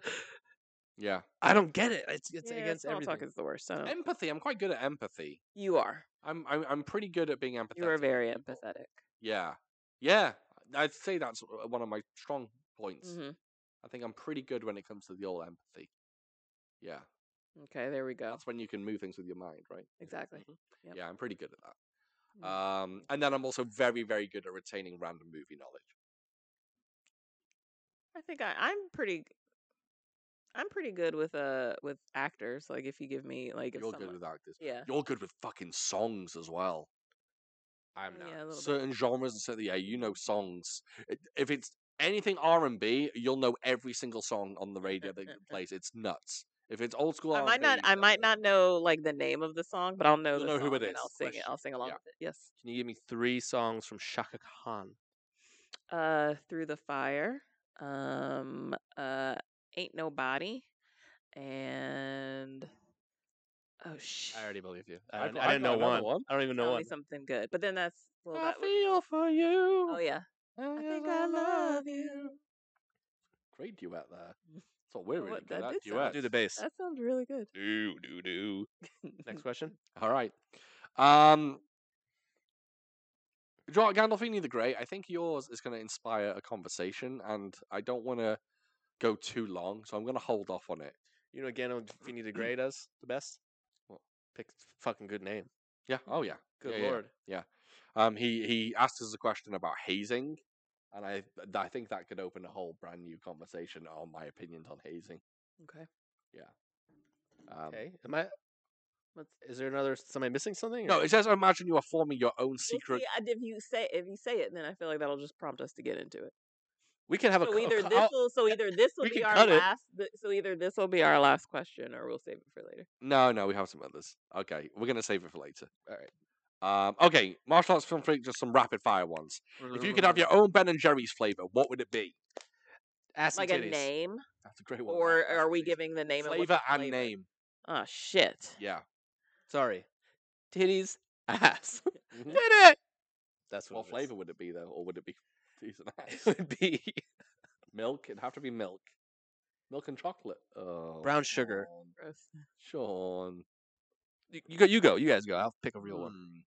yeah, I don't get it. It's it's Yeah, against small everything. talk is the worst. I don't. empathy. I'm quite good at empathy. You are. I'm I'm, I'm pretty good at being empathetic. You are with very people. empathetic. Yeah, yeah. I'd say that's o- one of my strong points. hmm I think I'm pretty good when it comes to the old empathy. Yeah, Okay, there we go. that's when you can move things with your mind, right? Exactly. Mhm. Yep. Yeah, I'm pretty good at that. Mm. Um, and then I'm also very, very good at retaining random movie knowledge. I think I, I'm pretty. I'm pretty good with uh with actors. Like if you give me like if You're someone, good with actors. yeah, You're good with fucking songs as well. I'm Mm, yeah, a not. little bit. Certain genres and certain yeah, you know songs. I- If it's anything R and B, you'll know every single song on the radio that <laughs> plays. It's nuts. If it's old school R I and B, might not. I might not know like the name of the song, but I'll know You'll the know song who it and I'll is. sing it. Question. I'll sing along Yeah. with it. Yes. Can you give me three songs from Shaka Khan? Uh, through the fire. Um. Uh, ain't nobody. And oh shit. I already believe you. I've I, don't, got- I I've didn't got know another one. one. I don't even know Tell one. me something good. But then that's well. I That would, feel for you. oh yeah. I think I love you. Great duet <laughs> there. That's what we're What- really that good at. did sound- I'll Duets. do the bass. That sounds really good. Do do do. Next question. All right. Um, do you know what, Gandolfini the Great? I think yours is going to inspire a conversation, and I don't want to go too long, so I'm going to hold off on it. You know, again, if you need to grade us the best, well, pick a fucking good name. Mm, Yeah. Oh, yeah. Good Yeah, yeah, yeah. lord. Um, he he asked us a question about hazing, and I th- I think that could open a whole brand new conversation on my opinions on hazing. Okay. Um, Okay. Am I? Let's Is there another? Somebody missing something? No, or- it says imagine you are forming your own secret. Well, see, I- if you say if you say it, then I feel like that'll just prompt us to get into it. we can have a. So co- a either co- this I'll- will so either this will we be can our cut it. last. th- So either this will be our last question, or we'll save it for later. No, no, we have some others. Okay, we're gonna save it for later. All right. Um, okay, martial arts film freak, just some rapid fire ones. If you <laughs> could have Mm-hmm. your own Ben and Jerry's flavor, what would it be? ass Like and a titties. name, That's a great one. or that- that's are a we titties. giving the name flavor and and what's the flavor? name? Oh shit! Yeah, Sorry, titties, <laughs> ass. Mhm. Did it? That's what. What it is. flavor would it be <laughs> though, or would it be cookies <laughs> and It ice. would be milk. It'd have to be milk. Milk and chocolate. Oh, Brown sugar. Sean. Gross. Sean. you, you go. You go. You guys go. I'll pick a real one. Hmm.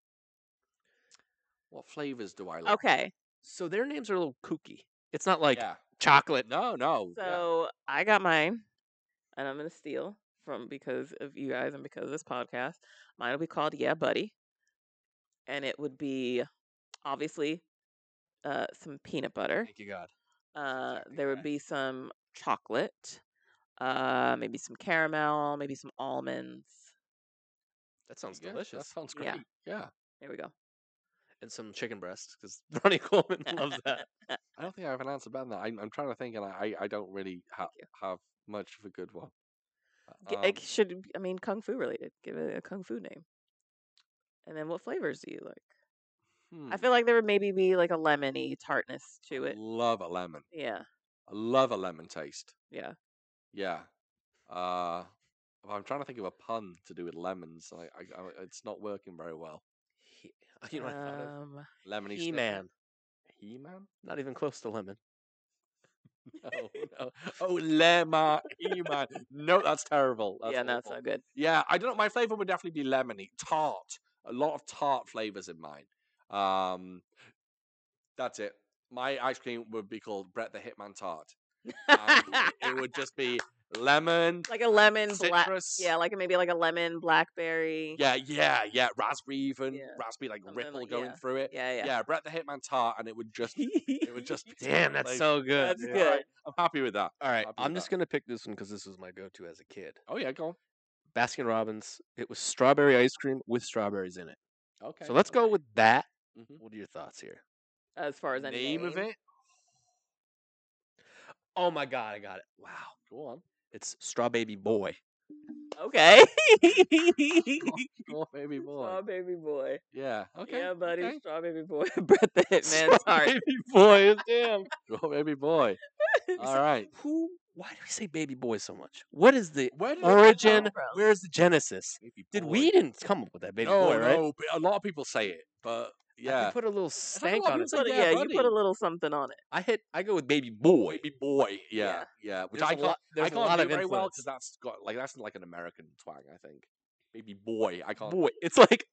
What flavors do I like? Okay, So their names are a little kooky. It's not like yeah. chocolate. No, no. yeah. so I got mine, and I'm gonna steal from because of you guys and because of this podcast. Mine will be called Yeah Buddy, and it would be obviously uh, some peanut butter. Thank you, God. Uh, exactly there would right. be some chocolate, uh, maybe some caramel, maybe some almonds. That sounds Yeah, That delicious. sounds great. Yeah. yeah. There we go. And some chicken breasts because <laughs> Ronnie Coleman loves that. I don't think I have an answer better than that. I'm, I'm trying to think, and I, I I don't really ha- you. have much of a good one. Uh, G- um, it should b- I mean kung fu related. Give it a kung fu name. And then what flavors do you like? I hmm, feel like there would maybe be like a lemony tartness to I it. love a lemon. Yeah, I love a lemon taste. yeah. Yeah. Uh, well, I'm trying to think of a pun to do with lemons. I, I, I it's not working very well. He, you know, what I thought um, of Lemony He Man. He man. Uh, Not even close to lemon. <laughs> No, no. Oh, lemon. He man. No, that's terrible. That's yeah, no, it's awful. not good. Yeah, I don't know. My flavor would definitely be lemony, tart. A lot of tart flavors in mine. Um, that's it. My ice cream would be called Brett the Hitman Tart. And Um, <laughs> it would just be lemon, like a lemon black. citrus. Yeah, like maybe like a lemon blackberry. yeah, yeah, yeah. Raspberry even, Yeah, raspberry like something ripple like- going yeah, through it. Yeah, yeah. Yeah, Brett the Hitman Tart, and it would <laughs> just, it would just. be Damn, that's like- so good. That's Yeah. <laughs> good. I'm happy with that. All right, Happy with I'm just that. gonna pick this one because this was my go-to as a kid. Oh yeah, go on. Baskin Robbins. It was strawberry ice cream with strawberries in it. Okay. So let's go with that. Mhm. What are your thoughts here? As far as a name, of it. Oh my God, I got it. Wow, Go <laughs> on. it's Straw Baby Boy. <laughs> Okay. Oh <laughs> <laughs> baby boy. Um, Straw baby boy. Yeah. Okay. yeah, buddy. okay. Straw baby boy. <laughs> Brett the Hitman. Straw Sorry. Baby Boy. Damn. Oh baby boy. <laughs> All right. Who? Why do we say Baby Boy so much? What is the Where did it come origin? from? from? Where's the genesis? Baby Did boy. we didn't come up with that Baby no, Boy, right? no, but a lot of people say it, but You yeah. put a little a stank lot of people on it. say Put a- Yeah, yeah, you put buddy. a little something on <laughs> it. I hit. I go with Baby Boy. Baby boy, yeah, Yeah. yeah. Which There's I a can't, lot- there's I a can't lot do of very well influence. because that's got like that's like an American twang, I think. Baby boy, I can't. Boy. It's like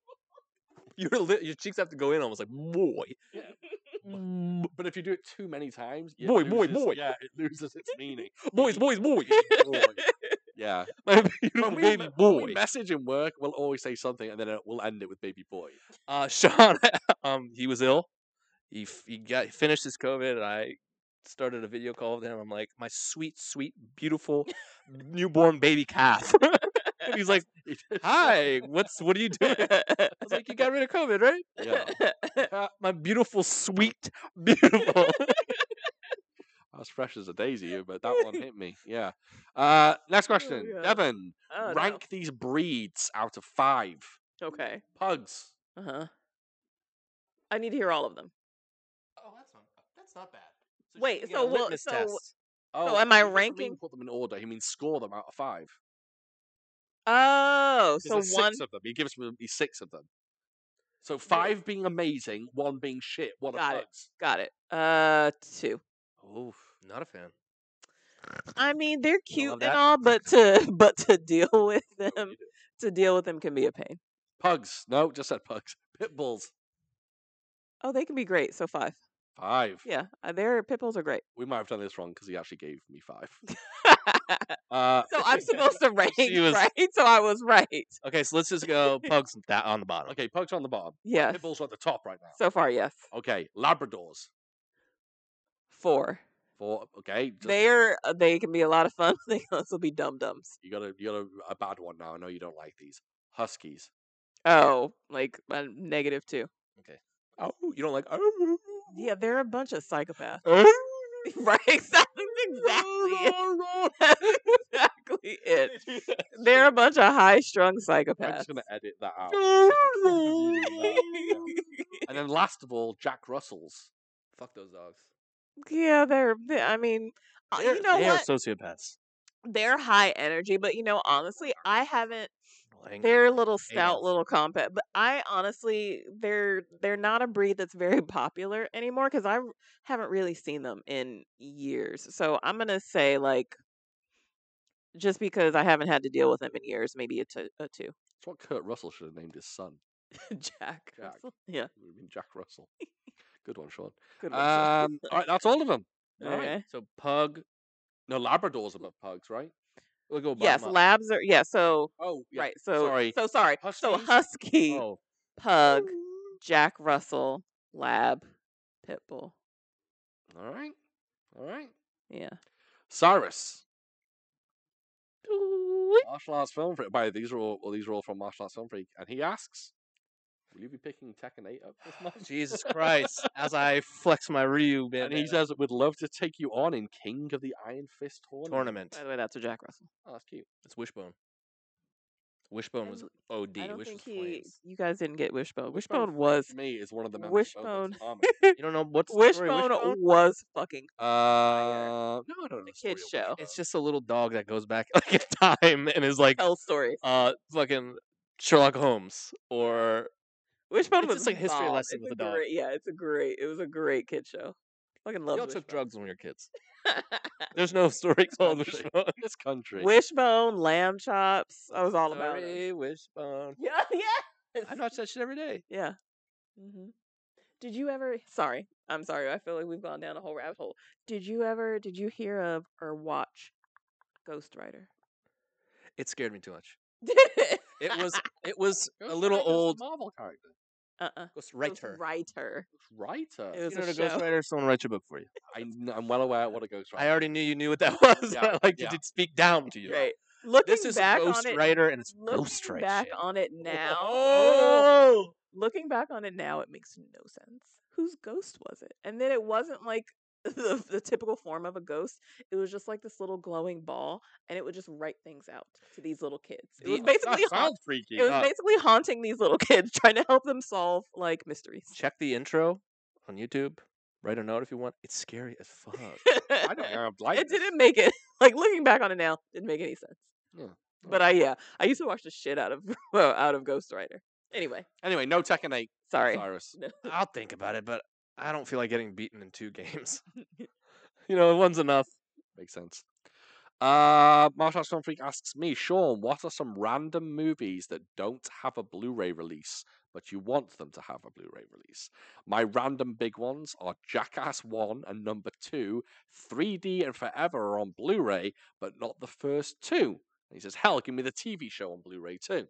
<laughs> your li- your cheeks have to go in almost like boy. Yeah. Mm, But if you do it too many times, it Boy, boy, loses- boy. yeah, it loses <laughs> its meaning. Boys, <laughs> boys, boys. <laughs> Baby boy. Yeah, My When beautiful we baby me- when boy. we message in work, we'll always say something, and then it, we'll end it with baby boy. <laughs> Uh, <laughs> Sean, um, he was ill. He f- he got finished his COVID, and I started a video call with him. I'm like, my sweet, sweet, beautiful newborn baby calf. <laughs> and he's like, Hi, what's what are you doing? I was like, You got rid of COVID, right? Yeah, "Yeah, my beautiful, sweet, <laughs> beautiful. I was fresh as a <laughs> daisy, but that one hit me. Yeah. Uh, next Oh, question, God. Devon. Oh, no. rank these breeds out of five. Okay. Pugs. Uh huh. I need to hear all of them. oh, that's not that's not bad. she Wait, can get a so we'll- litmus so- test. Oh, am I he doesn't mean ranking- put them in order. He means score them out of five. Oh, 'Cause so there's one. six of them. He gives me he's six of them. So five being amazing, one being shit, one Got of it. pugs. Got it. Uh, two. Oof, not a fan. I mean, they're You don't cute and love that? all, but to <laughs> but to deal with No, them, you do. to deal with them can be a pain. Pugs. No, just said pugs. <laughs> Pit bulls. Oh, they can be great. So five. Five. Yeah, uh, their pit bulls are great. <laughs> We might have done this wrong because he actually gave me five. Uh, so <laughs> I'm supposed to rank, She was- right? So I was right. Okay, so let's just <laughs> go pugs that on the bottom. <laughs> okay, pugs are on the bottom. Yes. Pit bulls are at the top right now. So far, yes. Okay, Labradors. Four. Four. Okay, just, They're uh, they can be a lot of fun. <laughs> They can also be dum dums. you got a you got a, a bad one now. I know you don't like these. Huskies. Oh, like uh, negative two. Oh, you don't like? Yeah, they're a bunch of <laughs> psychopaths. Oh. right? <laughs> That's exactly it. <laughs> That's exactly it. They're a bunch of high strung I'm psychopaths. just gonna edit that out. Fuck And then last of all, Jack Russell's. those dogs. <laughs> yeah, they're. They, I mean, uh, you know they what? are sociopaths. they're high energy, but you know, honestly, I haven't angry. They're little hate 'em. stout, little compact. But I honestly, they're they're not a breed that's very <laughs> popular anymore because I r- haven't really seen them in years. So I'm gonna say like just because I haven't had to deal with them in years, maybe a two. A two. <laughs> It's what Kurt Russell should have named his son. Jack. Jack. Russell. <laughs> Yeah. It would have been Jack <laughs> Russell. Good one, Sean. Good Um, one. Sean. Um, all right, that's all of them. All right, Okay. So pug. No, Labradors above pugs, right? We'll go. Yes, bottom up. labs are yeah. So Oh, yeah. right. So sorry. so sorry. So Huskies? husky, Oh, pug, Jack Russell, lab, pit bull. All right. All right. Yeah. Cyrus. Ooh, Martial arts film freak. By the way, these are all well, these are all from Martial arts film freak, and he asks, "Will you be picking Tekken 8 up this <laughs> month?" Jesus Christ! As I flex my Ryu And he bandana says, "Would love to take you on in King of the Iron Fist tournament." tournament. By the way, that's a Jack Russell. Oh, that's cute. It's Wishbone. Wishbone was I'm- OD. I don't Wish think was he. flames. You guys didn't get Wishbone. Wishbone Wishbone was. To me, is one of the members of Wishbone. Oakla's <laughs> army. You don't know what's the story of Wishbone Wishbone? was fucking. Uh, no, I don't know. the story kid's of <laughs> show. It's Wishbone. just a little dog that goes back <laughs> like in time and is like Tell stories. uh fucking Sherlock Holmes or Wishbone it's was just like a history bomb. lesson It's with a a dog. great, Yeah, it's a great. It was a great kid show. Fucking you love all took Wishbone. drugs when we were <laughs> kids. There's no <laughs> story called country. Wishbone. this country. <laughs> Wishbone, lamb chops. I was all about it. Sorry, Wishbone. <laughs> Yeah, yeah. I watch that shit every day. Yeah. hmm Did you ever? Sorry, I'm sorry. I feel like we've gone down a whole rabbit hole. Did you ever? Did you hear of or watch Ghost <laughs> Rider? It scared me too much. uh It <laughs> was it was Ghost a little Rider's a old Marvel character. uh Ghost Uh-uh. Writer. Writer. Writer. It was you know a the Ghost show. Rider, someone writes your book for you. I, kn- I'm well aware what a Ghost I Rider. already knew you knew what that <laughs> was. Yeah, I like yeah. to speak down to you. Right. Looking This is back Ghost on it. Rider and it's looking Ghost <laughs> Rider. back shit. on it now. <laughs> Oh! Looking back on it now, it makes no sense. Whose ghost was it? And then it wasn't like <laughs> the, the typical form of a ghost. It was just like this little glowing ball, and it would just write things out to these little kids. <laughs> It <laughs> The- was that <laughs> basically haunt- sounds freaky. <laughs> it was Uh, basically haunting these little kids, trying to help them solve like mysteries. check the intro on YouTube. Write a note if you want. It's scary <laughs> as fuck. I don't think it I would like this. didn't make it <laughs> like looking back on it now, didn't make any sense. Yeah, But I yeah, I used to watch the shit out of <laughs> out of Ghost Rider. Anyway, Anyway, no Tekken 8. sorry. Cyrus. I'll think about it, but I don't feel like getting beaten in two <laughs> games. <laughs> you know, one's enough. Makes sense. Uh, Martial Arts Film Freak asks me, Sean, what are some random movies that don't have a Blu ray release, but you want them to have a Blu ray release? My random big ones are Jackass 1 and number 2, 3D and Forever are on Blu ray, but not the first two. And he says, hell, give me the TV show on Blu ray too.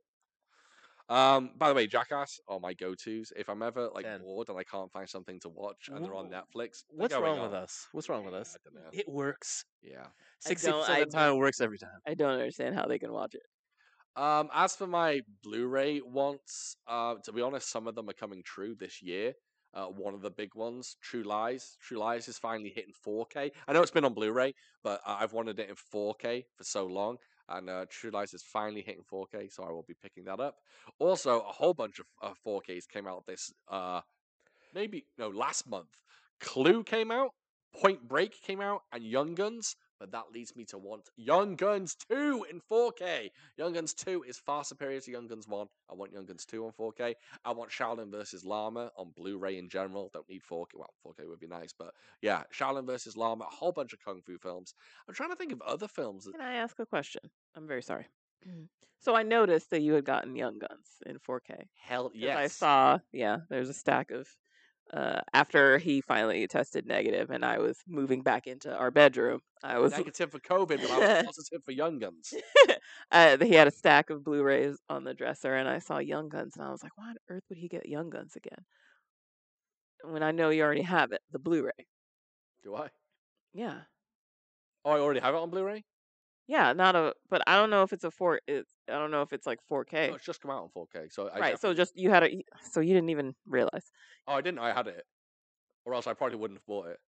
Um, by the way, Jackass are my go tos. If I'm ever like Ten. bored and I can't find something to watch and they're on Wh- Netflix, they're What's going wrong with on. us? What's wrong with us? I <laughs> don't know. It works. Yeah. I don't- Sixty percent I of the time, it works every time. I don't understand how they can watch it. Um, as for my Blu-ray wants, uh, to be honest, some of them are coming true this year. Uh, one of the big ones, True Lies. True Lies is finally hitting 4K. I know it's been on Blu-ray, but I- I've wanted it in 4K for so long, and uh, True Lies is finally hitting 4K, so I will be picking that up. Also, a whole bunch of uh, 4Ks came out this, uh, maybe no, last month. Clue came out, Point Break came out, and Young Guns. But that leads me to want Young Guns 2 in 4K. Young Guns 2 is far superior to Young Guns 1. I want Young Guns 2 on 4K. I want Shaolin versus Llama on Blu-ray in general. Don't need 4K. Well, 4K would be nice, but yeah, Shaolin versus Llama, a whole bunch of kung fu films. I'm trying to think of other films. That, Can I ask a question? I'm very sorry. Mm-hmm. <clears throat> So I noticed that you had gotten Young Guns in 4K. hell 'cause I yes, saw, yeah, there's a stack of. Uh, after he finally tested negative, and I was moving back into our bedroom, I was. negative for COVID, but I <laughs> was positive for Young Guns. uh, he had a stack of Blu-rays on the dresser, and I saw Young Guns, and I was like, "Why on earth would he get Young Guns again?" When I know you already have it, the Blu-ray. Do I? Yeah, Oh, I already have it on Blu-ray. yeah, not a. But I don't know if it's a four. It's I don't know if it's like 4K. No, Oh, it's just come out on 4K. So I right. So definitely- just you had a. So you didn't even realize. oh, I didn't. know I had it, or else I probably wouldn't have bought it.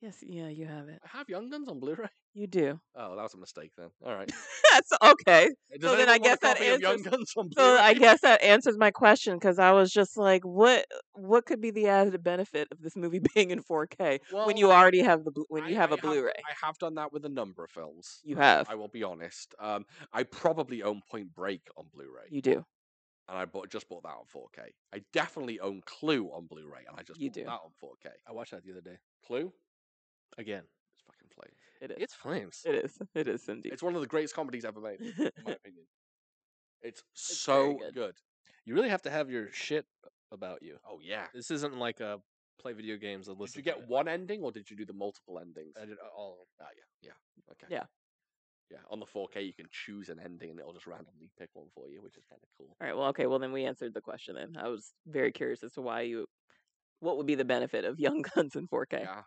Yes, yeah, you have it. I have Young Guns on Blu-ray. <laughs> You do. Oh, that was a mistake then. All <laughs> right. That's okay. Does So anyone then I want a guess that copy of Young answers- Guns on <laughs> So Blu-ray. I guess that answers my question because I was just like, what what could be the added benefit of this movie <laughs> being in 4K Well, when you already have the blu- when I- you have I a Blu-ray? I have done that with a number of films. You have. I will be honest. Um, I probably own Point Break on Blu-ray, You do. and I bought, just bought that on 4K. I definitely own Clue on Blu-ray, and I just You bought do. that on 4K. I watched that the other day. Clue, Again, it's fucking flame. It is. it's flames. It is. It is indeed. <laughs> It's one of the greatest comedies ever made, in my opinion. It's, very so good. You really have to have your shit about you. Oh yeah. This isn't like a play video games and Did listen. you to get it. Uh, one ending, or did you do the multiple endings? I did all of them. Ah, yeah, yeah, okay, Yeah. yeah. On the 4K, you can choose an ending, and it'll just randomly pick one for you, which is kind of cool. All right. Well, okay. Well, then we answered the question. Then I was very curious as to why you, what would be the benefit of Young <laughs> Guns in 4K? Yeah,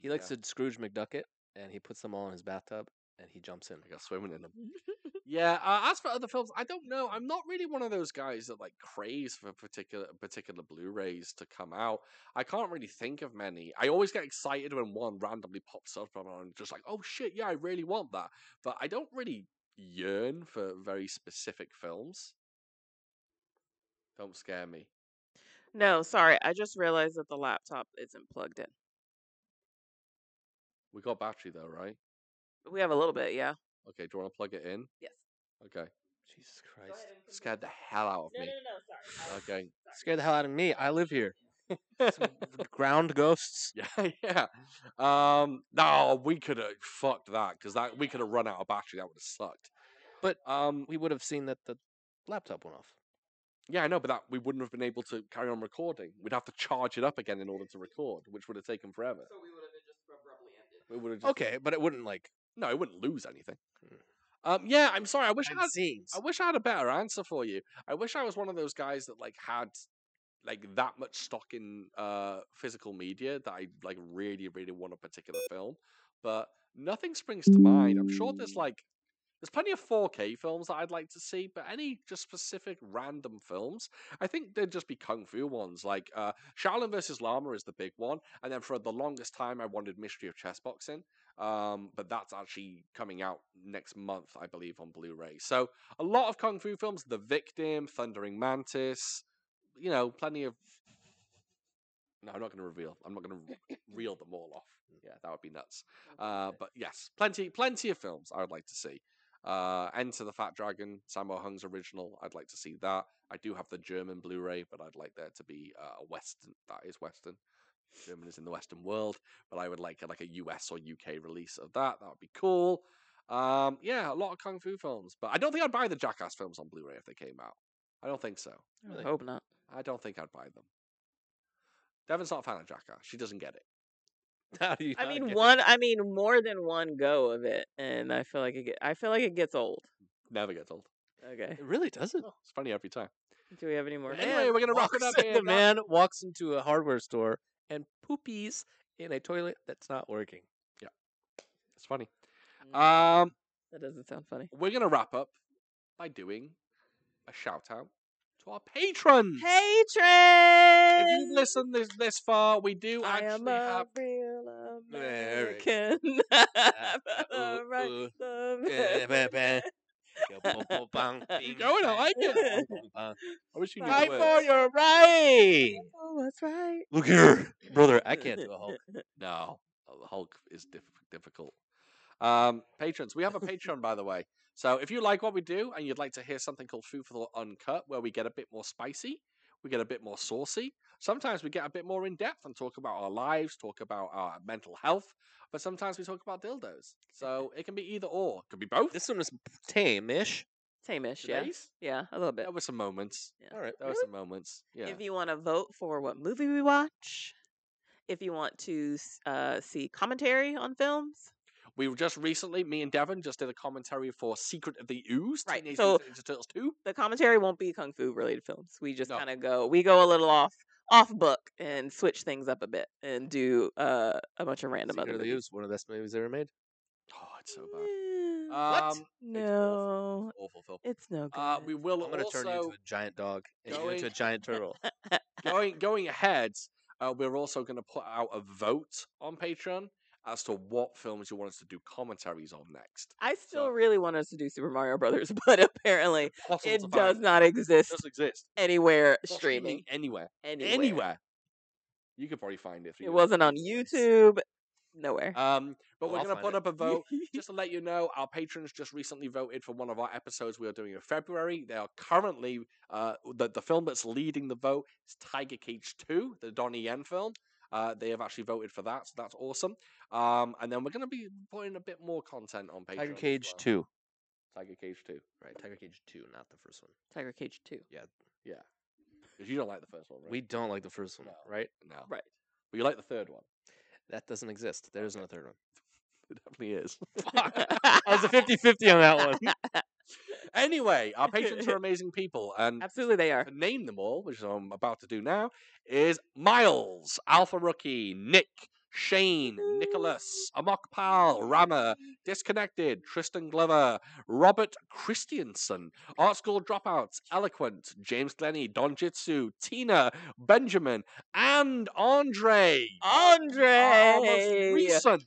He likes to Scrooge McDuck it, and he puts them all in his bathtub, and he jumps in. I go swimming in them. Yeah. Uh, as for other films, I don't know. I'm not really one of those guys that like craves for particular particular Blu-rays to come out. I can't really think of many. I always get excited when one randomly pops up, and I'm just like, "Oh shit, yeah, I really want that." But I don't really yearn for very specific films. Don't scare me. No, sorry. I just realized that the laptop isn't plugged in. We got battery though, right? We have a little bit, yeah. Okay. Do you want to plug it in? Yes. Okay. Jesus Christ! Scared the hell out of me. no. Okay. Scare the hell out of me. I live here. <laughs> <laughs> Some ground ghosts. Yeah, yeah. Um, no, we could have fucked that because that we could have run out of battery. That would have sucked. But Um, we would have seen that the laptop went off. yeah, I know, but that we wouldn't have been able to carry on recording. We'd have to charge it up again in order to record, which would have taken forever. So we would have just abruptly ended. Okay, but it wouldn't like. No, it wouldn't lose anything. Mm. Um, yeah, I'm sorry. I wish I had. scenes. I wish I had a better answer for you. I wish I was one of those guys that like had like that much stock in uh physical media that I like really really want a particular film, but nothing springs to mind. I'm sure there's like there's plenty of 4K films that I'd like to see, but any just specific random films, I think there'd just be kung fu ones. Like uh Shaolin versus Lama is the big one, and then for the longest time I wanted Mystery of Chess Boxing. Um, but that's actually coming out next month, I believe, on Blu-ray. So a lot of kung fu films the victim thundering mantis you know plenty of no i'm not going to reveal i'm not <laughs> going to reel them all off yeah that would be nuts uh, but yes plenty plenty of films i would like to see uh, enter the fat dragon sammo hung's original i'd like to see that i do have the german blu-ray but i'd like there to be uh, a western that is western german is in the western world but i would like a, like a us or uk release of that that would be cool um, yeah, a lot of kung fu films, but I don't think I'd buy the Jackass films on Blu-ray if they came out. I don't think so. Really? Hope not. I don't think I'd buy them. Devin's not a fan of Jackass. She doesn't get it. <laughs> How do you I not mean get it? one I mean more than one go of it and I feel like it get, I feel like it gets old. Never gets old. Okay. It really doesn't. It's funny every time. Do we have any more? Well, Oh, anyway, we're gonna wrap it walks- up here, The guys. man walks into a hardware store and poopies in a toilet that's not working. It's funny. Mm, Um, that doesn't sound funny. we're gonna wrap up by doing a shout out to our patrons. If Patron you've listened this this far, we do I am actually a have real Alright. American. <laughs> Uh, uh, All ooh, right, ooh. <laughs> the Eh, man- bah, <laughs> bah. Yo, bum, bum, bum, Keep bing, going, I bang, like it. bum, bum, bum. I wish you knew Bye the Fight for words. for your right. Oh, that's right. Look here, brother. I can't do a <laughs> Hulk. No, uh, Hulk is diff- difficult. Um, patrons, we have <laughs> a Patreon, by the way. So if you like what we do and you'd like to hear something called Food for Thought Uncut, where we get a bit more spicy, we get a bit more saucy. Sometimes we get a bit more in depth and talk about our lives, talk about our mental health, but sometimes we talk about dildos. So it can be either or, could be both. Oh, This one is tame-ish. Tamish, yeah. Today's- Yeah, a little bit. There were some moments. Yeah. All right. There were Really? some moments. Oh, Yeah. If you want to vote for what movie we watch, if you want to s- uh, see commentary on films, We were just recently, me and Devon just did a commentary for Secret of the Ooze, Right, Teenage so- Mutant Ninja Turtles 2. the commentary won't be kung fu related films. We just No. kind of go, we go a little off off book and switch things up a bit and do uh, a bunch of random Secret other of the movies. Ooze, one of the best movies ever made. Oh, it's so bad. Yeah. What? Um, No, awful film. it's no good. Uh, we will I'm gonna Oh. also turn you into a giant dog and you into a going- giant turtle. going going ahead. Uh, we're also going to put out a vote on Patreon. as to what films you want us to do commentaries on next. I still So- really want us to do Super Mario Brothers, <laughs> but apparently Possible to it find. does not It exist doesn't exist. anywhere It's not streaming. anywhere. Anywhere. Anywhere. You could probably find it. if It you- wasn't on YouTube. Nowhere. Um, but Oh, we're I'll going to find put it. up a vote. <laughs> just to let you know, our patrons just recently voted for one of our episodes we are doing in February. They are currently uh, the the film that's leading the vote is Tiger Cage Two, the Donnie Yen film. Uh, they have actually voted for that, so that's awesome. Um, and then we're going to be putting a bit more content on Patreon. <laughs> Tiger as Cage well. two. Tiger Cage Two. Right, Tiger Cage two, not the first one. Tiger Cage 2. Yeah, 'Cause you don't like the first one, right? We don't like the first one, No. right? no, Right. But you like the third one. That doesn't exist. There is no <laughs> third one. It definitely is. <laughs> I <laughs> was a 50-50 on that <laughs> one. <laughs> anyway, our patrons <laughs> are amazing people, and Absolutely, they are. to name them all, which I'm about to do now, is Miles, Alpha Rookie, Nick, Shane, Nicholas, Amok Pal, Rama, Disconnected, Tristan Glover, Robert Christiansen, Art School Dropouts, Eloquent, James Glenny, Don Jitsu, Tina, Benjamin, and Andre. Our most Andre! recent.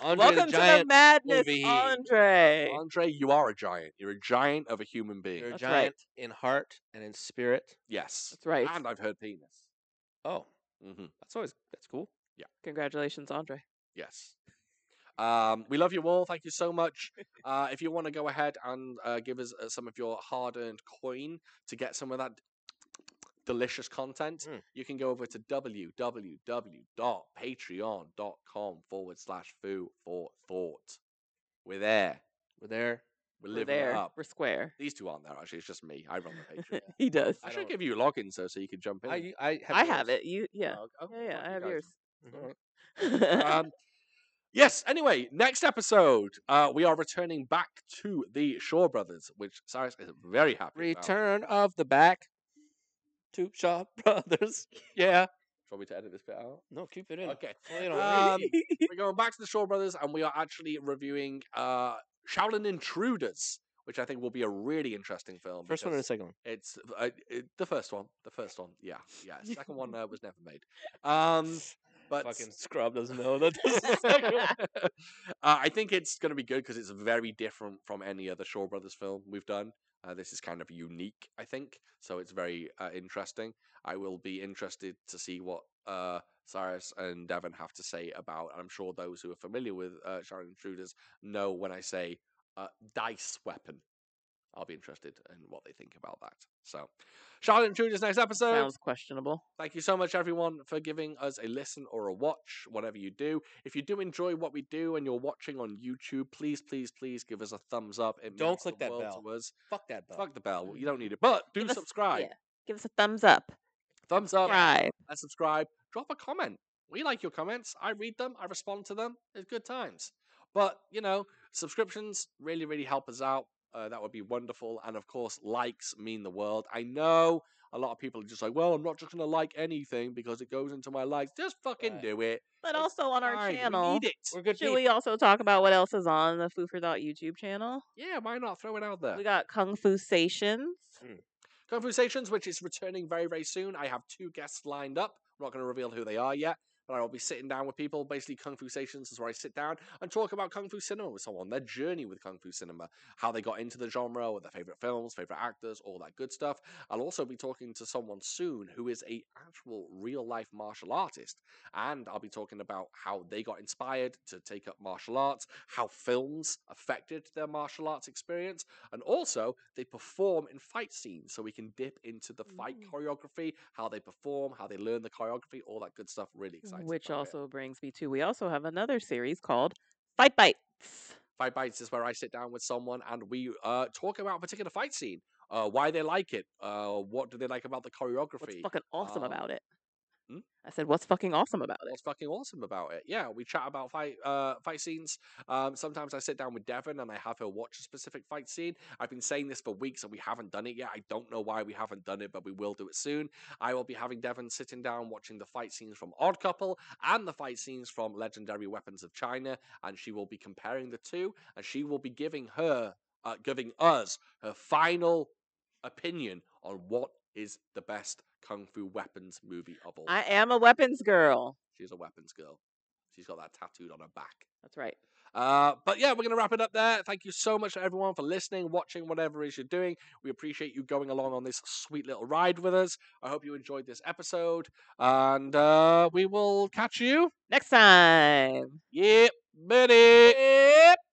Andre the Welcome to the Giant. madness, movie. Andre. Andre, you are a giant. You're a giant of a human being. You're a That's right. giant in heart and in spirit. yes. That's right. And I've heard penis. Oh, hmm that's always that's cool. Congratulations, Andre. Yes. Um, we love you all. Thank you so much. Uh, if you want to go ahead and uh, give us uh, some of your hard-earned coin to get some of that delicious content, Hmm. Mm. you can go over to www.patreon.com forward slash foo for thought. We're there. We're there. We're We're living there. it up. We're square. These two aren't there actually. It's just me. I run <laughs> the Patreon. he does. I, I should don't- give you login so so you can jump in. I I have, I have yours. it. You, yeah. Oh, okay. Yeah, yeah, Fuck I you have guys. yours. Mhm. Alright. um, yes. Anyway, next episode, uh, we are returning back to the Shaw Brothers, which Cyrus is very happy about. Return of the back to Shaw <laughs> Brothers. Yeah. Do you want me to edit this bit out? No, keep it in. <laughs> Okay. Well, you know, <laughs> Um, we're going back to the Shaw Brothers, and we are actually reviewing uh, Shaolin Intruders, which I think will be a really interesting film. first one or the because second one? It's uh, it, the first one. The first one. Yeah. <laughs> Yeah. Second one uh, was never made. Um, but Fucking scrub doesn't know that. <laughs> This is the second one. uh, I think it's going to be good because it's very different from any other Shaw Brothers film we've done. Uh, this is kind of unique, I think, so it's very uh, interesting. I will be interested to see what uh, Cyrus and Devon have to say about. I'm sure those who are familiar with uh, Sharon Intruders know when I say uh, dice weapon. I'll be interested in what they think about that. So, Charlotte Intruders next episode. Sounds questionable. Thank you so much, everyone, for giving us a listen or a watch, whatever you do. If you do enjoy what we do and you're watching on YouTube, please, please, please give us a thumbs up. It Don't means click the that world bell. to us. Fuck <laughs> that bell. Fuck the bell. You don't need it. But do Give us- subscribe. yeah. Give us a thumbs up. Thumbs up. Subscribe. And uh, subscribe. Drop a comment. We like your comments. I read them. I respond to them. It's good times. But, you know, subscriptions really, really help us out. Uh, that would be wonderful. And of course, likes mean the world. I know a lot of people are just like, well, I'm not just going to like anything because it goes into my likes. Just fucking Right. do it. But It's also on our Fine, we channel. need it. We're good Should people. we also talk about what else is on the Foo for Thought YouTube channel? Yeah, why not? Throw it out there. We got Kung Fu Stations. Kung Fu Stations, which is returning very, very soon. I have two guests lined up. I'm not going to reveal who they are yet, but I will be sitting down with people. Basically, Kung Fu Stations is where I sit down and talk about Kung Fu cinema with someone, their journey with Kung Fu cinema, how they got into the genre, what their favorite films, favorite actors, all that good stuff. I'll also be talking to someone soon who is a actual real life martial artist, and I'll be talking about how they got inspired to take up martial arts, how films affected their martial arts experience, and also they perform in fight scenes so we can dip into the fight Ooh. choreography how they perform how they learn the choreography all that good stuff really exciting Which also brings me to we also have another series called Fight Bites. fight bites is where i sit down with someone and we uh, talk about a particular fight scene uh, why they like it uh, what do they like about the What's choreography fucking awesome um, about it? hmm? I said, what's fucking awesome about it? What's fucking awesome about it? Yeah, we chat about fight uh, fight scenes. Um, sometimes I sit down with Devon and I have her watch a specific fight scene. I've been saying this for weeks and we haven't done it yet. I don't know why we haven't done it, but we will do it soon. I will be having Devon sitting down watching the fight scenes from Odd Couple and the fight scenes from Legendary Weapons of China, and she will be comparing the two, and she will be giving her, uh, giving us her final opinion on what is the best kung fu weapons movie of all. I am a weapons girl. She's a weapons girl. She's got that tattooed on her back. That's right. Uh, but yeah, we're going to wrap it up there. Thank you so much, everyone, for listening, watching, whatever it is you're doing. We appreciate you going along on this sweet little ride with us. I hope you enjoyed this episode, and uh, we will catch you. Next time. Yep, buddy. Yep.